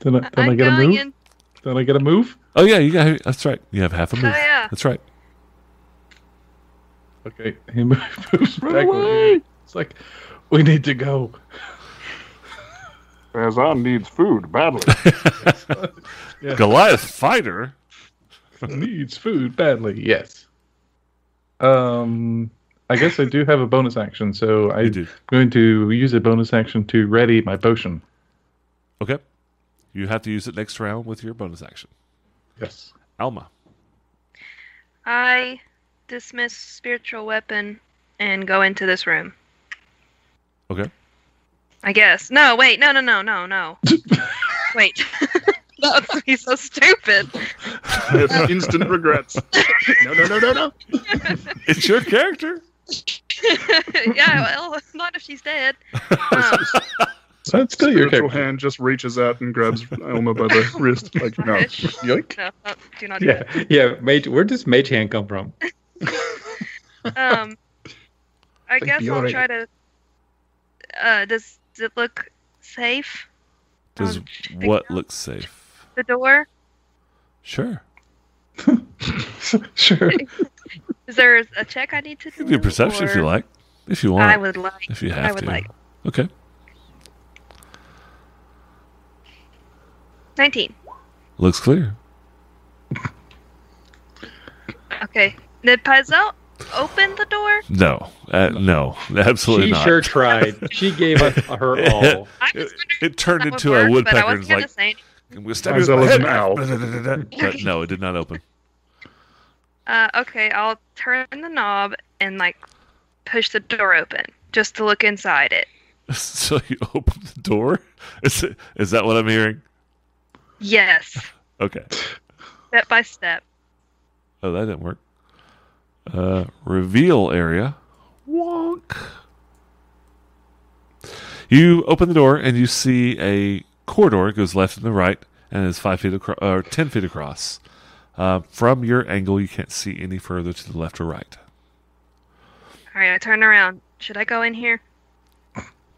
D: Did I, did I
E: I'm
D: get a
E: going
D: move?
E: in.
D: Did I get a move?
C: Oh yeah, you got that's right. You have half a move.
E: Oh, yeah.
C: That's right.
D: Okay, he moves back. Away. It's like, we need to go.
B: Razan needs food badly.
C: Goliath fighter.
D: Needs food badly. Yes. Um, I guess I do have a bonus action, so
C: You
D: I'm
C: do.
D: going to use a bonus action to ready my potion.
C: Okay. You have to use it next round with your bonus action.
D: Yes.
C: Alma.
E: I dismiss spiritual weapon and go into this room.
C: Okay.
E: I guess. No, wait. No, no, no, no, no. wait. that would be so stupid.
B: Yes, instant regrets.
F: No, no, no, no, no.
C: It's your character.
E: yeah, well, not if she's dead. Um,
D: So that's still your
B: Spiritual
D: character.
B: hand just reaches out and grabs Elma by the wrist. Like, no.
D: Yoink.
E: no, no, do not do
A: Yeah, yeah. Mage, where does Mage Hand come from?
E: that. Um, I guess I'll
F: Fiore.
E: try to. Uh, does it look safe?
C: Does
E: Um, check
C: what
E: out
C: looks safe?
E: The door?
C: Sure.
D: sure.
E: Is there a check I need to do?
C: You can do perception if you
E: or-
C: like. If you
E: I
C: want.
E: would like.
C: if you have
E: I would
C: to.
E: like.
C: Okay.
E: 19.
C: Looks clear.
E: Okay. Did Pazel open the door?
C: No. Uh, no. Absolutely
A: she
C: not.
A: sure tried. She gave us her all.
E: I
C: It,
E: was
C: it turned
E: wondering if
C: into
E: that
C: a
E: would work, but I
C: woodpecker and
E: wasn't
C: was
E: gonna
C: like,
E: say anything.
C: I'm going to stab you with
B: As I
C: my
B: was
C: head.
B: an owl.
C: But no, it did not open.
E: Uh, okay, I'll turn the knob and like push the door open just to look inside it.
C: So you open the door? Is, it, is that what I'm hearing?
E: Yes,
C: Okay.
E: step by step.
C: Oh, that didn't work. Uh, reveal area. Wonk. You open the door and you see a corridor. It goes left and the right, and is five feet across or ten feet across. Uh, from your angle, you can't see any further to the left or right.
E: All right, I turn around. Should I go in here?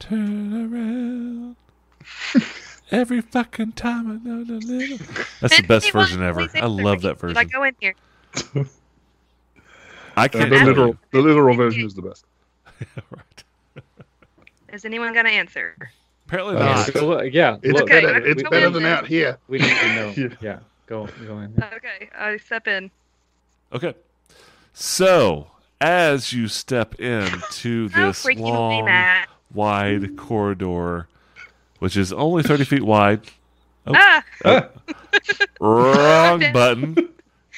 C: Turn around. Every fucking time I know the little. That's the best
E: Anyone
C: version ever.
E: please
C: I
E: answer
C: love
E: me.
C: that
E: Should I
C: version.
E: go in here?
C: I
B: The
C: can't. tell
B: literal,
C: you.
B: the literal version is the best.
C: Right.
E: Is anyone gonna answer?
C: Apparently
A: Okay,
C: not.
A: so look- yeah,
F: It's
A: look,
E: Okay,
F: better,
A: we-
F: it's
A: we-
F: better
A: we-
F: than out here.
A: We need to know.
B: Yeah.
A: yeah. go go in.
E: Okay, I step in.
C: Okay. So, as you step into
E: How
C: this
E: freaking
C: long,
E: that?
C: wide corridor, which is only 30 feet wide, Oh.
E: Ah,
C: wrong button,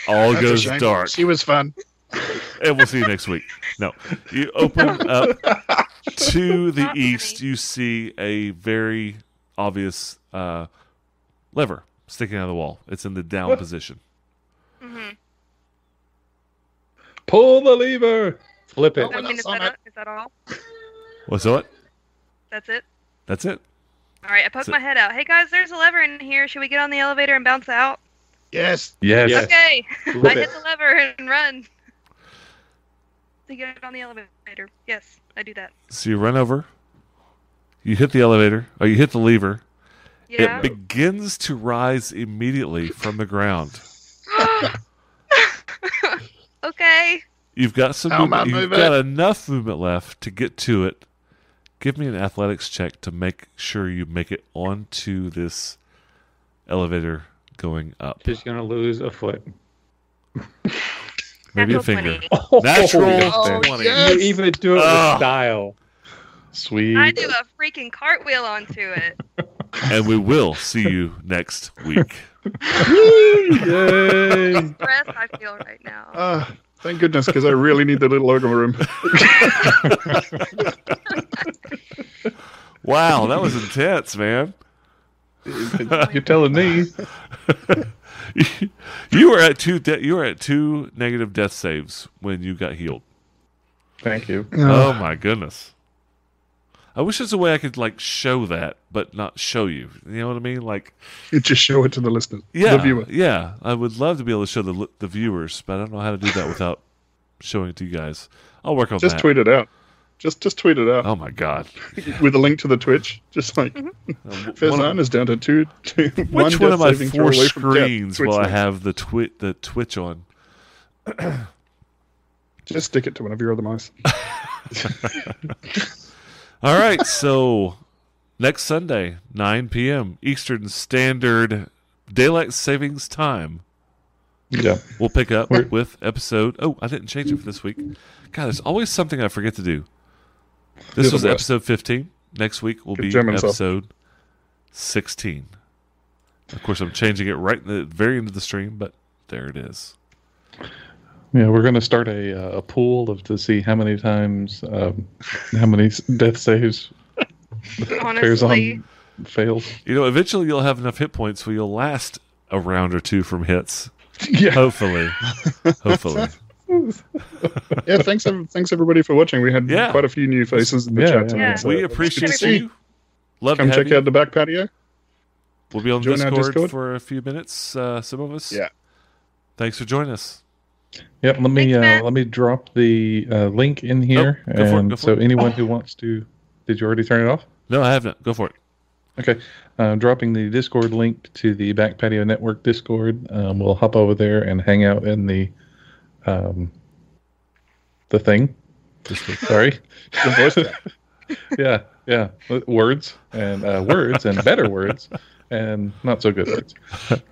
C: all
F: That's a
C: goes
F: shame.
C: dark.
F: She was fun.
C: And we'll see you next week. No. You open up to the
E: Not
C: east,
E: funny.
C: you see a very obvious uh, lever sticking out of the wall. It's in the down position.
E: mhm.
D: Pull the lever.
A: Flip it.
F: Oh,
E: I
F: well,
E: mean, is
F: that's
E: that,
F: on it.
E: is that all?
C: What's that?
E: That's it.
C: That's it.
E: All right, I poke
C: So-
E: my head out. Hey guys, there's a lever in here. Should we get on the elevator and bounce out?
F: Yes.
D: Yes.
A: Yes.
E: Okay, I
A: Flip it.
E: hit the lever and run to get on the elevator. Yes, I do that.
C: So you run over, you hit the elevator, or you hit the lever.
E: Yeah.
C: It begins to rise immediately from the ground.
E: okay.
C: You've got some
F: How am I
C: movement. You've
F: moving?
C: got enough movement left to get to it. Give me an athletics check to make sure you make it onto this elevator going up.
A: She's gonna lose a foot.
C: Maybe a
E: Natural
C: finger.
E: 20.
A: Oh,
C: Natural
F: Oh,
C: 20.
F: yeah.
D: Ah.
A: You even do it with
C: Ugh.
A: style.
D: Sweet.
E: I do a freaking cartwheel onto it.
C: and we will see you next week.
B: Yay!
E: Breath I feel right now.
B: Uh, thank goodness, because I really need the little ogre room.
C: Wow, that was intense, man.
D: You're telling me.
C: you were at two. De- you were at two negative death saves when you got healed.
D: Thank you.
B: Uh,
C: Oh my goodness. I wish there's a way I could like show that, but not show you. You know what I mean? Like,
B: just show it to the listener,
C: yeah,
B: the viewer.
C: yeah. I would love to be able to show the li- the viewers, but I don't know how to do that without showing it to you guys. I'll work on
B: Just
C: that.
B: tweet it out. Just just tweet it out
C: Oh my god!
B: with a link to the Twitch. Just like
C: Uh, w- one of-
B: Fezan is down to two, two one
C: which one
B: death
C: of my
B: saving throw
C: four
B: away from death.
C: screens
B: Twitch
C: will I
B: link.
C: have the twit the Twitch on?
B: Just stick it to one of your other mice.
C: All right, so next Sunday, 9 p.m. Eastern Standard Daylight Savings Time.
D: Yeah.
C: We'll pick up with episode. Oh, I didn't change it for this week. God, there's always something I forget to do.
B: You're
C: This
B: the
C: was
B: best.
C: episode 15. Next week will
B: Good
C: be
B: German, sir.
C: episode 16. Of course, I'm changing it right in the very end of the stream, but there it is.
D: Yeah, we're going to start a, uh, a pool of to see how many times, um, how many s- death saves Farazan
E: Honestly,
D: fails.
C: You know, eventually you'll have enough hit points where you'll last a round or two from hits.
B: yeah.
C: Hopefully. Hopefully.
B: yeah. Thanks, ev- thanks everybody for watching. We had
C: Yeah.
B: quite a few new faces in the
D: Yeah,
B: chat
D: yeah.
B: tonight.
E: Yeah.
B: so
C: We
B: it's good to
C: appreciate
B: see.
C: you. Love
B: Come
C: to have
B: check
C: you.
B: out the back patio.
C: We'll be on
B: join our
C: Discord,
B: Discord.
C: for a few minutes. Uh, some of us.
B: Yeah.
C: Thanks for joining us.
D: Yep, let me
E: Thanks,
D: uh,
E: Matt.
D: let me drop the uh, link in here,
C: go for it,
D: and
C: go for
D: so
C: it.
D: anyone who wants to, did you already turn it off?
C: No, I haven't. Go for it.
D: Okay, uh, dropping the Discord link to the Back Patio Network Discord. Um, we'll hop over there and hang out in the um, the thing. Sorry, yeah, yeah, w- words and uh, words and better words and not so good words.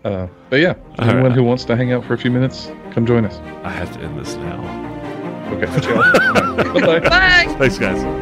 D: Uh, but yeah,
C: All
D: anyone
C: right.
D: who wants to hang out for a few minutes, come join us.
C: I have to end this now.
D: Okay, bye.
E: but
C: Thanks, guys.